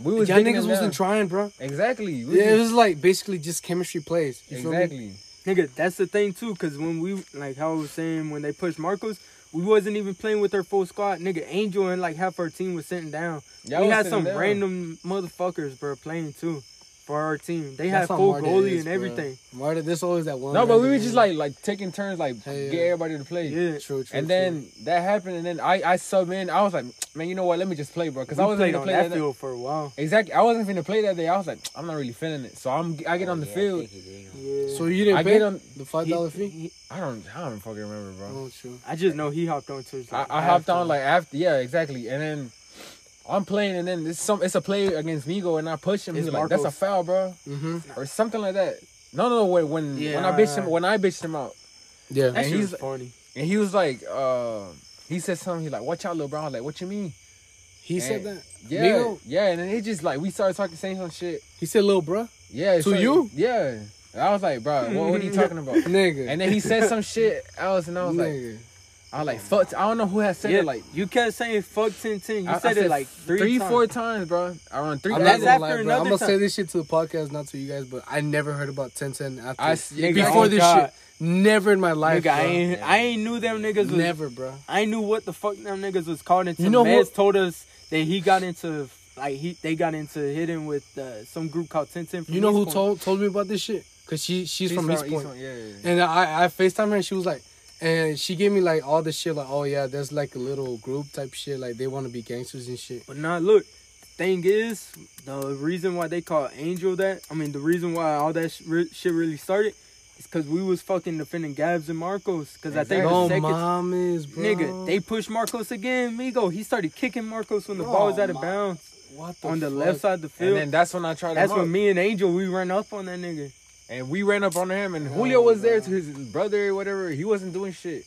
S3: we was
S1: Y'all
S3: digging
S1: niggas
S3: them
S1: wasn't
S3: down.
S1: trying, bro.
S3: Exactly. We
S1: Yeah, it
S3: just-
S1: was like basically just chemistry plays. You feel me?
S3: exactly.
S2: Nigga, that's the thing too, cause when we like how I was saying when they pushed Marcos, we wasn't even playing with our full squad. Nigga, Angel and like half our team was sitting down.
S3: Y'all
S2: we
S3: was
S2: had
S3: sitting
S2: some
S3: down.
S2: random motherfuckers, bro, playing too for our team. They
S1: That's
S2: had
S1: how
S2: full
S1: hard it
S2: goalie
S1: is,
S2: and
S1: bro.
S2: everything.
S1: Marta, this always that one.
S3: No, but
S1: right
S3: we
S1: there.
S3: were just like like taking turns, like
S1: Hell yeah.
S3: get everybody to play.
S2: Yeah,
S1: True, true,
S3: And then that happened, and then I I sub in. I was like, man, you know what? Let me just play, bro, because I
S2: we
S3: wasn't
S2: played
S3: gonna
S2: on
S3: play
S2: that
S3: that
S2: field for a while.
S3: Exactly. I wasn't gonna play that day. I was like, I'm not really feeling it. So I'm I
S2: Oh,
S3: get on the field.
S2: Yeah.
S1: So you didn't
S3: I
S1: pay
S3: get on.
S1: the five dollar fee?
S3: I don't. I don't fucking remember, bro.
S1: Oh, true.
S2: I just know he hopped on too.
S3: I, I hopped on like after, yeah, exactly. And then I'm playing, and then it's some it's a play against Migo, and I push him.
S2: It's
S3: He's like, "That's a
S2: Marcos.
S3: foul, bro,"
S1: Mm-hmm.
S3: or something like that. No, no, wait, when
S2: Yeah,
S3: when I
S2: alright,
S3: bitched him, when I bitched him out,
S1: Yeah.
S2: that shit
S3: he's
S2: was
S3: like-
S2: funny.
S3: and he was like, uh, he said something. He's like, "Watch out, little bro." I was like, "What you mean?"
S1: He said
S3: And-
S1: that.
S3: Yeah,
S1: Migo?
S3: yeah. And then it just like we started talking, saying some shit.
S1: He said, "Little bruh,
S3: Yeah,
S1: To
S3: so-
S1: you?
S3: Yeah. And I was like, "Bro, what, what are you talking about?"
S1: *laughs* nigga."
S3: And then he said some shit else, and I was like,
S1: nigga.
S3: "I was like, fuck." I don't know who had said
S2: Yeah,
S3: it. Like,
S2: you kept saying "fuck 10-10. You
S3: I- I
S2: said, it like three, times.
S3: four times, bro. Around three.
S1: I'm not
S2: That's
S3: times.
S1: gonna
S2: after
S1: lie, bro.
S2: another
S1: I'm gonna say
S2: time.
S1: this shit to the podcast, not to you guys, but I never heard about 1010 after
S3: I s- yeah,
S1: before
S3: oh
S1: this
S2: God.
S1: shit. Never in my life,
S2: Nigga, I
S1: bro.
S2: ain't, I ain't knew them niggas was
S1: Never, bro.
S2: I knew what the fuck them niggas was called into.
S1: You know
S2: Mez
S1: who-
S2: told us that he got into like he they got into hitting with uh, some group called Ten Ten.
S1: You know who told told me about this shit? Cause she she's, from East Point.
S3: Yeah, yeah, yeah.
S1: And I I Facetime her and she was like, and she gave me like all this shit like, oh yeah, there's like a little group type shit like they want to be gangsters and shit.
S2: But nah, look. Thing is, the reason why they call Angel that, I mean, the reason why all that sh- re- shit really started, is because we was fucking defending Gabs and Marcos. Because I think the
S1: No
S2: second
S1: mom is oh, bro.
S2: nigga, they pushed Marcos again. Migo, he started kicking Marcos when the ball
S3: Oh
S2: was out of bounds
S1: what the
S2: on the
S1: fuck?
S2: left side of the
S3: And
S2: field.
S3: then that's when I tried.
S2: That's
S3: him
S2: when
S3: out.
S2: me and Angel we ran up on that nigga.
S3: And we ran up on him, and Julio was there to his brother, whatever. He wasn't doing shit.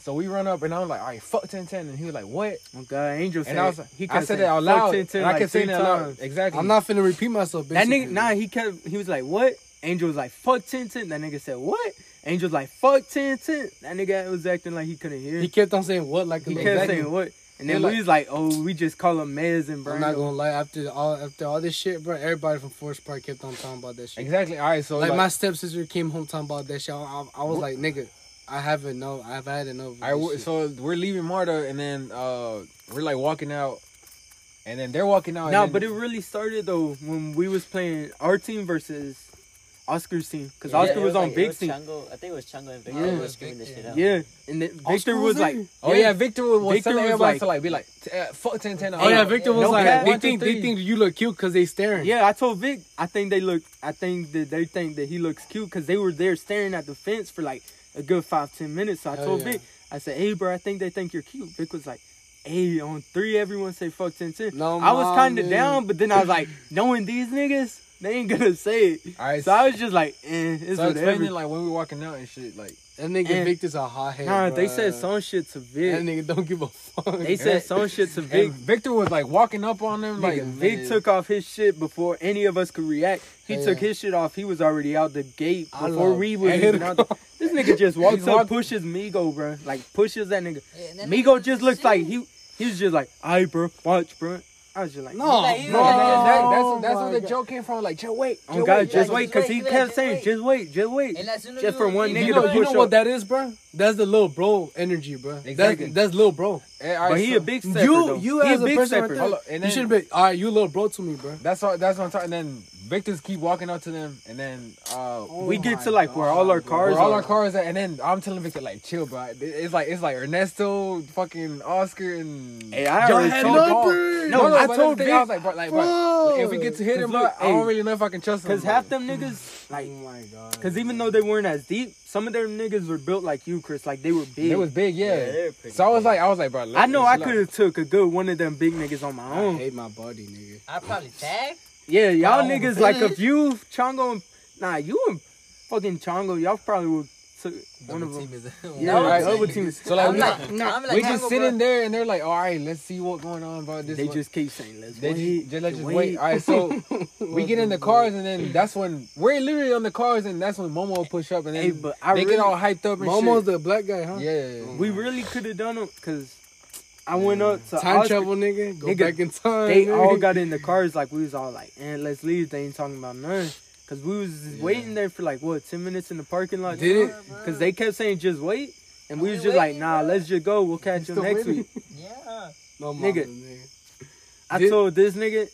S3: So we run up, and I'm like, "All right, fuck 10-10. and he was like, "What?"
S2: Oh God, Angel said.
S3: And I was like,
S2: he
S3: "I
S2: kept
S3: said
S2: saying,
S3: it
S2: "Fuck
S3: out loud,
S2: 10-10,"
S3: and I
S2: like
S3: kept saying
S2: three
S3: it out loud.
S2: times.
S3: Exactly.
S1: I'm not finna repeat myself.
S2: That
S1: Basically.
S2: nigga, nah, he kept. He was like, "What?" Angel was like, "Fuck 10-10. That nigga said, "What?" Angel was like, "Fuck 10-10. That nigga was acting like he couldn't hear.
S1: He
S2: He,
S1: kept on saying what like a
S2: kept
S1: little.
S2: saying, "What?" And then
S1: Yeah,
S2: we
S1: like-
S2: was like, "Oh, we just call him Mez and
S1: I'm not
S2: Brando."
S1: gonna lie. After all, after all this shit, bro, everybody from Forest Park kept on talking about that shit.
S3: exactly. All right, so
S1: Like,
S3: like,
S1: my stepsister came home talking about that shit. I, I, I was like, nigga, I haven't know. I've had enough. of
S3: I
S1: this
S3: w-
S1: shit.
S3: so we're leaving Marta, and then uh, we're like walking out, and then they're walking out. and
S2: No,
S3: then-
S2: but it really started though when we was playing our team versus Oscar's team because
S4: Yeah,
S2: Oscar
S4: it
S2: was on
S4: like- it
S2: Big
S4: was
S2: team.
S4: Chango- I think it was Chango and Victor.
S2: Yeah.
S4: who was screaming this shit out.
S2: Yeah, and then Victor was,
S1: was
S2: like,
S1: there?
S3: oh yeah, Victor was
S2: Victor
S3: telling
S2: was
S3: everybody
S2: like-
S3: to like be like, t- uh, "Fuck 10-10.
S1: Oh yeah, Victor was
S3: No
S1: like,
S3: cap.
S1: they
S3: One, two,
S1: think they
S3: three.
S1: think you look cute because they staring.
S2: Yeah, I told Vic. I think they look. I think that they think that he looks cute because they were there staring at the fence for like a good five ten minutes. So I
S1: Hell
S2: told
S1: yeah.
S2: Vic. I said, "Hey, bro, I think they think you're cute." Vic was like, "Hey, on three, everyone say fuck ten ten.
S1: No,
S2: I was kind of
S1: mommy.
S2: down, but then I was like, knowing these niggas, they ain't gonna say it.
S3: All right,
S2: So I was just like, eh, it's
S3: so
S2: whatever.
S3: explaining like when we walking out and shit, like.
S1: That nigga
S2: And-
S1: Victor's a hot head.
S2: nah, they said some shit to
S1: uh, That
S2: Vic.
S1: nigga don't give a fuck. *laughs*
S2: They said some shit to Vic.
S3: And Victor was like walking up on them, like
S2: Nigga, Vic
S3: man.
S2: took off his shit before any of us could react. He
S1: Hell
S2: took
S1: yeah.
S2: his shit off. He was already out the gate
S1: I
S2: before
S1: love
S2: we was
S1: Eric.
S2: even out. The, this nigga just walks
S3: He's
S2: up,
S3: walk-
S2: pushes Migo, bro. Like pushes that nigga. Migo just looks like he he was just like, "All right, bro, watch, bro." I was just like, "No,
S3: Yeah, that- that- that's that's where the joke came from. Like, just wait,
S2: oh God,
S3: wait,
S2: just
S3: like,
S2: wait," because he
S15: Just wait,
S2: kept
S15: just
S2: saying,
S15: wait.
S2: "Just wait, just wait." Just for one nigga
S1: You
S2: to
S1: know, you
S2: push
S1: know
S2: up.
S1: what that is, bro? That's the little bro energy, bro.
S3: Exactly.
S1: That's that's little bro.
S3: And, all right,
S2: But he
S3: eh, so-
S2: a big stepper.
S1: you
S2: though.
S1: you
S2: he
S1: as
S2: a
S1: a,
S2: big
S1: person, right
S2: stepper.
S1: there,
S3: Hold up, and then-
S1: you should have been all right. You little bro to me, bro.
S3: That's what that's what I'm talking. And then Victor's keep walking up to them, and then uh,
S2: we get to like where all our cars
S3: where all our
S2: are.
S3: cars at, and then I'm telling Victor like, chill, bro. It- It's like it's like Ernesto, fucking Oscar, and
S2: Hey, I already
S3: had
S2: told
S3: no
S2: Paul.
S3: bird.
S2: No, I
S3: but
S2: told
S3: that's the thing, I
S2: Vic-
S3: was like, bro, like, bro, if we get to hit him, bro,
S2: look,
S3: I don't
S2: hey,
S3: really know if I can trust him.
S2: Cause
S3: bro.
S2: half them niggas like,
S1: Oh my god.
S2: cause even though they weren't as deep, some of them niggas were built like you, Chris. Like they were big.
S3: it was big, yeah.
S4: they're pretty
S3: so I was
S4: big.
S3: like, I was like, bro,
S2: I know I
S3: let's
S2: could have took a good one of them big niggas on my
S1: I
S2: own.
S1: hate my body, nigga.
S15: I probably tagged.
S2: Yeah, y'all
S1: Oh,
S2: niggas like if you Chongo and nah, you and fucking Chongo, y'all probably would took one of them. Yeah,
S3: Double
S2: right,
S3: team.
S2: double team.
S3: So
S2: *laughs*
S3: like,
S15: I'm
S3: we,
S15: like- I'm like,
S3: we just
S15: Tango,
S3: sitting
S15: bro.
S3: there, and they're like, all right, let's see what's going on, bro. This
S2: they
S3: one-
S2: just keep saying let's
S3: They
S2: wait,
S3: just, just let just wait. All
S2: *laughs*
S3: right, so we get in the cars, and then that's when we're literally on the cars, and that's when Momo will push up, and then
S2: Hey, but I
S3: they
S2: really-
S3: get all hyped up and
S1: Momo's
S3: shit.
S1: the black guy, huh?
S3: yeah,
S2: we really could have done them because I went up to
S1: Time
S2: Oscar-
S1: travel, nigga. Go
S2: Nigga,
S1: back in time.
S2: They
S1: nigga.
S2: all got in the cars like we was all like, and let's leave. They ain't talking about none. Cause we was just waiting there for like what ten minutes in the parking lot.
S1: Did
S2: Cause they kept saying just wait, and we was just like, nah, let's just go. We'll catch you next week.
S10: Yeah.
S1: No, mama,
S2: nigga. I
S1: Did-
S2: told this nigga,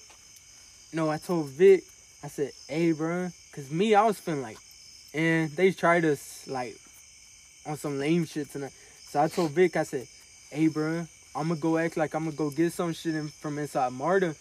S2: no, I told Vic, I said, hey, bro, cause me, I was feeling like, and they tried us like on some lame shit tonight. So I told Vic, I said, hey, bro, I'm gonna go act like I'm gonna go get some shit in, from inside Marta,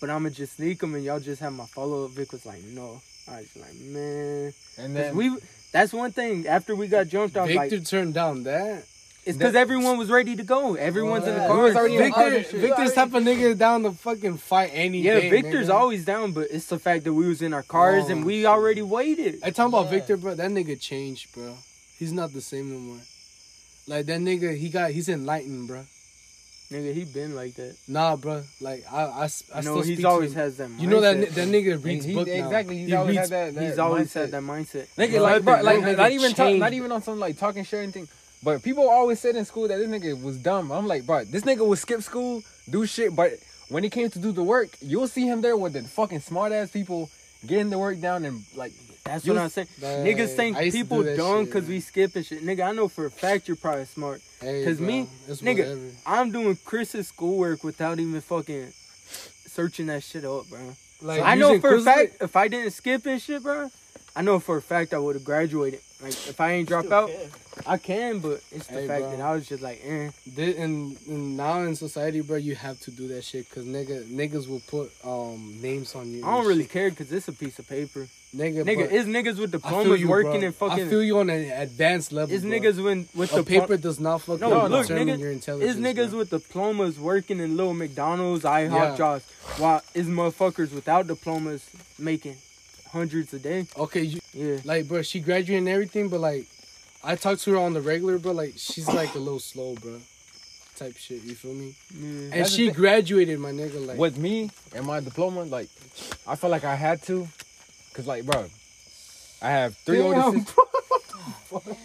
S2: but I'm gonna just sneak them and y'all just have my follow up. Vic was like, no. I was like, man, 'Cause
S3: And then
S2: we. That's one thing. After we got jumped, I was
S1: Victor
S2: like,
S1: turned down that.
S2: it's because everyone was ready to go. Everyone's in the
S1: Yeah.
S2: car.
S1: Victor, Victor's type of nigga is down to fucking fight any
S2: Yeah,
S1: day,
S2: Victor's
S1: nigga. Oh,
S2: always down, but it's the fact that we was in our cars and we already waited.
S1: I talking about Victor, bro. That nigga changed, bro. He's not the same no more. Like that nigga, he got he's enlightened, bro.
S2: Nigga, he been like that.
S1: Nah, bro. Like I, I, s- I
S2: I
S1: still
S2: know
S1: speak
S2: he's
S1: to
S2: always
S1: him.
S2: has that. Mindset.
S1: You know that ni- that nigga reads
S3: he,
S1: book now.
S3: exactly. He's
S1: He
S3: always
S1: reads-
S3: had that, that
S2: He's always
S3: mindset.
S2: had that mindset.
S3: Nigga, like, bro,
S2: Nothing,
S3: like,
S2: nothing
S3: not even talk, not
S2: changed.
S3: even on some like talking shit or anything. But people always said in school that this nigga was dumb. I'm like, bro, this nigga would skip school, do shit, but when he came to do the work, you'll see him there with the fucking smart ass people getting the work down and like,
S2: That's
S3: You-
S2: what I'm saying.
S1: Man,
S2: Niggas think
S1: I used to
S2: people
S1: do that
S2: dumb
S1: shit,
S2: because we skip and shit. Nigga, I know for a fact you're probably smart.
S1: Hey,
S2: 'Cause
S1: bro,
S2: me,
S1: it's
S2: nigga,
S1: whatever.
S2: I'm doing Chris's schoolwork without even fucking searching that shit up, bro.
S1: Like,
S2: I know
S1: using
S2: for a
S1: Quizlet-
S2: fact if I didn't skip and shit, bro, I know for a fact I would have graduated. Like if I ain't drop out, I can, but it's the
S1: Hey,
S2: fact
S1: bro.
S2: that I was just like, eh.
S1: This, and, and now in society, bro, you have to do that shit because nigga, niggas will put um names on you.
S2: I don't
S1: and
S2: really care because it's a piece of paper.
S1: shit. nigga.
S2: Nigga,
S1: but
S2: it's niggas with
S1: I feel
S2: diplomas
S1: you,
S2: working
S1: bro.
S2: and
S1: I
S2: fucking.
S1: feel you on an advanced level.
S2: It's
S1: bro.
S2: niggas when, with
S1: A
S2: the
S1: paper does not fucking
S2: No, look,
S1: determine
S2: nigga,
S1: your
S2: Is
S1: intelligence.
S2: niggas
S1: bro.
S2: with diplomas working in little McDonald's, IHOP
S1: Yeah.
S2: jobs, while is motherfuckers without diplomas making hundreds a day.
S1: okay, you,
S2: Yeah.
S1: like, bro, she graduated and everything, but like, I talked to her on the regular, bro. Like, she's like a little slow, bro. Type shit, you feel me?
S2: yeah.
S1: And she graduated, my nigga. Like,
S3: with me and my diploma, like, I felt like I had to, cause like, bro, I have three older sisters.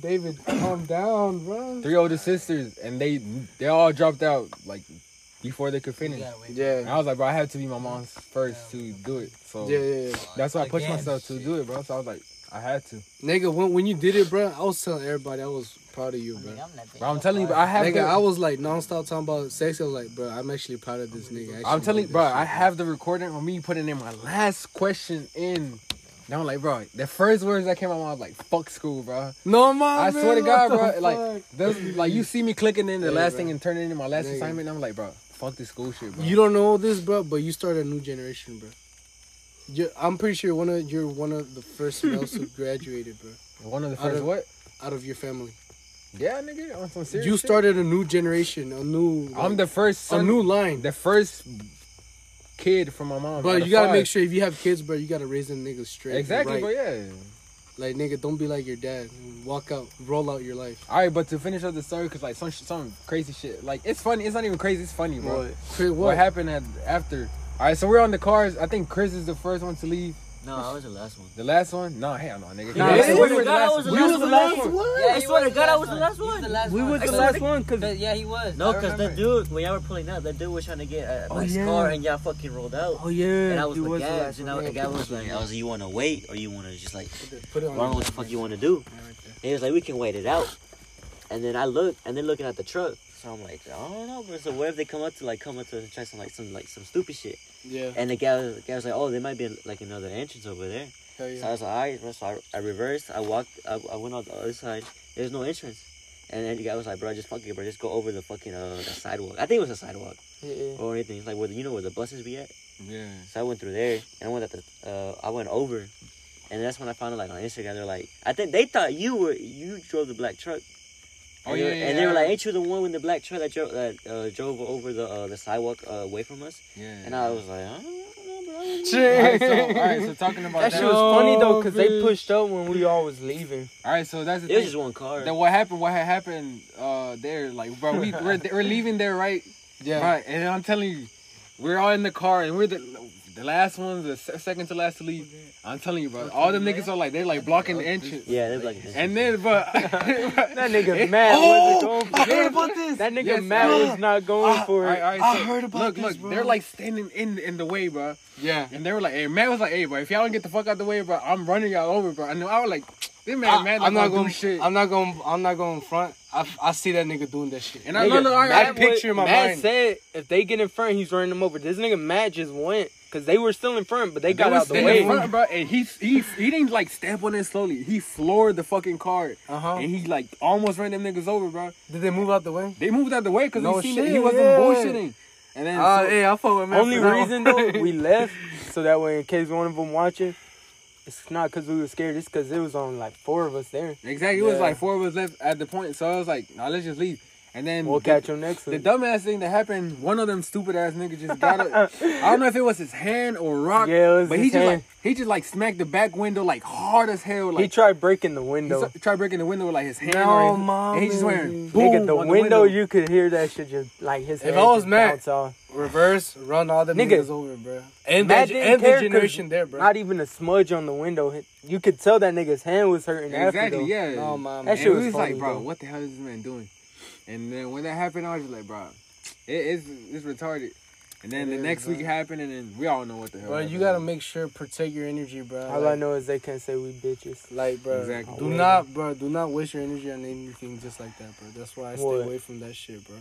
S1: David, calm down, bro.
S3: three older sisters, and they they all dropped out like before they could finish. And
S16: Yeah.
S3: I was like, bro, I had to be my mom's first to do it. So
S16: Yeah, yeah, yeah.
S3: that's why I pushed myself to do it, bro. So I was like, I had to.
S1: Nigga, when, when you did it, bro, I was telling everybody I was proud of you, bro.
S3: But I'm telling you, bro, I have.
S1: Nigga,
S3: the,
S1: I was like nonstop talking about sex. I was like, bro, I'm actually proud of this nigga.
S3: I'm
S1: actually
S3: telling you,
S1: did
S3: bro,
S1: that
S3: I
S1: shit,
S3: have the recording of me putting in my last question in. Now I'm like, bro, the first words that came out, of my mouth, like, fuck school, bro.
S1: No, man.
S3: I swear to God, bro.
S1: what the
S3: Like, those, like you see me clicking in the
S1: Hey,
S3: last
S1: bro.
S3: thing and turning in my last
S1: Nigga.
S3: assignment. I'm like, bro, fuck this school shit, bro.
S1: You don't know this, bro, but you start a new generation, bro. you I'm pretty sure one of you're one of the first males
S3: *laughs*
S1: who graduated, bro,
S3: One of the
S1: I
S3: first
S1: don't-
S3: what?
S1: out of your family.
S3: Yeah, nigga, on some serious.
S1: You
S3: shit.
S1: started a new generation, a new,
S3: I'm the first
S1: a
S3: son
S1: new line.
S3: the first kid from my mom.
S1: Bro,
S3: out of
S1: you gotta
S3: five.
S1: make sure if you have kids, bro, you gotta raise them niggas straight. and
S3: Exactly,
S1: right.
S3: but yeah.
S1: Like nigga, don't be like your dad. Walk out, roll out your life.
S3: All right, but to finish up the story, cause like some sh- some crazy shit. Like it's funny. It's not even crazy. It's funny, bro. What,
S1: Cri- What?
S3: happened at, after? All right, so we're on the cars. I think Chris is the first one to leave.
S4: No, I was the last one.
S3: The last one? Nah, hell no, nigga.
S2: Nah,
S3: Yeah,
S2: I
S3: we
S2: swear
S3: were
S2: to
S3: the
S2: God, I
S3: last
S2: was the
S3: one.
S2: last one.
S10: Yeah,
S4: I
S10: he
S4: swear
S10: was
S4: to
S10: the
S4: God, I
S10: last
S4: was the
S10: one.
S4: last
S10: He was
S4: one.
S10: the last
S2: We
S10: one.
S2: was
S10: I
S2: the
S10: swear
S2: last
S10: to
S2: one because
S10: God. Yeah, he was.
S4: No,
S10: I
S4: because that
S10: remember.
S4: dude, when y'all were pulling up, that dude was trying to get a
S2: Oh,
S4: nice
S2: yeah.
S4: car and y'all fucking rolled out.
S2: oh yeah,
S4: and I was
S2: he
S4: with
S2: was the
S4: Gabs,
S2: last
S4: and
S2: one.
S4: I, the guy was like, I was like, you want to wait or you want to just like,
S1: Put it
S4: I don't know
S1: on.
S4: what the fuck you want to do. And he was like, we can wait it out. And then I look, and they're looking at the truck. So I'm like, I don't know, bro. So what if they come up to like come up to us and try some like some like some stupid shit?
S1: Yeah.
S4: And the guy, the guy was like, oh, there might be like another entrance over there.
S1: Hell
S4: So I
S1: yeah.
S4: was like, all right, bro. So I, I reversed. I walked. I, I went on the other side. There's no entrance. And then the guy was like, bro, just fuck it, bro. Just go over the fucking uh, the sidewalk. I think it was a sidewalk or anything. Like where the, you know where the buses be at.
S3: Yeah.
S4: So I went through there and I went at the. Uh, I went over, and that's when I found it like on Instagram. They're like, I think they thought you were you drove the black truck.
S3: Oh,
S4: and they were-
S3: yeah,
S4: And they were
S3: yeah.
S4: like, ain't you the one with the black truck that drove that uh, drove over the uh, the sidewalk uh, away from us?
S3: Yeah.
S4: And I was like, I don't know, bro.
S3: all right, so, all right, so talking about
S2: That
S3: that.
S2: shit was funny though because they
S3: bitch.
S2: pushed up when we all was leaving.
S3: All right, so that's the
S4: It was
S3: thing.
S4: just one car.
S3: Then what happened? What had happened uh, there? Like, bro, we *laughs* we're, we're leaving there, right?
S1: Yeah.
S3: Right, and I'm telling you, we're all in the car, and we're the The last ones, the se- second to last to leave. I'm telling you, bro. All them niggas are like they're like blocking the entrance.
S4: Yeah, they're like this. *laughs*
S3: And *laughs* then, bro,
S2: That nigga
S1: *laughs*
S2: mad
S1: Oh,
S2: wasn't going for
S3: I heard about this.
S2: That nigga
S3: Yes,
S2: mad
S3: bro.
S2: was not
S1: Ah,
S2: going for it.
S3: I heard about look, Look, look, they're like standing in in the way, bro.
S17: Yeah.
S3: And they were like, hey, man was like, hey, bro, if y'all don't get the fuck out the way, bro, I'm running y'all over, bro. I know I was like, this man, man,
S1: I'm not
S3: gonna do
S1: going.
S3: shit.
S1: I'm not going. I'm not going front. I, I see that nigga doing that shit.
S3: and I no, no, I,
S1: That
S3: I,
S1: pic- picture in my
S2: Matt
S1: mind.
S2: said if they get in front, he's running them over. This nigga Matt just went because they were still in front, but they got
S3: was
S2: out the
S3: standing
S2: way.
S3: in front, bro, and he he he didn't like stamp on it slowly. He floored the fucking car,
S1: Uh-huh.
S3: and he like almost ran them niggas over, bro.
S1: Did they move out the way?
S3: They moved out the way because
S1: No
S3: he seen it.
S1: shit,
S3: He wasn't
S1: yeah.
S3: bullshitting. And then
S1: Ah,
S3: so-
S1: hey, I fuck with Matt.
S2: Only
S1: for that one. *laughs*
S2: reason though we left so that way in case one of them watching, it's not because we were scared. It's because it was on like four of us there.
S3: exactly, it was
S2: Yeah.
S3: like four of us left at the point. So I was like, nah, let's just leave. And then
S2: We'll
S3: the-
S2: catch him next
S3: The
S2: week.
S3: dumbass thing that happened, one of them stupid ass niggas just got up. I don't know if it was his hand or rock,
S2: Yeah, it was
S3: but
S2: his
S3: he just
S2: hand.
S3: like he just like smacked the back window like hard as hell.
S2: He
S3: Like
S2: tried breaking the
S3: he
S2: window.
S3: s- tried breaking the window with like his hand.
S1: No,
S3: or his, and he just
S1: mommy.
S3: went boom
S2: Nigga, the
S3: on
S2: window, you could hear that shit just like his.
S1: If
S2: head
S1: I was
S2: just
S1: Matt-
S2: bounce off.
S1: Reverse, run all the
S2: Nigga.
S1: niggas over, bro. And that
S2: Matt didn't
S1: and
S2: care
S1: the
S2: 'cause
S1: generation there, bro.
S2: not even a smudge on the window. You could tell that nigga's hand was hurting. After,
S3: exactly,
S2: though.
S3: yeah.
S1: No, mom.
S2: That
S3: and
S2: shit
S3: we
S2: was
S3: was
S2: funny,
S3: like, bro,
S2: though.
S3: what the hell is this man doing? And then when that happened, I was just like, bro, it, it's it's retarded. And then
S1: It
S3: the
S1: is,
S3: next week
S1: bro.
S3: happened, and then we all know what the hell.
S1: Bro, you
S3: happened.
S1: gotta make sure protect your energy, bro.
S2: All I
S1: like,
S2: know is they can't say we bitches.
S1: like, bro,
S3: Exactly.
S1: do not, bro, do not waste your energy on anything just like that, bro. That's why I stay
S2: What?
S1: away from that shit, bro.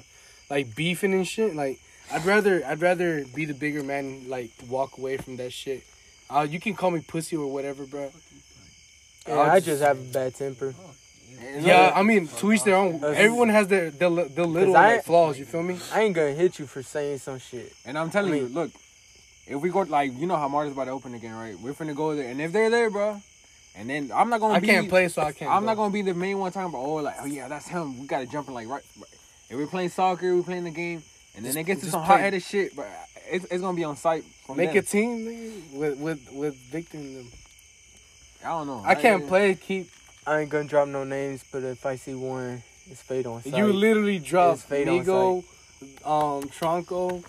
S1: Like beefing and shit. Like, I'd rather, I'd rather be the bigger man. and, Like, walk away from that shit. Uh, you can call me pussy or whatever, bro.
S2: Yeah, I just have a bad temper.
S1: Yeah, I mean, to each their own.
S2: That's-
S1: Everyone has their the the little
S2: I-
S1: like, flaws. You feel me?
S2: I ain't gonna hit you for saying some shit.
S3: And I'm telling you, look, if we go like you know how Marta's about to open again, right? We're finna go there, and if they're there, bro, and then I'm not gonna.
S1: I
S3: be,
S1: can't play, so I can't.
S3: I'm not
S1: go.
S3: gonna be the main one talking about oh like oh yeah that's him. We gotta jump in like right. right. If we're playing soccer, we're playing the game, and then
S1: Just-
S3: they get to
S1: just
S3: some
S1: play.
S3: hot headed shit, but it's, it's gonna be on site. From
S1: make
S3: them.
S1: a team nigga, with with with Victor and them.
S3: I don't know.
S1: I can't play. Keep
S2: I ain't gonna drop no names, but if I see one, it's fade on sight.
S1: you literally dropped
S2: It's fade on
S1: Migo, um, Tronco.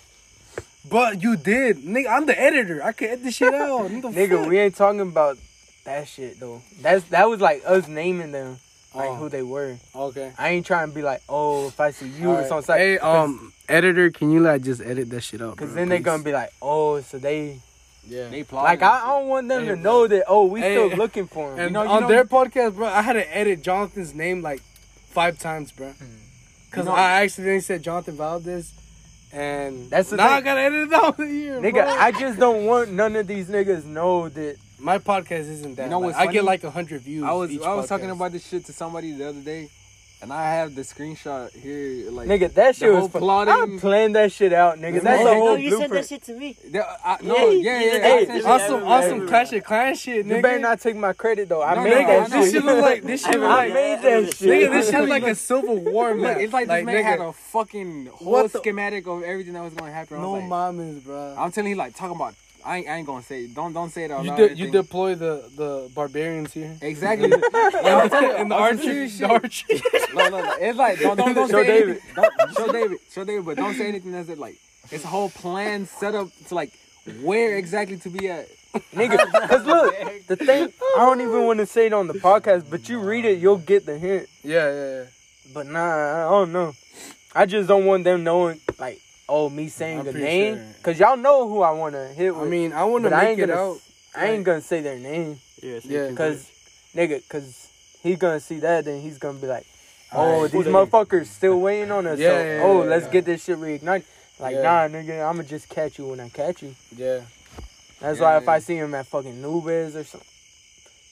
S1: But you did, nigga. I'm the editor. I can edit this shit out. What the
S2: Nigga,
S1: fuck?
S2: we ain't talking about that shit though. That's that was like us naming them, like
S1: Oh.
S2: who they were.
S1: okay.
S2: I ain't trying to be like, oh, if I see you,
S1: Alright.
S2: it's on site.
S1: Hey, um, editor, can you like just edit that shit out?
S2: Cause
S1: bro,
S2: then they
S1: please?
S2: gonna be like, oh, so they
S1: yeah.
S3: They plotting
S2: like
S3: and
S2: I,
S3: shit.
S2: I don't want them
S1: Hey,
S2: to
S1: bro.
S2: know that. Oh, we
S1: Hey.
S2: still looking for them.
S1: And
S3: know- you
S1: on
S3: know-
S1: their podcast, bro, I had to edit Jonathan's name like five times, bro. Cause
S3: You know-
S1: I accidentally said Jonathan Valdez, and that's
S2: That's the
S1: now I
S2: thing.
S1: gotta edit it out *laughs* here,
S2: Nigga,
S1: bro.
S2: I just don't want none of these niggas know that.
S1: My podcast isn't that.
S3: You know
S1: like,
S3: what's
S1: I get
S3: funny?
S1: like hundred views.
S3: I was
S1: each
S3: I was talking
S1: podcast.
S3: about this shit to somebody the other day, and I have the screenshot here. Like
S2: Nigga, that shit
S3: the
S2: was
S3: whole
S2: fun. I
S3: plotting-
S2: planned that shit out, nigga. That's
S1: No,
S2: the
S1: you
S2: whole
S4: you sent that
S2: blueprint.
S4: shit to me.
S3: The- uh, I- no, yeah, yeah,
S4: you
S3: yeah.
S4: did
S3: I
S2: that
S3: sent
S2: shit.
S3: you-
S1: awesome, awesome Clash of Clans shit,
S2: You
S1: nigga.
S2: better not take my credit though. I
S3: No,
S2: made
S3: no,
S2: that
S3: I know.
S1: this
S2: shit.
S1: shit look like this shit.
S2: *laughs* I
S1: Look,
S2: made that shit.
S1: nigga, this shit look like a Civil War
S3: *laughs* Look,
S1: map.
S3: it's like, this man had a fucking whole
S1: What the-
S3: schematic of everything that was gonna happen. I
S1: no
S3: was like,
S1: mamas, bro.
S3: I'm telling you, like talking about. I ain't, I ain't gonna say. it. Don't don't say it out
S1: You
S3: loud.
S1: de- you
S3: everything.
S1: deploy the the barbarians here. *laughs*
S3: exactly. And I'm telling you,
S1: And the
S3: I'm
S1: archer,
S3: serious
S1: the
S3: shit.
S1: archer.
S3: Look, look, look, It's like don't don't, don't
S2: Show
S3: say
S2: David.
S3: David. Don't, show David. Show David. But don't say anything that's it, like it's a whole plan set up to like where exactly to be at.
S2: nigga. Cause look, the thing I don't even want to say it on the podcast, but you read it, you'll get the hint.
S1: Yeah, yeah, yeah.
S2: But nah, I don't know. I just don't want them knowing like, oh, me saying
S1: I'm
S2: the
S1: pretty
S2: name,
S1: sure.
S2: cause y'all know who I want to hit
S1: I
S2: with.
S1: mean, I want to
S2: but I ain't
S1: make it
S2: gonna,
S1: out.
S2: I ain't gonna say their name,
S4: Yeah,
S1: Yeah,
S2: cause nigga, cause he gonna see that, then he's gonna be like,
S1: Alright,
S2: oh, these motherfuckers still waiting on us.
S1: Yeah,
S2: so,
S1: yeah,
S2: oh,
S1: yeah,
S2: let's
S1: yeah.
S2: get this shit reignited. Like,
S1: Yeah.
S2: nah, nigga, I'ma just catch you when I catch you.
S1: yeah.
S2: That's
S3: Yeah,
S2: why if
S3: yeah.
S2: I see him at fucking Nubes or something.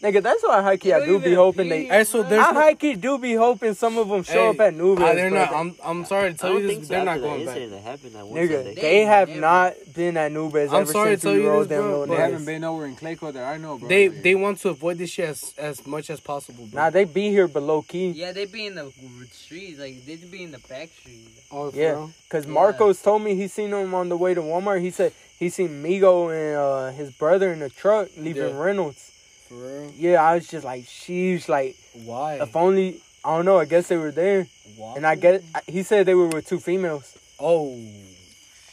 S2: Nigga, that's why high key I do be hoping they.
S1: Hey, so
S2: I
S1: there's no-
S2: high key do be hoping some of them show up
S1: Hey,
S2: at Nubes.
S1: Ah, they're
S2: but
S1: not. I'm I'm sorry to
S4: I
S1: tell you
S4: don't
S1: this, but
S4: think so.
S1: they're
S4: After
S1: not
S4: that
S1: going back.
S4: incident that happened that one
S2: Nigga,
S4: Sunday.
S2: they have
S10: never-
S2: not been at Nubes
S1: I'm
S2: ever
S1: sorry
S2: since
S1: to
S2: we
S1: tell you
S2: rolled
S1: this,
S2: them
S1: bro,
S2: little
S3: They
S1: but-
S3: haven't
S2: niggas.
S3: been nowhere in Clayco that I know, bro.
S1: They
S3: Like,
S1: they want to avoid this shit as as much as possible. Bro.
S2: Nah, they be here below key.
S10: Yeah, they be in the streets, like they be in the back streets.
S1: Oh, for
S2: Yeah,
S1: real?
S2: cause
S10: Yeah.
S2: Marcos told me he seen them on the way to Walmart. He said he seen Migo and uh, his brother in the truck leaving
S1: Yeah.
S2: Reynolds.
S1: for real.
S2: Yeah, I was just like, sheesh, like
S1: Why?
S2: if only I don't know. I guess they were there,
S1: Why?
S2: and I get. I- He said they were with two females.
S1: Oh,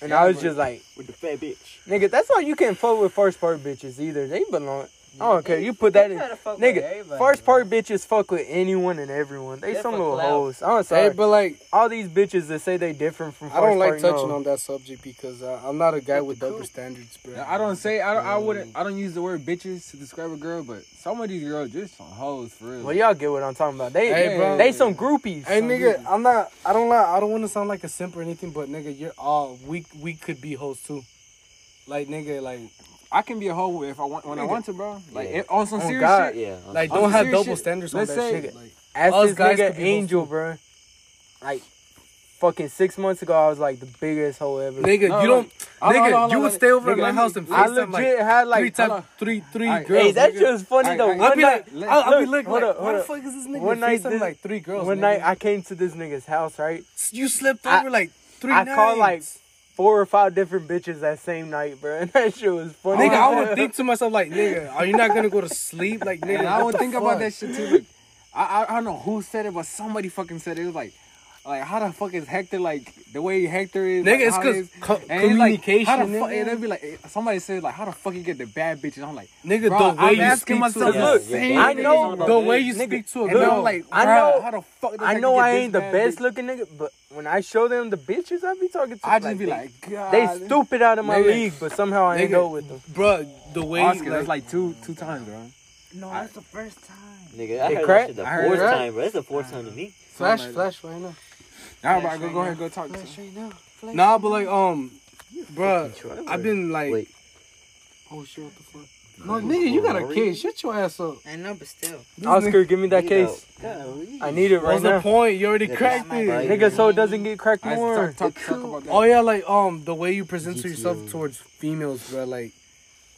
S2: And I was just like,
S4: With the fat bitch.
S2: nigga, that's why you can't fuck with first part bitches either. They belong. I don't care. You put that in. Nigga, first part bitches fuck with anyone and everyone. They
S10: They
S2: some
S10: for
S2: little
S10: clout.
S2: hoes. I'm sorry.
S1: Hey, but like
S2: All these bitches that say they different from
S1: I
S2: first
S1: don't like
S2: part,
S1: touching
S2: no.
S1: on that subject because I, I'm not a guy with double standards, bro.
S3: I don't say I don't, I wouldn't I don't use the word bitches to describe a girl, but some of these girls just on hoes for real.
S2: Well, y'all get what I'm talking about. They
S1: Hey, bro.
S2: they some groupies.
S1: Hey
S2: Some
S1: nigga,
S2: groupies.
S1: I'm not. I don't lie. I don't want to sound like a simp or anything, but nigga, you're all we we could be hoes too. Like nigga, like
S3: I can be a hoe if I want when I want to, bro. Like
S4: Yeah.
S3: it- on some
S2: Oh,
S3: serious
S2: God,
S3: shit.
S4: Yeah. I'm
S1: like
S3: On
S1: don't
S3: some
S1: have
S3: serious
S1: double
S3: shit,
S1: standards
S3: let's
S1: on that
S3: say-
S1: shit. Like,
S2: Ask
S1: us
S2: this
S1: guys
S2: nigga
S1: could be hoes
S2: Angel, bro. Like, fucking six months ago, I was like the biggest hoe ever.
S1: nigga,
S3: No,
S1: you don't.
S3: no, Hold on,
S1: nigga,
S3: hold on,
S1: you
S3: hold
S1: would
S3: on.
S1: stay over at
S3: Nigga,
S1: my
S3: let me-
S1: house and
S2: I
S1: FaceTime
S2: legit
S1: like
S2: had like
S1: three
S3: hold
S1: times,
S3: on.
S1: three three
S3: Alright,
S1: girls.
S2: Hey, that
S1: nigga.
S2: shit was funny
S3: Alright,
S2: though.
S1: I'll
S3: alright,
S2: One
S1: be
S2: night,
S1: like, I'll, I'll be
S2: look,
S1: looking
S2: hold
S1: like,
S2: up,
S1: why
S2: hold
S1: the
S2: up.
S1: fuck is this nigga
S2: One night
S1: FaceTime
S2: this-
S1: like three girls?
S2: one
S1: nigga?
S2: night I came to this nigga's house, right?
S1: you slept
S2: I-
S1: over like three.
S2: I called like
S1: nights.
S2: four or five different bitches that same night, bro. *laughs* And that shit was funny.
S1: Nigga,
S2: as
S1: I
S2: *laughs*
S1: would
S2: hell.
S1: think to myself like, nigga, are you not gonna go to sleep? Like, nigga,
S3: And I
S1: what
S3: would
S1: the
S3: think about
S1: fuck?
S3: that shit too. Like, I, I I don't know who said it, but somebody fucking said it. It was like, like how the fuck is Hector like the way Hector is?
S1: Nigga,
S3: like,
S1: it's
S3: how it
S1: 'cause
S3: is?
S1: co-
S3: And it's like, how the
S1: communication,
S3: fuck-
S1: nigga.
S3: And they'd be like, eh, somebody said like, how the fuck you get the bad bitches? I'm like,
S1: Nigga,
S3: bro,
S1: the way
S3: I'm
S1: you
S3: asking
S1: speak to
S3: myself
S1: a
S3: the
S2: Look,
S3: same
S2: I
S3: thing.
S2: know
S1: the way you speak to a
S3: And I'm
S1: girl.
S3: like,
S2: I
S3: I
S2: know-
S3: know how the fuck. does
S2: I know
S3: get
S2: I
S3: this
S2: ain't the
S3: bad
S2: best
S3: bitch?
S2: looking nigga, but when I show them the bitches I be talking to,
S3: I just
S2: they-
S3: be like, God,
S2: they stupid out of my
S3: Ah, Nigga.
S2: league, but somehow I ain't
S1: Nigga.
S2: go with them.
S1: Bruh, the way
S3: Oscar,
S1: like,
S3: that's like two two times, bro.
S10: No, that's the first time.
S4: Nigga, I heard
S2: crack?
S4: that shit the
S3: I heard
S4: fourth
S3: that.
S4: time, bro. That's the fourth time to me.
S1: flash, flash right now.
S3: Now, bro, go go ahead, go talk. to him.
S1: Nah, but like um, bruh, I've been like,
S4: Wait.
S1: oh shit, what the fuck? No, nigga, you got a kid. Shut your ass up.
S10: I know, but still.
S2: Oscar, give me that
S4: Nigga,
S2: case.
S4: golly.
S2: I need it right
S1: What's the
S2: now.
S1: point? You already
S4: Yeah,
S1: cracked
S4: that's
S1: it.
S4: my bike.
S2: Nigga, so it doesn't get cracked
S3: Alright,
S2: more.
S3: so Talk, talk, talk about that.
S1: Oh yeah, like um, the way you present to yourself towards females, bruh, like,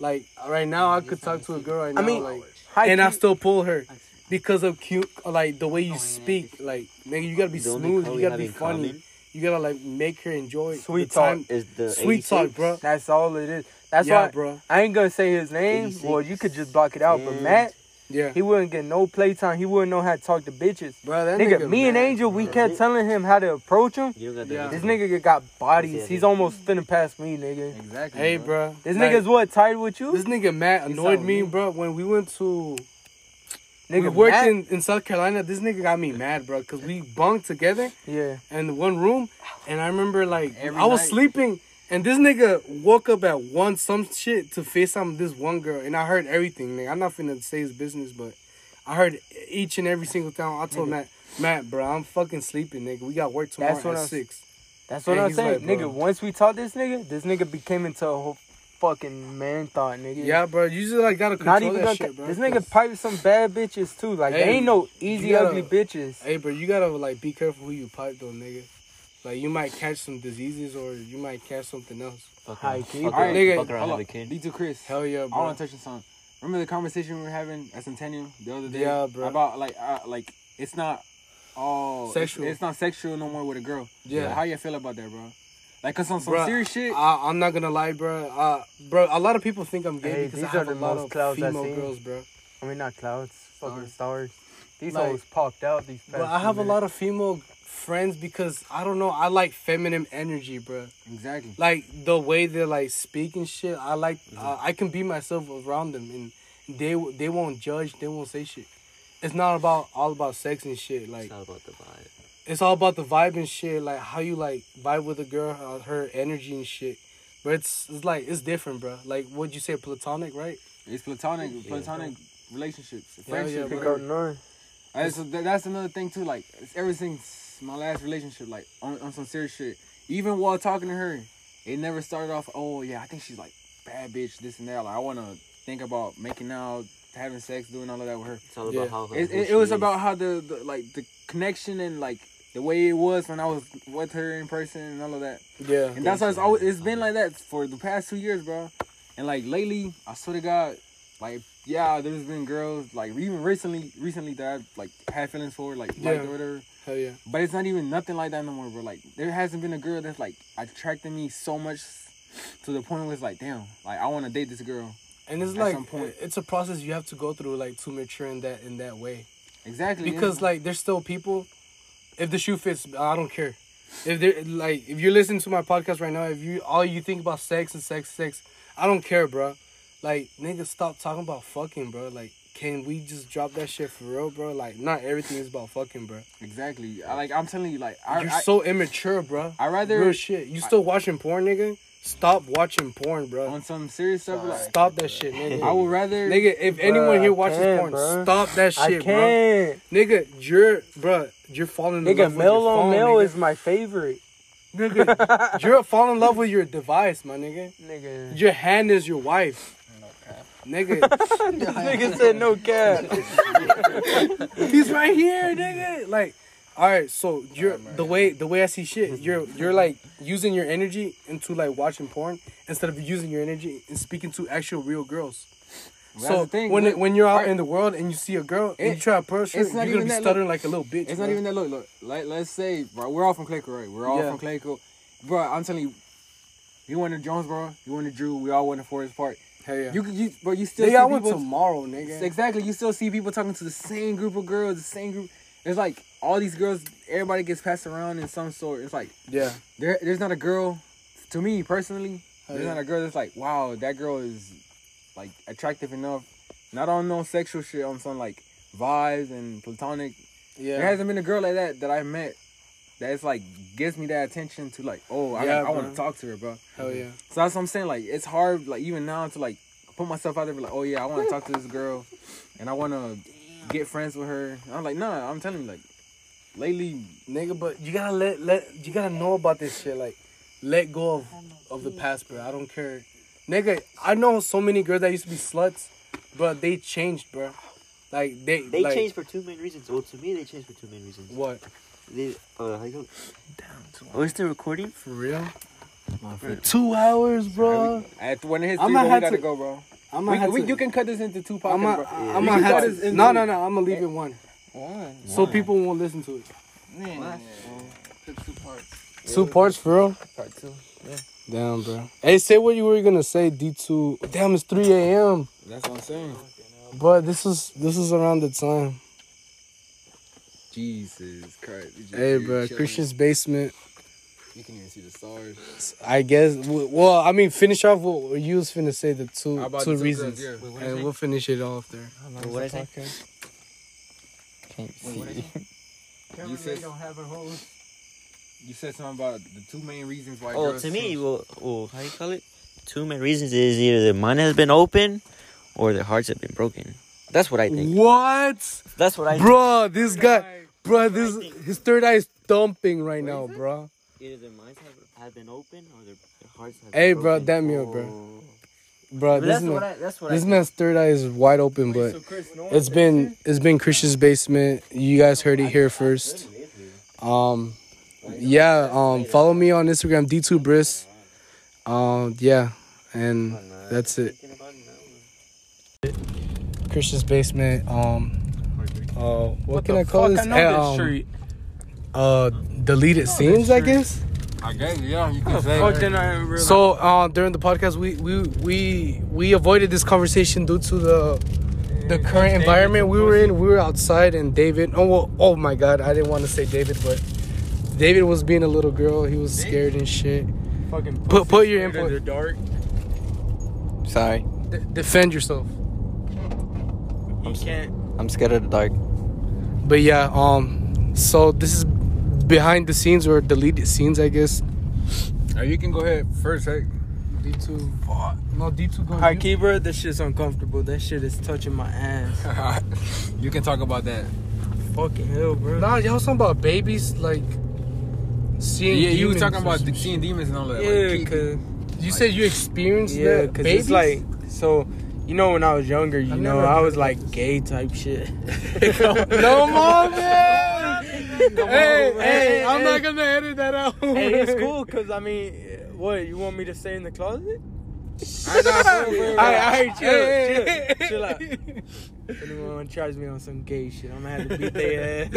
S1: like right now I could talk to a girl right now,
S2: I mean,
S1: like,
S2: high
S1: and I Oh,
S2: key-
S1: still pull her because of cute, like the way you speak, like nigga, you gotta be
S4: The only
S1: smooth,
S4: color
S1: you
S4: we
S1: gotta
S4: have
S1: be
S4: in
S1: funny,
S4: common
S1: you gotta like make her enjoy
S2: Sweet
S1: the time-
S4: Is the
S1: sweet talk,
S4: 86.
S1: bruh.
S2: That's all it is. That's
S1: yeah,
S2: why
S1: bruh.
S2: I ain't gonna say his name.
S4: 86.
S2: Well, you could just block it out. But
S4: Damn.
S2: Matt,
S1: Yeah,
S2: he wouldn't get no playtime. He wouldn't know how to talk to bitches.
S1: bro. That
S2: Nigga, me and
S1: mad.
S2: Angel, we kept telling him how to approach him.
S4: You don't got
S1: Yeah.
S4: that.
S2: This nigga got bodies.
S4: Yeah,
S2: He's
S4: dude.
S2: almost finna past me, nigga.
S3: Exactly.
S1: Hey, bro.
S2: This nigga's what tired with
S1: This
S2: you,
S1: nigga Matt
S2: He
S1: annoyed
S2: sound
S1: me,
S2: mean.
S1: bro. When we went to we
S2: nigga.
S1: worked
S2: Matt-
S1: in, in South Carolina, this nigga got me mad, bro, because we bunked together
S2: yeah.
S1: in one room, and I remember like
S3: Every
S1: I was
S3: night.
S1: sleeping, and this nigga woke up at one some shit to FaceTime this one girl, and I heard everything. Nigga, I'm not finna say his business, but I heard each and every single time. I told Matt, Matt, bro, I'm fucking sleeping, nigga. We got work tomorrow
S2: That's what
S1: at
S2: I'm-
S1: six.
S2: That's what
S1: And
S2: I'm
S1: he's
S2: saying,
S1: like, bro.
S2: nigga. Once we taught this nigga, this nigga became into a whole fucking man thought, nigga.
S1: Yeah, bro. You just like gotta control
S2: Not even
S1: that
S2: gonna,
S1: shit, bro.
S2: this nigga pipe some bad bitches too. Like
S1: Hey,
S2: they ain't no easy
S1: you gotta-
S2: ugly bitches.
S1: Hey, bro, you gotta like be careful who you pipe though, nigga. Like you might catch some diseases or you might catch something else.
S2: High key.
S4: Fuck around-
S1: nigga,
S4: fuck around,
S3: hold
S4: have a
S3: up.
S4: kid.
S3: D2 Chris.
S1: Hell yeah,
S3: I
S1: bro.
S3: want to touch on something. Remember the conversation we were having at Centennial the other day?
S1: Yeah, bro.
S3: About like, uh, like it's not all it's-
S1: Sexual.
S3: It's, not sexual no more with a girl.
S1: Yeah.
S3: How you feel about that, bro? Like, cause on some
S1: Bruh,
S3: serious shit.
S1: I, I'm not gonna lie, bro. Uh, bro, a lot of people think I'm gay
S2: Hey,
S1: because
S2: these
S1: I have
S2: are
S1: a
S2: the
S1: lot
S2: most
S1: of
S2: clouds I've
S1: female
S2: seen.
S1: girls, bro.
S2: I mean, not clouds, fucking stars. These
S1: Like-
S2: always popped out. These.
S1: But I have a lot of female friends because I don't know. I like feminine energy, bro.
S3: exactly.
S1: Like the way they like speak and shit. I like.
S2: Mm-hmm.
S1: Uh, I can be myself around them, and they they won't judge. They won't say shit. It's not about all about sex and shit. Like
S4: It's all about the vibe.
S1: it's all about the vibe and shit, like how you like vibe with a girl, how her energy and shit. But it's it's like it's different, bro. Like what you say, platonic, right?
S3: It's platonic, platonic relationships, friendship.
S1: yeah,
S3: bro.
S1: bro.
S3: Alright, so th- that's another thing too. Like it's ever since my last relationship, like on, on some serious shit. Even while talking to her, it never started off. Oh yeah, I think she's like bad bitch, this and that. Like I want to think about making out, having sex, doing all of that with her.
S4: It's all
S1: Yeah.
S4: about how.
S3: It,
S4: who
S3: it,
S4: she
S3: it was
S4: is.
S3: about how the, the like the connection and like the way it was when I was with her in person and all of that.
S1: Yeah.
S3: And that's how it's always it's been like that for the past two years, bro. And like lately, I swear to God, like yeah, there's been girls like even recently, recently that I've like had feelings for, like
S1: Yeah.
S3: liked or whatever.
S1: Hell yeah.
S3: But it's not even nothing like that no more, bro. Like there hasn't been a girl that's like attracted me so much to the point where it's like, damn, like I want to date this girl.
S1: And it's
S3: At
S1: like
S3: some point.
S1: it's a process you have to go through, like to mature in that in that way.
S3: Exactly.
S1: Because like there's still people. If the shoe fits, I don't care. if they like, if you're listening to my podcast right now, if you all you think about sex and sex, sex, I don't care, bro. Like, nigga, stop talking about fucking, bro. Like, can we just drop that shit for real, bro? Like, not everything is about fucking, bro.
S3: Exactly. I, like I'm telling you, like I,
S1: You're
S3: I,
S1: so immature, bro.
S3: I rather
S1: Real shit. You still watching porn, nigga? Stop watching porn, bro.
S3: on some serious stuff. Like,
S1: Stop that shit, nigga.
S3: I would rather.
S1: Nigga, if anyone
S2: I
S1: here watches
S2: can't,
S1: porn,
S2: bruh.
S1: stop that
S2: I
S1: shit, bro.
S2: can't.
S1: Nigga, you're, bro, you're falling in love
S2: Nigga,
S1: with
S2: male
S1: your
S2: on
S1: phone,
S2: male
S1: nigga.
S2: is my favorite.
S1: Nigga,
S2: *laughs*
S1: you're falling in love with your device, my nigga. *laughs*
S2: Nigga.
S1: Your hand is your wife. Nigga,
S2: this nigga said no cap.
S1: he's right here, nigga. Like, all right, so you're the way the way I see shit. You're you're like using your energy into like watching porn instead of using your energy and speaking to actual real girls. so
S3: the thing,
S1: when
S3: look,
S1: it, when you're out
S3: right.
S1: in the world and you see a girl and
S3: It-
S1: you try to approach her,
S3: it's
S1: you're
S3: not
S1: gonna
S3: even
S1: be
S3: that, look.
S1: stuttering like a little bitch.
S3: It's not
S1: bro.
S3: even that. Look, look. Like, let's say, bro, we're all from Clayco, right? We're all
S1: Yeah.
S3: from Clayco, bro. I'm telling you, you went to Jonesboro, you went to Drew, we all went to Forest Park.
S1: Hell yeah.
S3: You, could- you, bro, you still
S1: they
S3: see
S1: got one
S3: people-
S1: tomorrow, nigga.
S3: Exactly. You still see people talking to the same group of girls, the same group. It's like all these girls, everybody gets passed around in some sort. It's like
S1: Yeah.
S3: there, there's not a girl. To me personally,
S1: Hell
S3: there's
S1: yeah.
S3: not a girl that's like, wow, that girl is like attractive enough. Not on no sexual shit, on some like vibes and platonic.
S1: Yeah.
S3: There hasn't been a girl like that that I met that's like gives me that attention to like, oh, I,
S1: Yeah,
S3: I want
S1: bro.
S3: to talk to her, bro.
S1: Hell yeah.
S3: So that's what I'm saying. Like it's hard, like even now to like put myself out there, be like, oh yeah, I want to talk to this girl, and I want to get friends with her. And I'm like, nah, I'm telling you, like lately,
S1: Nigga, but you gotta let let you gotta know about this shit. Like, let go of of the past, bro. I don't care. Nigga, I know so many girls that used to be sluts, but they changed, bro. Like they
S4: They
S1: like,
S4: changed for two main reasons. Well, to me, they changed for two main reasons.
S1: What?
S4: They, uh, how you go? Oh, it's still recording?
S1: For real? Two hours, bro.
S3: at one of his,
S1: *laughs* I'ma
S3: three, bro, we
S1: have
S3: gotta
S1: to-
S3: go, bro.
S1: I'm
S3: We,
S1: gonna
S3: we, you can cut this into two
S1: I'm
S3: pockets,
S1: gonna
S3: bro.
S1: I'm
S3: You
S1: gonna
S3: can
S1: have
S3: cut this
S1: to.
S3: into-
S1: No, no, no. I'm gonna leave it one,
S18: One.
S1: so people won't listen to it.
S18: Man.
S1: Two parts, for real.
S19: Part two.
S1: Damn, bro. Hey, say what you were gonna say, D two. Damn, it's three a.m.
S3: That's what I'm saying.
S1: But this is this is around the time.
S3: Jesus Christ. You just-
S1: Hey,
S3: you're
S1: bro.
S3: chilling.
S1: Christian's basement.
S3: You can even see the stars.
S1: I guess. w- Well, I mean, finish off what what you was finna say the two
S3: How about
S1: two
S3: the two
S1: reasons,
S3: girls, yeah.
S1: and we'll finish it off there.
S4: What I say?
S19: Can't see.
S3: You said, you said something about the two main reasons why.
S4: Oh,
S3: girls
S4: to me,
S3: choose-
S4: well, well, how you call it? Two main reasons is either their mind has been open or their hearts have been broken. That's what I think.
S1: What,
S4: That's what I think.
S1: bro? This guy, bro. This his third eye is thumping right now, bro.
S4: Either their minds have, have been open or their, their hearts have
S1: Hey,
S4: been
S1: bro, oh.
S4: broken.
S1: damn you, bro. Bro,
S4: But
S1: this
S4: that's what
S1: man,
S4: I, that's what I
S1: this
S4: think.
S1: man's third eye is wide open, but it's been it's been Christian's basement. You guys heard it here first. Um, yeah. Um, follow me on Instagram, D two Briss. Um, yeah, and that's it. Christian's basement. Um, uh, what, can I call this? Eh, um, uh, deleted scenes, I guess.
S3: I guess, yeah, you can say.
S2: Fuck then I real.
S1: So uh, during the podcast, we, we we we avoided this conversation due to the the current environment we were in. We were outside, and David. Oh well, oh my God! I didn't want to say David, but David was being a little girl. He was scared and shit.
S2: fucking
S1: Put put your
S2: in the
S1: input.
S2: dark.
S19: Sorry,
S1: D- defend yourself.
S2: You can't.
S19: I'm scared of the dark.
S1: But yeah, um, so this is behind the scenes or deleted scenes, I guess.
S3: Now you can go ahead first. Hey.
S1: D two. No D two. Go.
S2: Alright, Kibra, this shit's uncomfortable. That shit is touching my ass.
S3: *laughs* you can talk about that.
S2: Fucking hell, bro.
S1: Nah, y'all talking about babies like seeing.
S3: yeah, you were
S1: humans
S3: talking
S1: or
S3: about
S1: some
S3: the seeing demons and all that.
S2: yeah,
S3: like,
S2: cause
S1: You said you experienced
S2: yeah,
S1: that,
S2: cause
S1: babies?
S2: it's like so. You know, when I was younger, you
S1: I've
S2: know,
S1: never
S2: I
S1: heard
S2: was
S1: about
S2: like gay type shit.
S1: no, mom,
S2: *laughs*
S1: man. hey, hey,
S2: Hey,
S1: I'm
S2: hey.
S1: not gonna edit that out.
S2: *laughs* hey, it's *laughs* cool, cause I mean, what you want me to stay in the closet?
S1: All
S2: *laughs* All
S1: right, all right,
S2: chill,
S1: chill, hey,
S2: chill, chill out.
S1: hey.
S2: If anyone tries me on some gay shit, I'm gonna have to beat *laughs* their ass.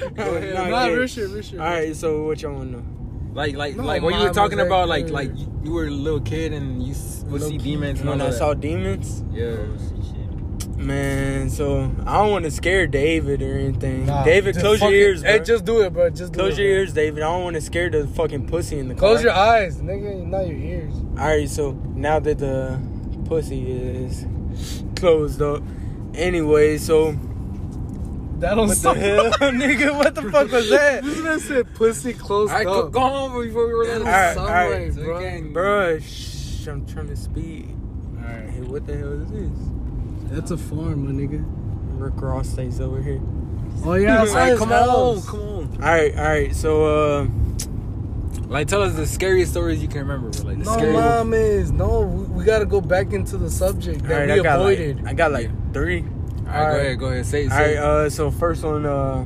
S1: Go ahead. Nah, real shit, real shit.
S2: All right, so what y'all wanna know?
S3: like, like,
S1: No,
S3: like what you
S1: mine
S3: were
S1: was
S3: talking
S1: right
S3: about, like,
S1: there.
S3: like you, you were a little kid and you s- would see demons and all
S2: When I
S3: that.
S2: saw demons,
S3: yeah,
S2: man, man. So I don't want to scare David or anything.
S20: Nah,
S2: David,
S1: Just
S2: close your
S1: fucking-
S2: ears, bro.
S1: Hey, just do it, bro. Just do
S2: close
S1: it.
S2: your ears, David. I don't want to scare the fucking pussy in the car.
S1: Close your eyes, nigga. Not your ears.
S2: All right, so now that the pussy is closed up, anyway, so *laughs*
S1: That don't
S2: what the hell, nigga? What the fuck was that?
S1: This man said pussy closed
S3: I go,
S1: up.
S3: go home before we were
S1: That
S3: done.
S1: was
S2: All
S1: some
S2: right,
S1: way,
S3: all right.
S1: bro.
S3: Okay.
S2: Bruh, shh, I'm trying to speak. Hey, what the hell is this?
S1: That's a farm, my nigga.
S2: Rick Ross stays over here.
S1: Oh yeah, I saw
S3: Like,
S1: his
S3: come on,
S1: house.
S3: come on.
S2: All right, all right. So, uh,
S3: Like, tell us the scariest stories you can remember. Bro. Like, the
S1: No,
S3: scariest.
S1: mom is no. We, we gotta go back into the subject
S2: all
S1: that
S2: right,
S1: we
S2: I got
S1: avoided.
S2: like, I got like three.
S3: All right, go ahead, go ahead. Say,
S2: All right,
S3: say.
S2: uh, so first one, uh,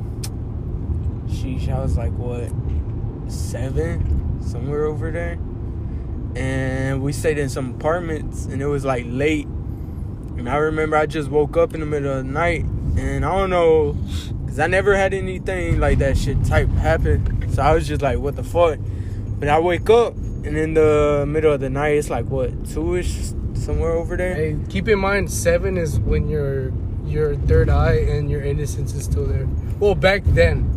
S2: sheesh, I was like, what, seven, somewhere over there, and we stayed in some apartments, and it was like late, and I remember I just woke up in the middle of the night, and I don't know, cause I never had anything like that shit type happen, so I was just like, what the fuck, but I wake up, and in the middle of the night, it's like what, two ish, somewhere over there.
S1: Hey, keep in mind, seven is when your your third eye and your innocence is still there. Well, back then,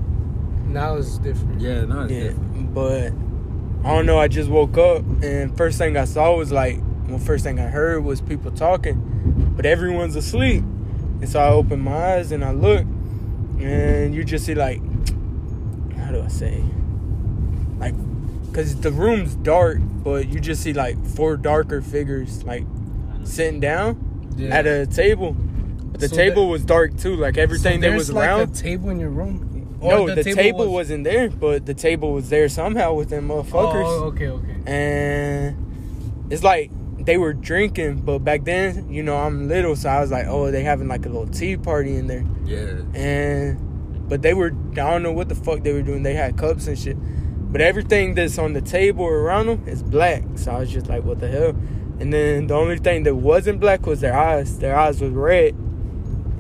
S1: now it's different.
S3: yeah, no, it's
S2: uh, Yeah,
S3: different.
S2: but I don't know. I just woke up and first thing I saw was like, well, first thing I heard was people talking, but everyone's asleep. And so I opened my eyes and I look, and you just see like, how do I say, like, cause the room's dark, but you just see like four darker figures like sitting down at a table. But the
S1: So
S2: table was dark too. Like everything that
S1: there's
S2: was
S1: like
S2: around.
S1: a table in your room.
S2: No, the, table, was... not there, but the table was there somehow with them motherfuckers.
S1: Oh, okay, okay.
S2: And it's like they were drinking, but back then, you know, I'm little, so I was like, oh, they having like a little tea party in there.
S3: Yeah.
S2: And but they were, I don't know what the fuck they were doing. They had cups and shit. But everything that's on the table around them is black. So I was just like, what the hell? And then the only thing that wasn't black was their eyes. Their eyes was red.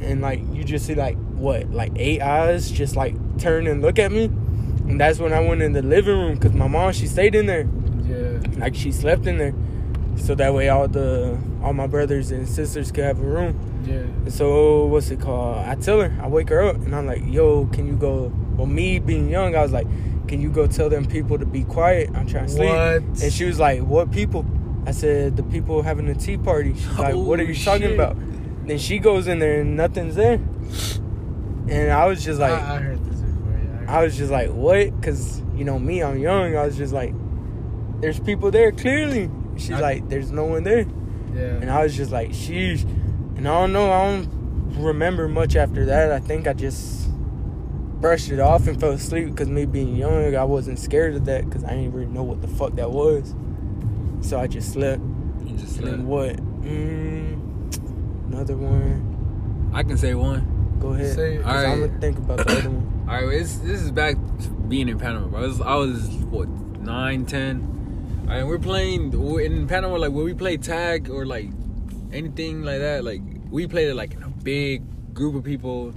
S2: And like you just see like what? Like eight eyes just like turn and look at me. And that's when I went in the living room because my mom she stayed in there.
S1: Yeah.
S2: Like she slept in there. So that way all the all my brothers and sisters could have a room.
S1: Yeah.
S2: So what's it called? I tell her, I wake her up, and I'm like, "Yo, can you go?" Well, me being young, I was like, "Can you go tell them people to be quiet? I'm trying to sleep."
S1: What?
S2: And she was like, "What people?" I said, "The people having a tea party." She's like, "What are
S3: Oh,
S2: you talking
S3: shit.
S2: about?" Then she goes in there and nothing's there, and I was just like,
S1: I, I heard this before. Yeah. I heard-
S2: I was just like, what? Because, you know, me, I'm young. I was just like, there's people there, clearly. She's
S3: I-
S2: like, there's no one there.
S1: Yeah.
S2: And I was just like, sheesh. And I don't know. I don't remember much after that. I think I just brushed it off and fell asleep because me being young, I wasn't scared of that because I didn't really know what the fuck that was. So I just slept.
S3: You just
S2: And
S3: uh, slept.
S2: then what? Mm, another one.
S3: I can say one.
S2: Go ahead.
S1: Say it.
S2: I'm
S3: Alright.
S2: going to think about the other one.
S3: All right, well, it's, this is back to being in Panama, bro. I was, I was what nine, ten. All right, we're playing we're in Panama. Like when we play tag or like anything like that, like we played it like in a big group of people.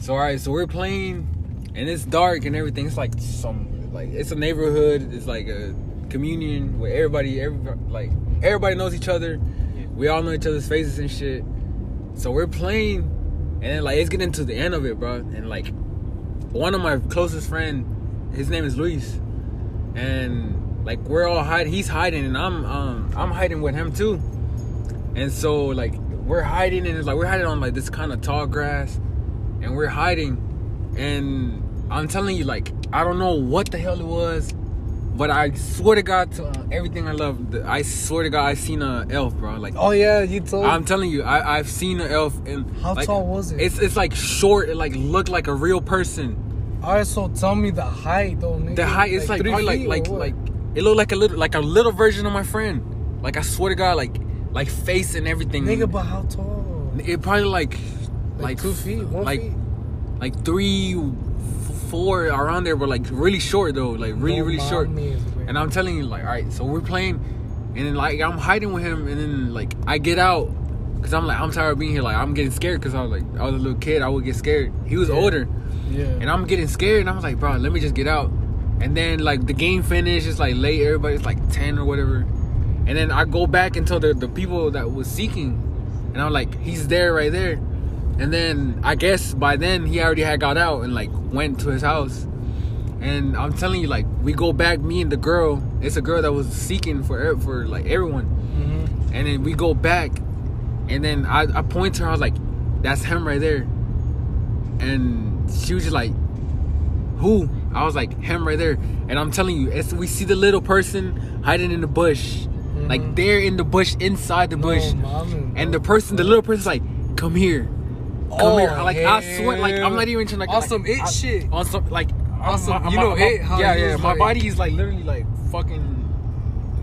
S3: So all right, so we're playing, and it's dark and everything. It's like some like it's a neighborhood. It's like a communion where everybody, everybody like everybody knows each other. We all know each other's faces and shit. So we're playing, and then like it's getting to the end of it, bro. And like one of my closest friend, his name is Luis, and like we're all hiding. He's hiding, and I'm um I'm hiding with him too. And so like we're hiding, and it's like we're hiding on like this kind of tall grass, and we're hiding, and I'm telling you like I don't know what the hell it was. But I swear to God, to uh, everything I love, the- I swear to God, I seen a elf, bro. Like
S1: Oh yeah, you told.
S3: I'm telling you, I, I've seen an elf, and
S1: How
S3: like,
S1: tall was it?
S3: It's it's like short. It like looked like a real person.
S1: All right, so tell me the height, though. Nigga.
S3: The height is like
S1: three
S3: probably
S1: feet or
S3: like like
S1: what?
S3: like it looked like a little like a little version of my friend. Like I swear to God, like like face and everything.
S1: Nigga, but how tall?
S3: it probably like
S1: Like,
S3: like
S1: two feet, one
S3: like
S1: feet.
S3: like three, f- four around there, but like really short though, like really
S1: No
S3: really short.
S1: mames, bro.
S3: And I'm telling you, like, all right, so we're playing, and then like I'm hiding with him, and then like I get out, cause I'm like I'm tired of being here. Like I'm getting scared, cause I was like I was a little kid, I would get scared. He was older,
S1: yeah.
S3: and I'm getting scared, and I was like, bro, let me just get out. And then like the game finished, it's like late, everybody's like ten or whatever, and then I go back and tell the the people that was seeking, and I'm like, he's there right there. And then I guess by then he already had got out and like went to his house. And I'm telling you, like we go back, me and the girl. It's a girl that was seeking for for like everyone. And then we go back, and then I, I point to her. I was like, "That's him right there." And she was just like, "Who?" I was like, "Him right there." And I'm telling you, it's, we see the little person hiding in the bush, like they're in the bush, inside the bush. And the person, the little person's like, come here. Come here. Like, I swear, like, I'm not even trying to.
S21: On some Oh, it
S3: I-
S21: shit.
S3: On some, like, I'm-
S21: Awesome,
S3: I'm-
S21: you
S3: I'm-
S21: know
S3: I'm-
S21: it, how
S3: yeah,
S21: it
S3: yeah.
S21: is,
S3: My
S21: like-
S3: body is, like, literally, like, fucking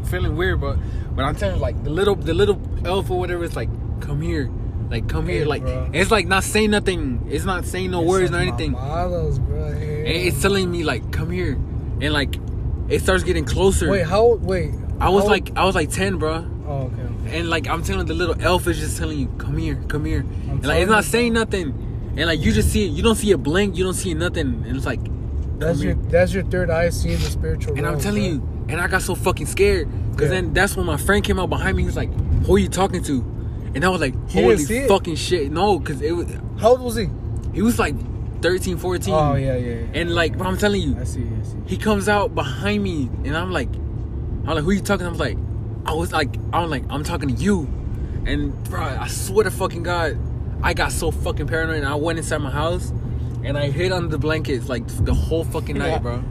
S3: feeling weird, but, but I'm telling you, like, the little, the little elf or whatever is like, come here. Like, come here. Like, it's like not saying nothing. It's not saying no words or anything. And it's telling me, like, come here. And, like, it starts getting closer.
S1: Wait, how? Wait.
S3: I was
S1: how-
S3: like, I was like 10, bruh.
S1: Oh, okay.
S3: And like I'm telling the little elf is just telling you, come here, come here. And like it's not saying nothing. And like you just see it, you don't see a blink, you don't see nothing. And it's like
S1: That's
S3: come
S1: your
S3: here.
S1: that's your third eye seeing the spiritual.
S3: And I'm
S1: realm,
S3: telling
S1: bro.
S3: you, and I got so fucking scared. Cause
S1: Yeah.
S3: then that's when my friend came out behind me, he was like, Who are you talking to? And I was like,
S1: didn't see
S3: Holy
S1: it?
S3: fucking shit. No, cause it was
S1: How old was he?
S3: he was like 13, 14.
S1: Oh yeah, yeah. yeah.
S3: And like bro, I'm telling you,
S1: I see, I see.
S3: he comes out behind me and I'm like, I'm like, who you talking? I'm like, I was like, I'm like, I'm talking to you. And bro, I swear to fucking God, I got so fucking paranoid and I went inside my house and I hid under the blankets like the whole fucking
S1: *laughs*
S3: night, bro.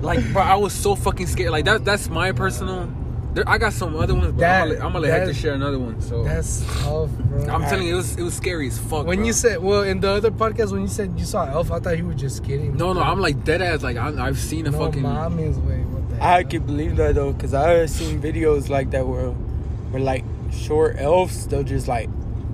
S3: like, bro, I was so fucking scared. Like that that's my personal there, I got some other ones, but I'm gonna,
S1: That-
S3: let- I'm gonna let Hector
S1: that-
S3: share another one. So
S1: That's tough, bro.
S3: I'm telling you, it was it was scary as fuck.
S1: When
S3: bro.
S1: you said, well, in the other podcast, when you said you saw Elf, I thought you were just kidding.
S3: no, no, I'm like dead ass. Like I, I've seen a
S1: no,
S3: fucking.
S1: mom is way. What the
S2: I
S1: hell?
S2: could believe that though, cause I have seen videos like that where, where like short elves, they'll just like,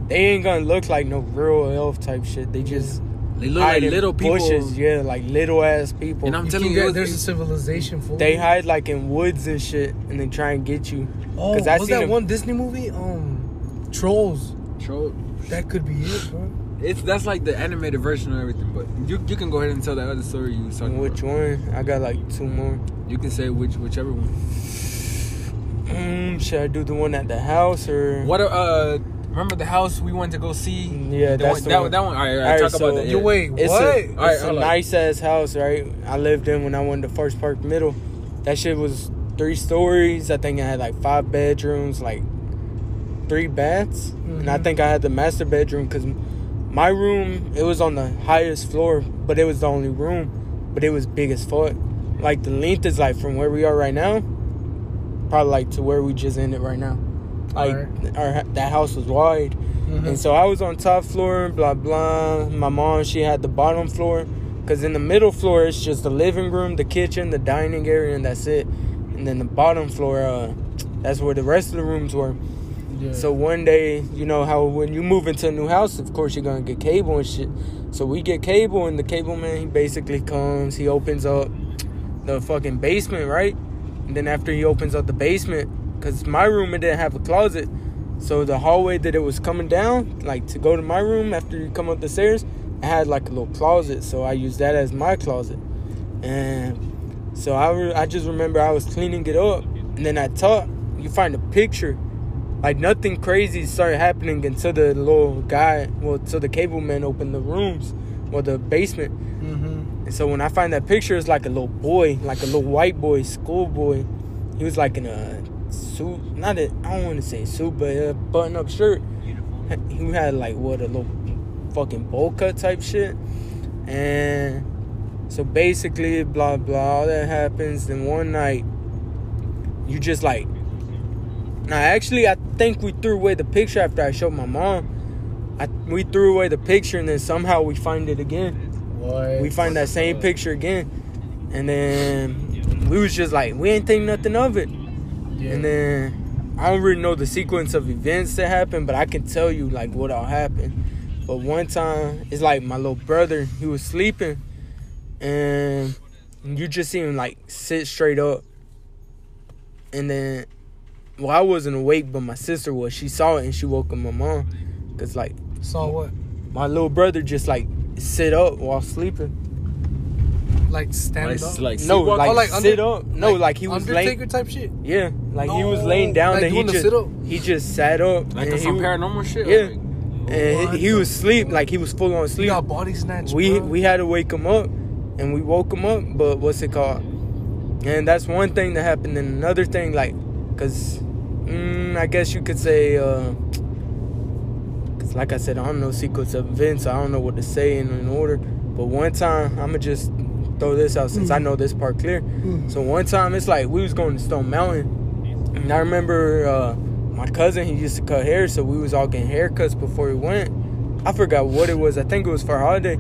S2: they ain't gonna look like no real elf type shit. They just
S3: They look like
S2: hide in
S3: little people.
S2: bushes, yeah, like little ass people.
S3: And I'm
S1: You
S3: telling
S1: think
S3: you, it
S1: that
S3: was-
S1: there's a civilization full.
S2: they hide like in woods and shit, and then try and get you.
S1: Oh,
S2: 'cause I
S1: was
S2: seen
S1: that
S2: a-
S1: one Disney movie? Um, Trolls.
S3: Troll-
S1: That could be it, bro.
S3: It's that's like the animated version of everything, but you you can go ahead and tell that other story you was talking
S2: Which
S3: about.
S2: one? I got like two more.
S3: You can say which whichever one.
S2: Mm, should I do the one at the house or?
S3: What uh remember the house we went to go see?
S2: Yeah,
S3: The
S2: that's
S3: one-
S2: the
S3: that
S2: one.
S3: one. That one. All right, all right,
S2: All right,
S3: talk
S2: so-
S3: about that.
S2: You
S3: yeah.
S1: Wait,
S2: It's
S1: what?
S2: a,
S3: All right,
S2: it's a
S3: hold on.
S2: nice ass house, right? I lived in when I went to First Park Middle. That shit was three stories. I think I had like five bedrooms, like three baths, and
S3: Mm-hmm.
S2: I think I had the master bedroom because my room it was on the highest floor, but it was the only room, but it was big as fuck. Like the length is like from where we are right now, probably like to where we just ended right now. Like our that house was wide. And so I was on top floor, blah blah. My mom, she had the bottom floor, cause in the middle floor it's just the living room, the kitchen, the dining area, and that's it. And then the bottom floor, uh, that's where the rest of the rooms were. So one day, you know how when you move into a new house, of course you're gonna get cable and shit. So we get cable, and the cable man he basically comes, he opens up the fucking basement, right? And then after he opens up the basement, cause my room it didn't have a closet, so the hallway that it was coming down, like to go to my room after you come up the stairs, I had like a little closet, so I used that as my closet. And so I, re- I just remember I was cleaning it up, and then I tucked. You find a picture, like nothing crazy started happening until the little guy, well, until the cable man opened the rooms, well, the basement.
S6: Mm-hmm.
S2: And so when I find that picture, it's like a little boy, like a little white boy, schoolboy. He was like in a suit, not a, I don't want to say suit, but a button-up shirt. He had like what a little fucking bowl cut type shit, and so basically, blah blah, all that happens. Then one night, you just like. Now, actually, I think we threw away the picture after I showed my mom. I, we threw away the picture, and then somehow we find it again we find that same picture again and then we was just like we ain't think nothing of it and then i don't really know the sequence of events that happened but i can tell you like what all happened but one time it's like my little brother he was sleeping and you just see him like sit straight up and then well i wasn't awake but my sister was she saw it and she woke up my mom because like
S1: Saw what?
S2: my little brother just like sit up while sleeping
S1: Like standing
S3: Like,
S1: up.
S3: like
S2: no,
S3: sleepwalk-
S2: like,
S1: Oh, like
S2: sit
S1: under-
S2: up. No, like, he was
S1: Undertaker
S2: laying.
S1: type shit.
S2: Yeah, like he was
S1: No,
S2: laying down
S1: like
S2: and he
S1: doing the
S2: just
S1: sit-up?
S2: he just sat up.
S3: like
S2: and he
S3: on some
S2: w-
S3: paranormal shit.
S2: Yeah.
S3: Like,
S2: and he, he was asleep, like he was full on
S1: He
S2: sleep.
S1: got body snatched.
S2: We
S1: bro.
S2: we had to wake him up, and we woke him up. But what's it called? And that's one thing that happened. And another thing, like, cause mm, I guess you could say, uh, cause like I said, I'm no sequence of events. I don't know what to say in an order. But one time, I'ma just throw this out
S1: Mm-hmm.
S2: since I know this part clear. So one time, it's like we was going to Stone Mountain, and I remember uh, my cousin. He used to cut hair, so we was all getting haircuts before we went. I forgot what it was. I think it was for a holiday.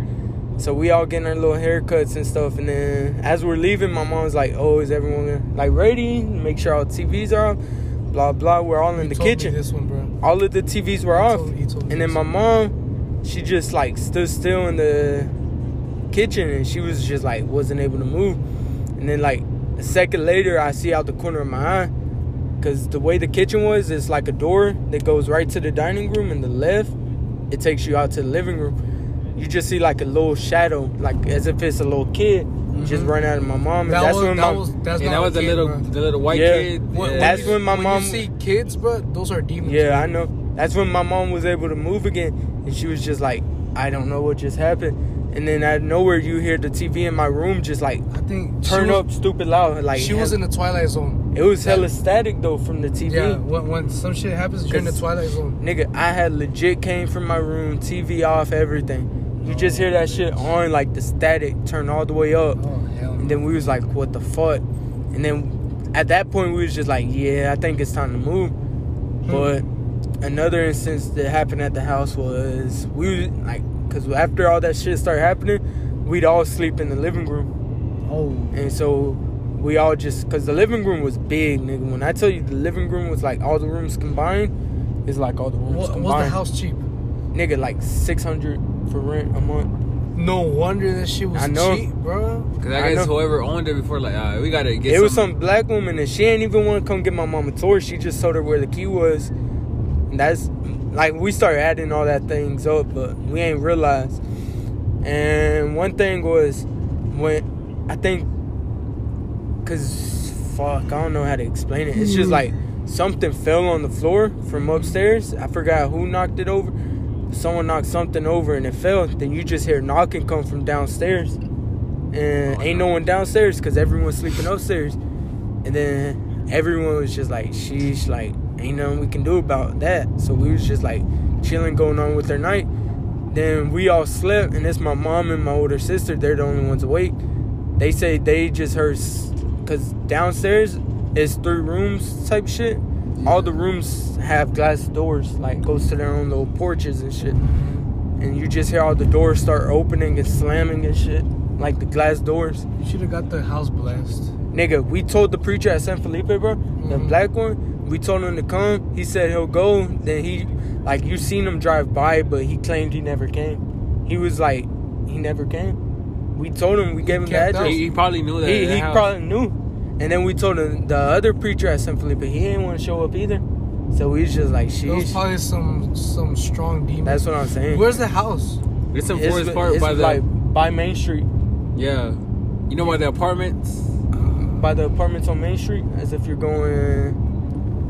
S2: So we all getting our little haircuts and stuff, and then as we're leaving, my mom's like, "Oh, is everyone gonna- like ready? Make sure all TVs are off." Blah blah. We're all in the
S1: Told me
S2: kitchen.
S1: This one, bro.
S2: All of the TVs were
S1: He
S2: off,
S1: told- he told me
S2: and then
S1: this
S2: my
S1: one.
S2: mom, she just like stood still in the kitchen, and she was just like wasn't able to move. And then like a second later, I see out the corner of my eye, cause the way the kitchen was, it's like a door that goes right to the dining room, and the left, it takes you out to the living room you just see like a little shadow, like as if it's a little kid just run out of my mom.
S1: Mm-hmm.
S2: And
S1: That
S2: that's
S1: was
S2: when
S1: that
S2: my
S1: was that's not
S3: And that was
S1: a
S3: the
S1: kid,
S3: little,
S1: bro.
S3: the little white
S2: Yeah.
S3: kid.
S1: When- when
S2: that's
S1: you-
S2: when my mom-
S1: you see kids, bro, those are demons.
S2: yeah, I know. That's when my mom was able to move again, and she was just like, I don't know what just happened. And then out of nowhere, you hear the TV in my room just like
S1: I think she
S2: turn
S1: was-
S2: up stupid loud. Like
S1: She was in the twilight zone.
S2: It was hella static though from the TV.
S1: Yeah, when, when some shit happens, you're in the
S2: Cause-
S1: twilight zone.
S2: Nigga, I had legit came from my room, TV off, everything. You just hear that shit on like the static turn all the way up.
S1: Oh hell.
S2: And then we was like, what the fuck? And then at that point we was just like, yeah, I think it's time to move.
S1: Hmm.
S2: But another instance that happened at the house was we was, like, cause after all that shit started happening, we'd all sleep in the living room.
S1: Oh.
S2: And so we all just, cause the living room was big, nigga. When I tell you the living room was like all the rooms combined, it's like all the rooms
S1: What, was the
S2: combined.
S1: house cheap?
S2: Nigga, like six hundred for rent a month.
S1: No wonder that shit was
S2: I know.
S1: cheap, bro.
S3: Because
S2: I
S3: I guess
S2: know.
S3: whoever owned it before, like, all right, we gotta get.
S2: it was
S3: something.
S2: some black woman and she ain't even want to come get my mom a tour. She just told her where the key was. And that's like we started adding all that things up, but we ain't realized. And one thing was when I think, cause fuck, I don't know how to explain it. It's just like something fell on the floor from upstairs. I forgot who knocked it over. Someone knocked something over and it fell. Then you just hear knocking come from downstairs, and ain't no one downstairs cause everyone's sleeping upstairs. And then everyone was just like, sheesh, like, ain't nothing we can do about that. So we was just like chilling, going on with their night. Then we all slept, and it's my mom and my older sister. They're the only ones awake. They say they just heard, s- cause downstairs it's three rooms type shit. All the rooms have glass doors, like goes to their own little porches and shit. And you just hear all the doors start opening and slamming and shit, like the glass doors.
S1: You should have got the house blessed.
S2: Nigga, we told the preacher at San Felipe, bro, the black one, we told him to come. He said he'll go. Then he, like, you seen him drive by, but he claimed he never came. He was like, he never came. We told him, we gave him the
S1: camped
S2: address.
S3: He, he probably knew that.
S2: He,
S3: that
S2: he
S3: house-
S2: probably knew. And then we told him, the other preacher at San Felipe, he didn't want to show up either. So we was just like,
S1: There was
S2: sheesh.
S1: probably some some strong demon.
S2: That's what I'm saying.
S1: Where's the house?
S3: It's in
S2: It's-
S3: Forest Park
S2: it's
S3: by the.
S2: like, by Main Street,
S3: yeah. You know by the apartments,
S2: by the apartments on Main Street, as if you're going.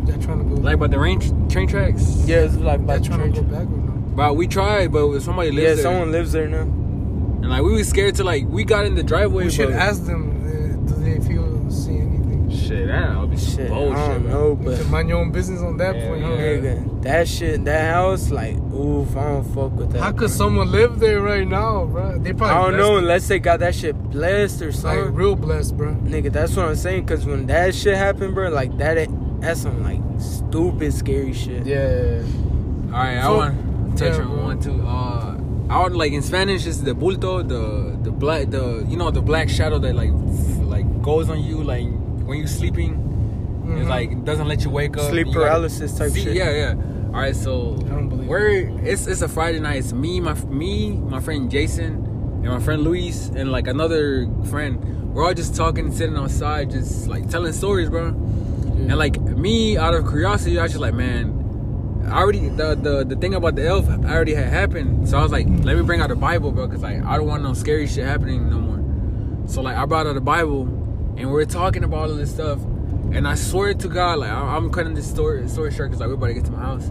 S1: They're trying to go.
S3: like by the rain train tracks.
S2: Yeah, it's like by
S1: they're
S2: the
S1: trying
S2: train.
S1: to go back or no?
S3: Bro, we tried, but somebody lives
S2: Yeah,
S3: there.
S2: someone lives there now.
S3: And like we was scared to like we got in the driveway.
S1: We should
S3: but-
S1: ask them. Uh, do they feel see anything?
S3: Shit, that'll be some
S2: Shit,
S3: bullshit.
S2: I don't
S3: bro.
S2: know,
S1: You
S2: but
S1: should mind your own business on that
S3: Yeah,
S1: point.
S3: yeah.
S1: huh?
S2: nigga, that shit, that house, like, oof, I don't fuck with that.
S1: How
S2: bro.
S1: could someone live there right now, bro? They probably
S2: I don't
S1: blessed
S2: know
S1: it.
S2: unless they got that shit blessed or
S1: Like
S2: something.
S1: real blessed, bro.
S2: nigga, that's what I'm saying. Cause when that shit happened, bro, like that, ain't- that's some like stupid, scary shit.
S1: Yeah.
S3: All right, I
S1: So-
S3: want to touch
S1: yeah,
S3: on
S1: bro.
S3: one too. Uh, I would like in Spanish it's the bulto, the the black, the you know the black shadow that like f- like goes on you like when you're sleeping. It like doesn't let you wake up.
S2: Sleep
S3: You gotta-
S2: paralysis type
S3: See,
S2: shit.
S3: Yeah, yeah. All right, so
S1: don't believe
S3: we're it's it's a Friday night. It's me, my me, my friend Jason, and my friend Luis, and like another friend. We're all just talking, sitting outside, just like telling stories, bro. And like me, out of curiosity, I was just like, man, I already the, the the thing about the elf already had happened. So I was like, let me bring out the Bible, bro, because like I don't want no scary shit happening no more. So like I brought out the Bible, and we're talking about all of this stuff,
S1: Mm-hmm.
S3: and I swear to God, like I, I'm cutting this story story short because like we're about to get to my house,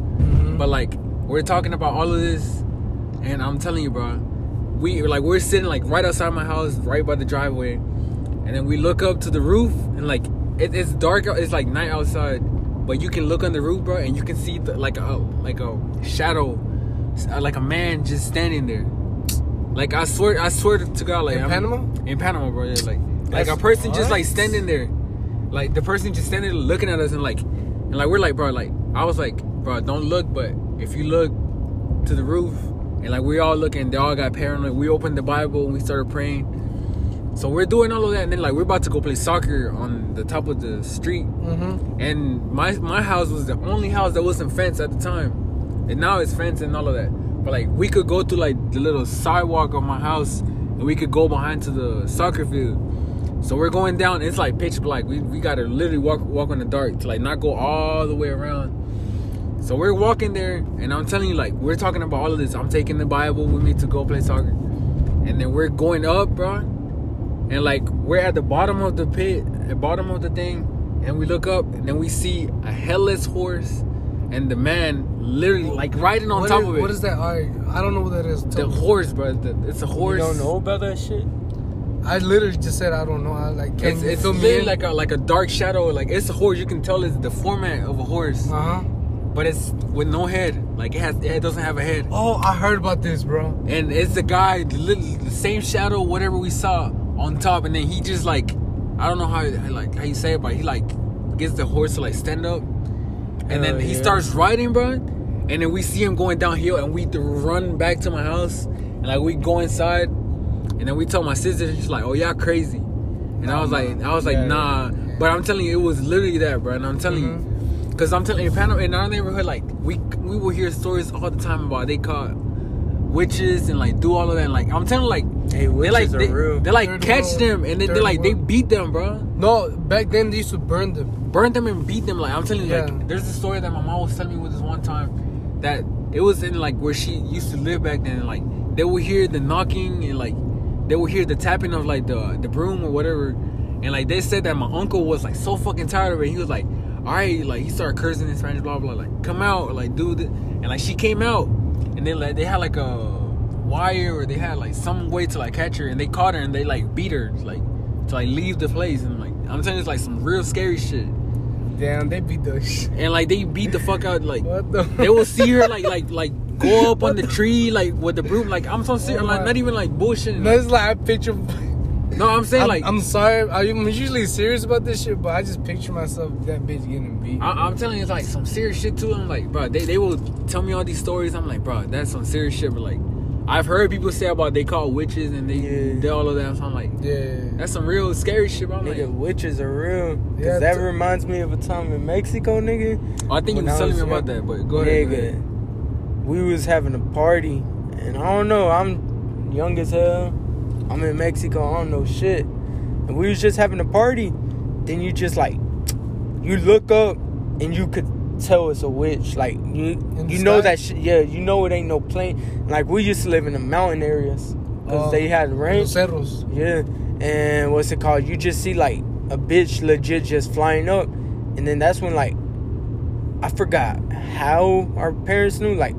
S3: but like We're talking about all of this, and I'm telling you, bro, we like we're sitting like right outside my house, right by the driveway, and then we look up to the roof, and like it, it's dark out, it's like night outside, but you can look on the roof, bro, and you can see the, like a like a shadow, s- uh, like a man just standing there. Like I swear, I swear to God, like
S1: In
S3: I'm-
S1: Panama?
S3: in Panama, bro, yeah, like like a
S1: That's-
S3: person just like
S1: what?
S3: standing there, like the person just standing there looking at us and like and like we're like, bro, like I was like, bro, don't look, but if you look to the roof and like we all looking, they all got paranoid. We opened the Bible and we started praying. So we're doing all of that and then like we're about to go play soccer on the top of the street. Mm-hmm. And my my house was the only house that wasn't fenced at the time. And now it's fenced and all of that. But like we could go to like the little sidewalk of my house and we could go behind to the soccer field. So we're going down. It's like pitch black. We, we gotta literally walk walk in the dark to like not go all the way around. So we're walking there, and I'm telling you, like we're talking about all of this. I'm taking the Bible with me to go play soccer, and then we're going up, bro. And like we're at the bottom of the pit, at bottom of the thing, and we look up, and then we see a headless horse, and the man literally like riding on
S1: What
S3: top
S1: is-
S3: of it.
S1: What is that? I I don't know what that is.
S3: the
S1: Tell me.
S3: horse, bro? The, it's a horse.
S2: about that shit?
S1: I literally just said I don't know. I like can
S3: It's,
S1: you
S3: it's
S1: fill
S3: literally
S1: me in?
S3: like a like a dark shadow. Like it's a horse. You can tell it's the format of a horse,
S1: uh huh.
S3: but it's with no head. Like it has, it doesn't have a head.
S1: Oh, I heard about this, bro.
S3: And it's the guy, the lit- the same shadow, whatever we saw on top. And then he just like, I don't know how like how you say it, but he like gets the horse to like stand up, and then he starts riding, bro. And then we see him going downhill, and we run back to my house, and like we go inside, and then we tell my sister, she's like, "Oh, y'all crazy," and I was like, I was like, "Nah," but I'm telling you, it was literally that, bro. And I'm telling you, because I'm telling you, in Panama, in our neighborhood, like we we will hear stories all the time about they caught witches and like do all of that. And, like I'm telling you, like
S2: Hey,
S3: they
S2: witches
S3: like
S2: are
S3: they,
S2: real.
S3: they, like
S1: Third
S3: catch
S1: world-
S3: them and they, they
S1: third
S3: like they
S1: world.
S3: beat them, bro.
S1: No, back then they used to burn them.
S3: Burn them and beat them. Like I'm telling you,
S1: Yeah.
S3: like there's a story that my mom was telling me with this one time that it was in like where she used to live back then. And, like they would hear the knocking and like they would hear the tapping of like the the broom or whatever. And like they said that my uncle was like so fucking tired of it. He was like, all right, like he started cursing in Spanish, blah blah, like come out, or, like do this. And like she came out, and then like they had like a wire or they had like some way to like catch her, and they caught her and they like beat her, like to like leave the place. And like I'm telling you, it's like some real scary shit
S1: Damn, they beat the *laughs* shit.
S3: and like they beat the fuck out like
S1: What the? *laughs*
S3: they will see her like like like go up on the tree like with the broom like I'm so serious
S1: Oh
S3: like
S1: my-
S3: not even like bullshitting
S1: No, it's like I picture.
S3: no I'm saying
S1: I'm,
S3: like I'm,
S1: I'm sorry. I'm usually serious about this shit, but I just picture myself that bitch getting beat.
S3: I, am telling you it's like some serious shit too I'm like bro they, they will tell me all these stories I'm like bro that's some serious shit but like I've heard people say about they call witches and they
S2: Yeah.
S3: do all of that so I'm like
S1: yeah.
S3: that's some real scary shit bro. I'm like
S2: Nigga, witches are real. Cause
S1: Yeah,
S2: that
S1: t-
S2: reminds me of a time in Mexico, nigga.
S3: oh, I think you
S2: when
S3: was
S2: I
S3: telling
S2: was
S3: me about
S2: young-
S3: that but go ahead, go
S2: Nigga,
S3: ahead.
S2: we was having a party, and I don't know. I'm young as hell. I'm in Mexico. I don't know shit. And we was just having a party. Then you just like, you look up, and you could tell it's a witch. Like you,
S1: the
S2: you
S1: sky?
S2: know that shit. Yeah, you know it ain't no plane. Like we used to live in the mountain areas, cause
S1: Oh.
S2: they had rain.
S1: Los cerros.
S2: Yeah, and what's it called? You just see like a bitch legit just flying up, and then that's when like I forgot how our parents knew. Like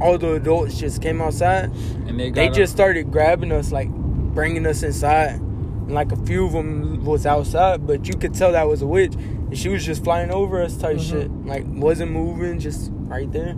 S2: all the adults just came outside.
S3: and they,
S2: They
S3: got
S2: just started grabbing us, like bringing us inside. And, like a few of them was outside, but you could tell that was a witch. And she was just flying over us, type shit. Like wasn't moving, just right there,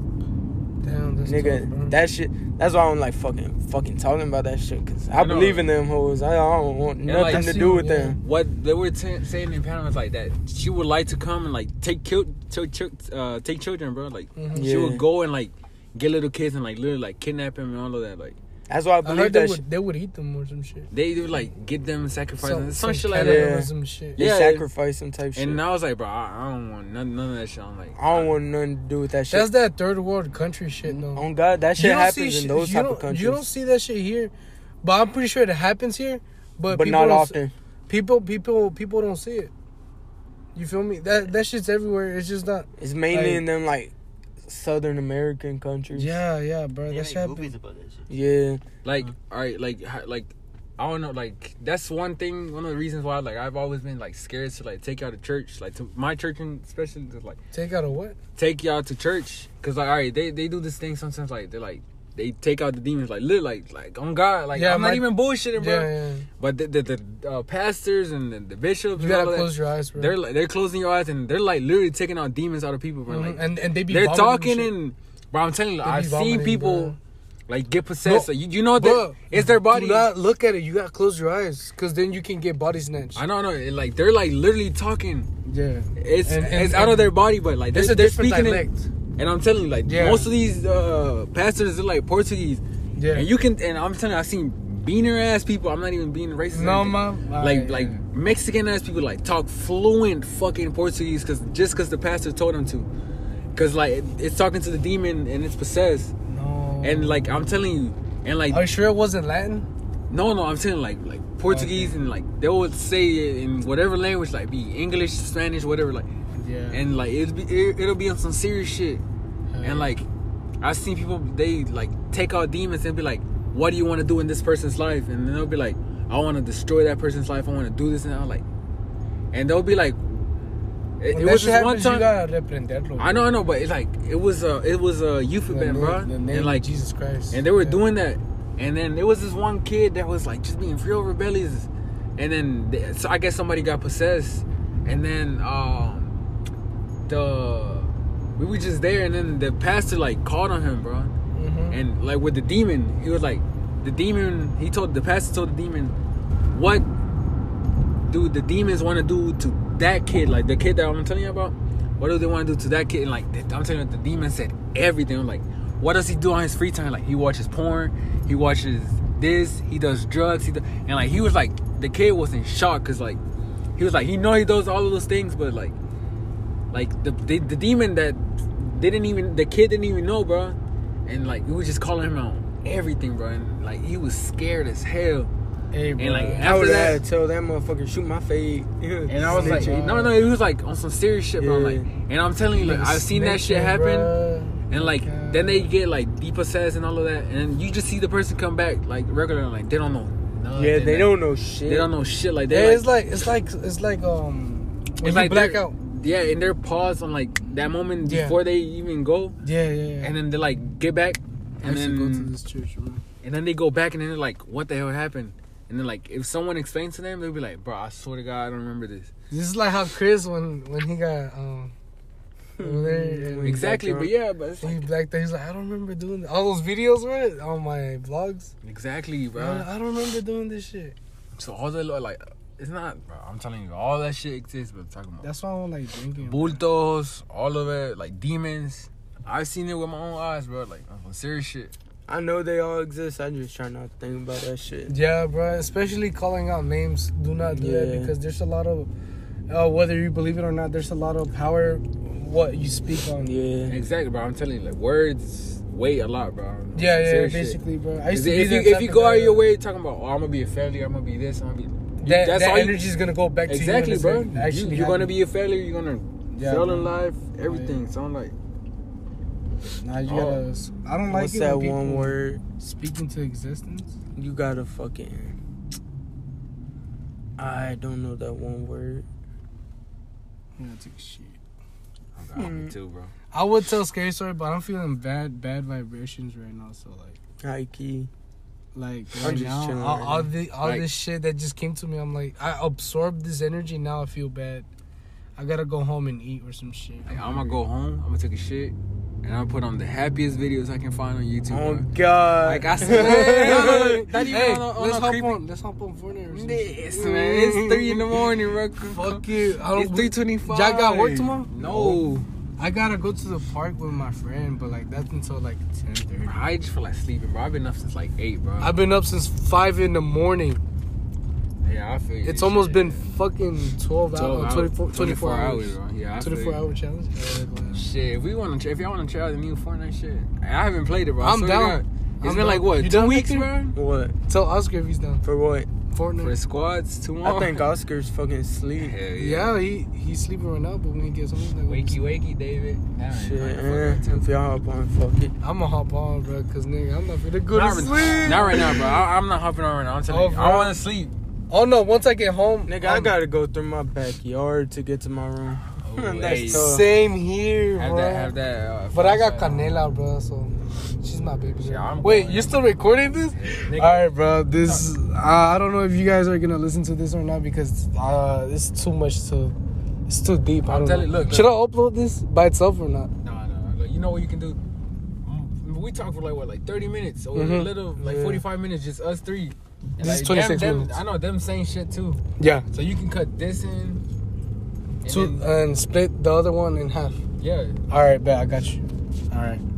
S1: Damn, that's
S2: nigga.
S1: tough, bro.
S2: that shit. That's why I'm like fucking, fucking talking about that shit. Cause I,
S3: know.
S2: believe in them hoes. I, I don't want
S3: like,
S2: nothing
S3: I
S2: to
S1: see
S2: do
S1: you,
S2: with
S1: yeah.
S2: them.
S3: what they were t- saying in Panama is like that she would like to come and like take kill, t- ch- uh, take children, bro. Like
S1: Mm-hmm.
S3: she
S2: Yeah.
S3: would go and like get little kids and like literally like kidnap them and all of that. Like
S2: That's why I
S1: I
S2: believe
S1: heard they
S2: that shit.
S1: would, they would eat them or some shit.
S3: they would like get them sacrificed
S1: Some,
S3: and
S1: some
S3: some, shit like that.
S1: cannibalism shit.
S2: They
S3: Yeah.
S2: sacrifice some type shit.
S3: And I was like, bro, I, I don't want none, none of that shit. I'm like,
S2: I don't want nothing to do with that shit.
S1: That's that third world country shit, though.
S2: On God, that shit
S1: You don't
S2: happens
S1: see
S2: in
S1: sh-
S2: those
S1: you
S2: type
S1: don't,
S2: of countries,
S1: You don't see that shit here, but I'm pretty sure it happens here. But,
S2: but
S1: people
S2: not
S1: don't s-
S2: often.
S1: People, people, people don't see it. You feel me? That that shit's everywhere. It's just not.
S2: It's mainly
S1: like-
S2: in them like Southern American countries.
S1: Yeah, yeah, bro.
S4: They
S1: That's
S4: make movies
S1: happening.
S4: about that shit.
S2: yeah.
S3: like, all right, like, ha- like, I don't know, like that's one thing, one of the reasons why like I've always been like scared to like take y'all to church, like to my church and especially to, like
S1: Take out a what?
S3: take y'all to church, cause like all right, they they do this thing sometimes like they like they take out the demons like lit like like on God, like
S1: Yeah,
S3: I'm
S1: my-
S3: not even bullshitting, bro.
S1: Yeah, yeah.
S3: But the the, the uh, pastors and the, the bishops,
S1: You
S3: and all
S1: gotta
S3: that,
S1: close your eyes, bro.
S3: They're like they're closing your eyes and they're like literally taking out demons out of people, bro.
S1: Mhm,
S3: Like
S1: and and they be
S3: they're
S1: vomiting
S3: talking
S1: shit.
S3: and bro, I'm telling you,
S1: They be
S3: I've seen
S1: vomiting,
S3: people
S1: bro.
S3: like get possessed.
S1: No,
S3: like, you, you know what?
S1: bro,
S3: they- It's their body.
S1: Do not look at it. You gotta close your eyes, cause then you can get body snatched.
S3: I don't know. it, Like they're like literally talking.
S1: yeah,
S3: It's
S1: And- and-
S3: it's out of their body, but like they're,
S1: it's a
S3: they're
S1: different
S3: speaking it.
S1: dialect.
S3: And I'm telling you, like
S1: Yeah.
S3: most of these uh, pastors are like Portuguese,
S1: Yeah.
S3: and you can. And I'm telling you, I've seen beaner ass people. I'm not even being racist. or
S1: No,
S3: anything.
S1: ma.
S3: Like
S1: Alright,
S3: like Mexican ass people like talk fluent fucking Portuguese because just because the pastor told them to, because like it- it's talking to the demon and it's possessed.
S1: No.
S3: And like I'm telling you, and like
S1: are you sure it wasn't Latin?
S3: no, no, I'm saying like like Portuguese and like they would say it in whatever language, like be English, Spanish, whatever, like,
S1: Yeah.
S3: and like it'll be it, it'll be on some serious shit, and like I've seen people they like take out demons and be like, what do you want to do in this person's life? And then they'll be like, I want to destroy that person's life. I want to do this and I'm like, and they'll be like, it, it
S1: When that
S3: was
S1: shit
S3: just one
S1: happens, you
S3: time.
S1: gotta reprenderlo.
S3: I know, I know, but it like it was a it was a youth
S1: In the
S3: event,
S1: name-
S3: bro,
S1: in the name
S3: and
S1: of
S3: like
S1: Jesus Christ.
S3: and they were
S1: Yeah.
S3: doing that. And then there was this one kid that was like just being real rebellious. And then they, so I guess somebody got possessed. And then um, the we were just there, and then the pastor like called on him, bro. And like with the demon, he was like, the demon. He told the pastor told the demon, what do the demons want to do to that kid? Like the kid that I'm telling you about. What do they want to do to that kid? And like the, I'm telling you, the demon said everything. I'm like, what does he do on his free time? Like he watches porn, he watches this, he does drugs, he do, and like he was like the kid was in shock because like he was like he know he does all of those things, but like like the, the the demon that they didn't even the kid didn't even know, bro, and like we was just calling him out on everything, bro, and like he was scared as hell.
S1: Hey, bro.
S3: And like
S2: I
S3: after
S2: would
S3: that,
S2: have to tell that motherfucker shoot my fade. *laughs*
S3: and I was like, no, no, it was like on some serious shit, bro.
S2: Yeah.
S3: Like, and I'm telling you, like, I've seen that shit happen, and like,
S1: Oh
S3: then they get like depossessed and all of that, and you just see the person come back like regular, and like they don't know. nothing,
S2: yeah, they
S3: like,
S2: don't know shit.
S3: They don't know shit. Like
S1: Yeah,
S3: they.
S1: it's like it's like it's like um when
S3: it's
S1: you
S3: like
S1: black
S3: they're-
S1: out.
S3: Yeah, and they're paused on like that moment
S1: Yeah.
S3: before they even go,
S1: Yeah, yeah. yeah.
S3: and then they like get back,
S1: I
S3: and
S1: used to go to
S3: then
S1: this church, bro.
S3: and then they go back, and then they're like, what the hell happened? And then like if someone explains to them, they'll be like, bro, I swear to God, I don't remember this.
S1: This is like how Chris when when he got um over
S3: *laughs*
S1: there and
S3: Exactly, but yeah, but it's
S1: He
S3: like
S1: blacked out. He's like, I don't remember doing th- all those videos were on my vlogs.
S3: exactly, bro.
S1: Man, I don't remember doing this shit.
S3: So all that lo- like it's not, bro. I'm telling you, all that shit exists. But I'm talking about
S1: That's why I don't like drinking.
S3: bultos, all of it, like demons. I've seen it with my own eyes, bro. Like on some serious shit.
S2: I know they all exist. I just try not to think about that shit.
S1: Yeah, bro. Especially calling out names. Do not do
S2: Yeah.
S1: that because there's a lot of, uh, whether you believe it or not, there's a lot of power what you speak on.
S2: Yeah.
S3: Exactly, bro. I'm telling you, like words weigh a lot, bro. on
S1: Yeah,
S3: some
S1: yeah,
S3: serious shit.
S1: basically, bro. I
S3: 'Cause
S1: used to be
S3: If you,
S1: that
S3: if you
S1: type of
S3: go out
S1: guy,
S3: of your way talking about, oh, I'm gonna be a failure, I'm gonna be this, I'm gonna be
S1: that,
S3: that's
S1: that
S3: all you-
S1: energy's gonna go back to you.
S3: exactly,
S1: when
S3: bro.
S1: it's
S3: You,
S1: actually
S3: you're gonna
S1: happening.
S3: be a failure. You're gonna
S1: Yeah,
S3: fail
S1: bro.
S3: in life, everything. So I'm like,
S1: Nah, you
S3: Oh.
S1: gotta. I don't like
S2: What's
S1: it
S2: that
S1: when
S2: one
S1: people
S2: word?
S1: speak into existence.
S2: You gotta fucking. I don't know that one word.
S1: I'm gonna take a shit.
S3: I'm gonna me too, bro.
S1: I would tell scary story, but I'm feeling bad, bad vibrations right now. So like,
S2: Nike.
S1: like
S2: I'm
S1: right
S2: just
S1: now,
S2: chilling
S1: all,
S2: right
S1: all
S2: now.
S1: the all
S3: Like-
S1: this shit that just came to me, I'm like, I absorbed this energy. Now I feel bad. I gotta go home and eat or some shit.
S3: Like, I'm gonna go home. I'm gonna take a shit, and I'll put on the happiest videos I can find on YouTube.
S2: Oh
S3: bro.
S2: God.
S3: Like I swear, no,
S1: *laughs*
S3: no, no, not even
S1: Hey,
S3: on a, on
S1: let's
S3: a
S1: hop
S3: creepy.
S1: on. Let's hop on Fortnite or some shit.
S3: This, man, it's three in the morning, bro.
S1: Fuck you. I
S3: It's
S1: don't.
S3: three twenty five.
S1: Y'all got work tomorrow?
S3: No,
S1: I gotta go to the park with my friend, but like that's until like ten thirty.
S3: Bro, I just feel like sleeping, bro. I've been up since like eight, bro.
S1: I've been up since five in the morning.
S3: yeah, I feel you.
S1: It's almost
S3: Shit.
S1: been fucking twelve, hours, 24, 24 hours.
S3: bro. Yeah, I feel
S1: 24
S3: you.
S1: hour challenge? Yeah,
S3: Shit, if we want to, if y'all want to try the new Fortnite shit, I haven't played it, bro. I
S1: I'm
S3: swear to
S1: down.
S3: God. It's
S1: I'm
S3: been like
S1: down.
S3: what
S1: You
S3: two
S1: done,
S3: weeks,
S1: Victor?
S3: bro.
S2: What?
S1: Tell Oscar if he's down.
S2: For what?
S3: for the
S1: Fortnite.
S3: squads tomorrow.
S10: I think Oscar's fucking
S3: *laughs*
S10: sleep.
S3: Hell
S1: Yeah, he he's sleeping right now, but when he gets home, like,
S3: Wakey, wakey, David.
S10: Shit, eh, if y'all hop on, fuck it.
S1: I'm gonna hop on, bro, cause nigga, I'm not finna go to
S3: Not,
S1: sleep.
S3: right- not right now, bro. I, I'm not hopping on right now. I'm telling you,
S1: Oh,
S3: I
S1: bro.
S3: want
S1: *laughs*
S3: to sleep.
S1: Oh no, once I get home,
S10: Nigga, I
S1: I'm-
S10: gotta go through my backyard to get to my room. That's
S3: hey,
S10: tough.
S1: Same here,
S3: Oh, Have
S1: bro.
S3: that, have that. Uh,
S1: But I got
S3: fireside.
S1: Canela, bro, so she's my baby. girl.
S3: Yeah, I'm
S1: Wait,
S3: going.
S1: you're still recording this? All
S3: Nigga.
S1: right, bro. This uh, I I don't know if you guys are gonna listen to this or not because uh, it's too much to. It's too deep. I
S3: I'm
S1: don't
S3: telling
S1: know.
S3: you, look,
S1: Should I upload this by itself or not?
S3: No, no, no. You know what you can do? Mm, We talked for like what, like thirty minutes or a
S1: Mhm.
S3: little, like
S1: Yeah.
S3: forty-five minutes, just us three. And,
S1: This is
S3: like,
S1: 26
S3: them- them-
S1: minutes.
S3: I know them saying shit too,
S1: Yeah.
S3: so you can cut this in. And
S1: Two
S3: then-
S1: and split the other one in half.
S3: yeah.
S1: All right, bet I got you. All right.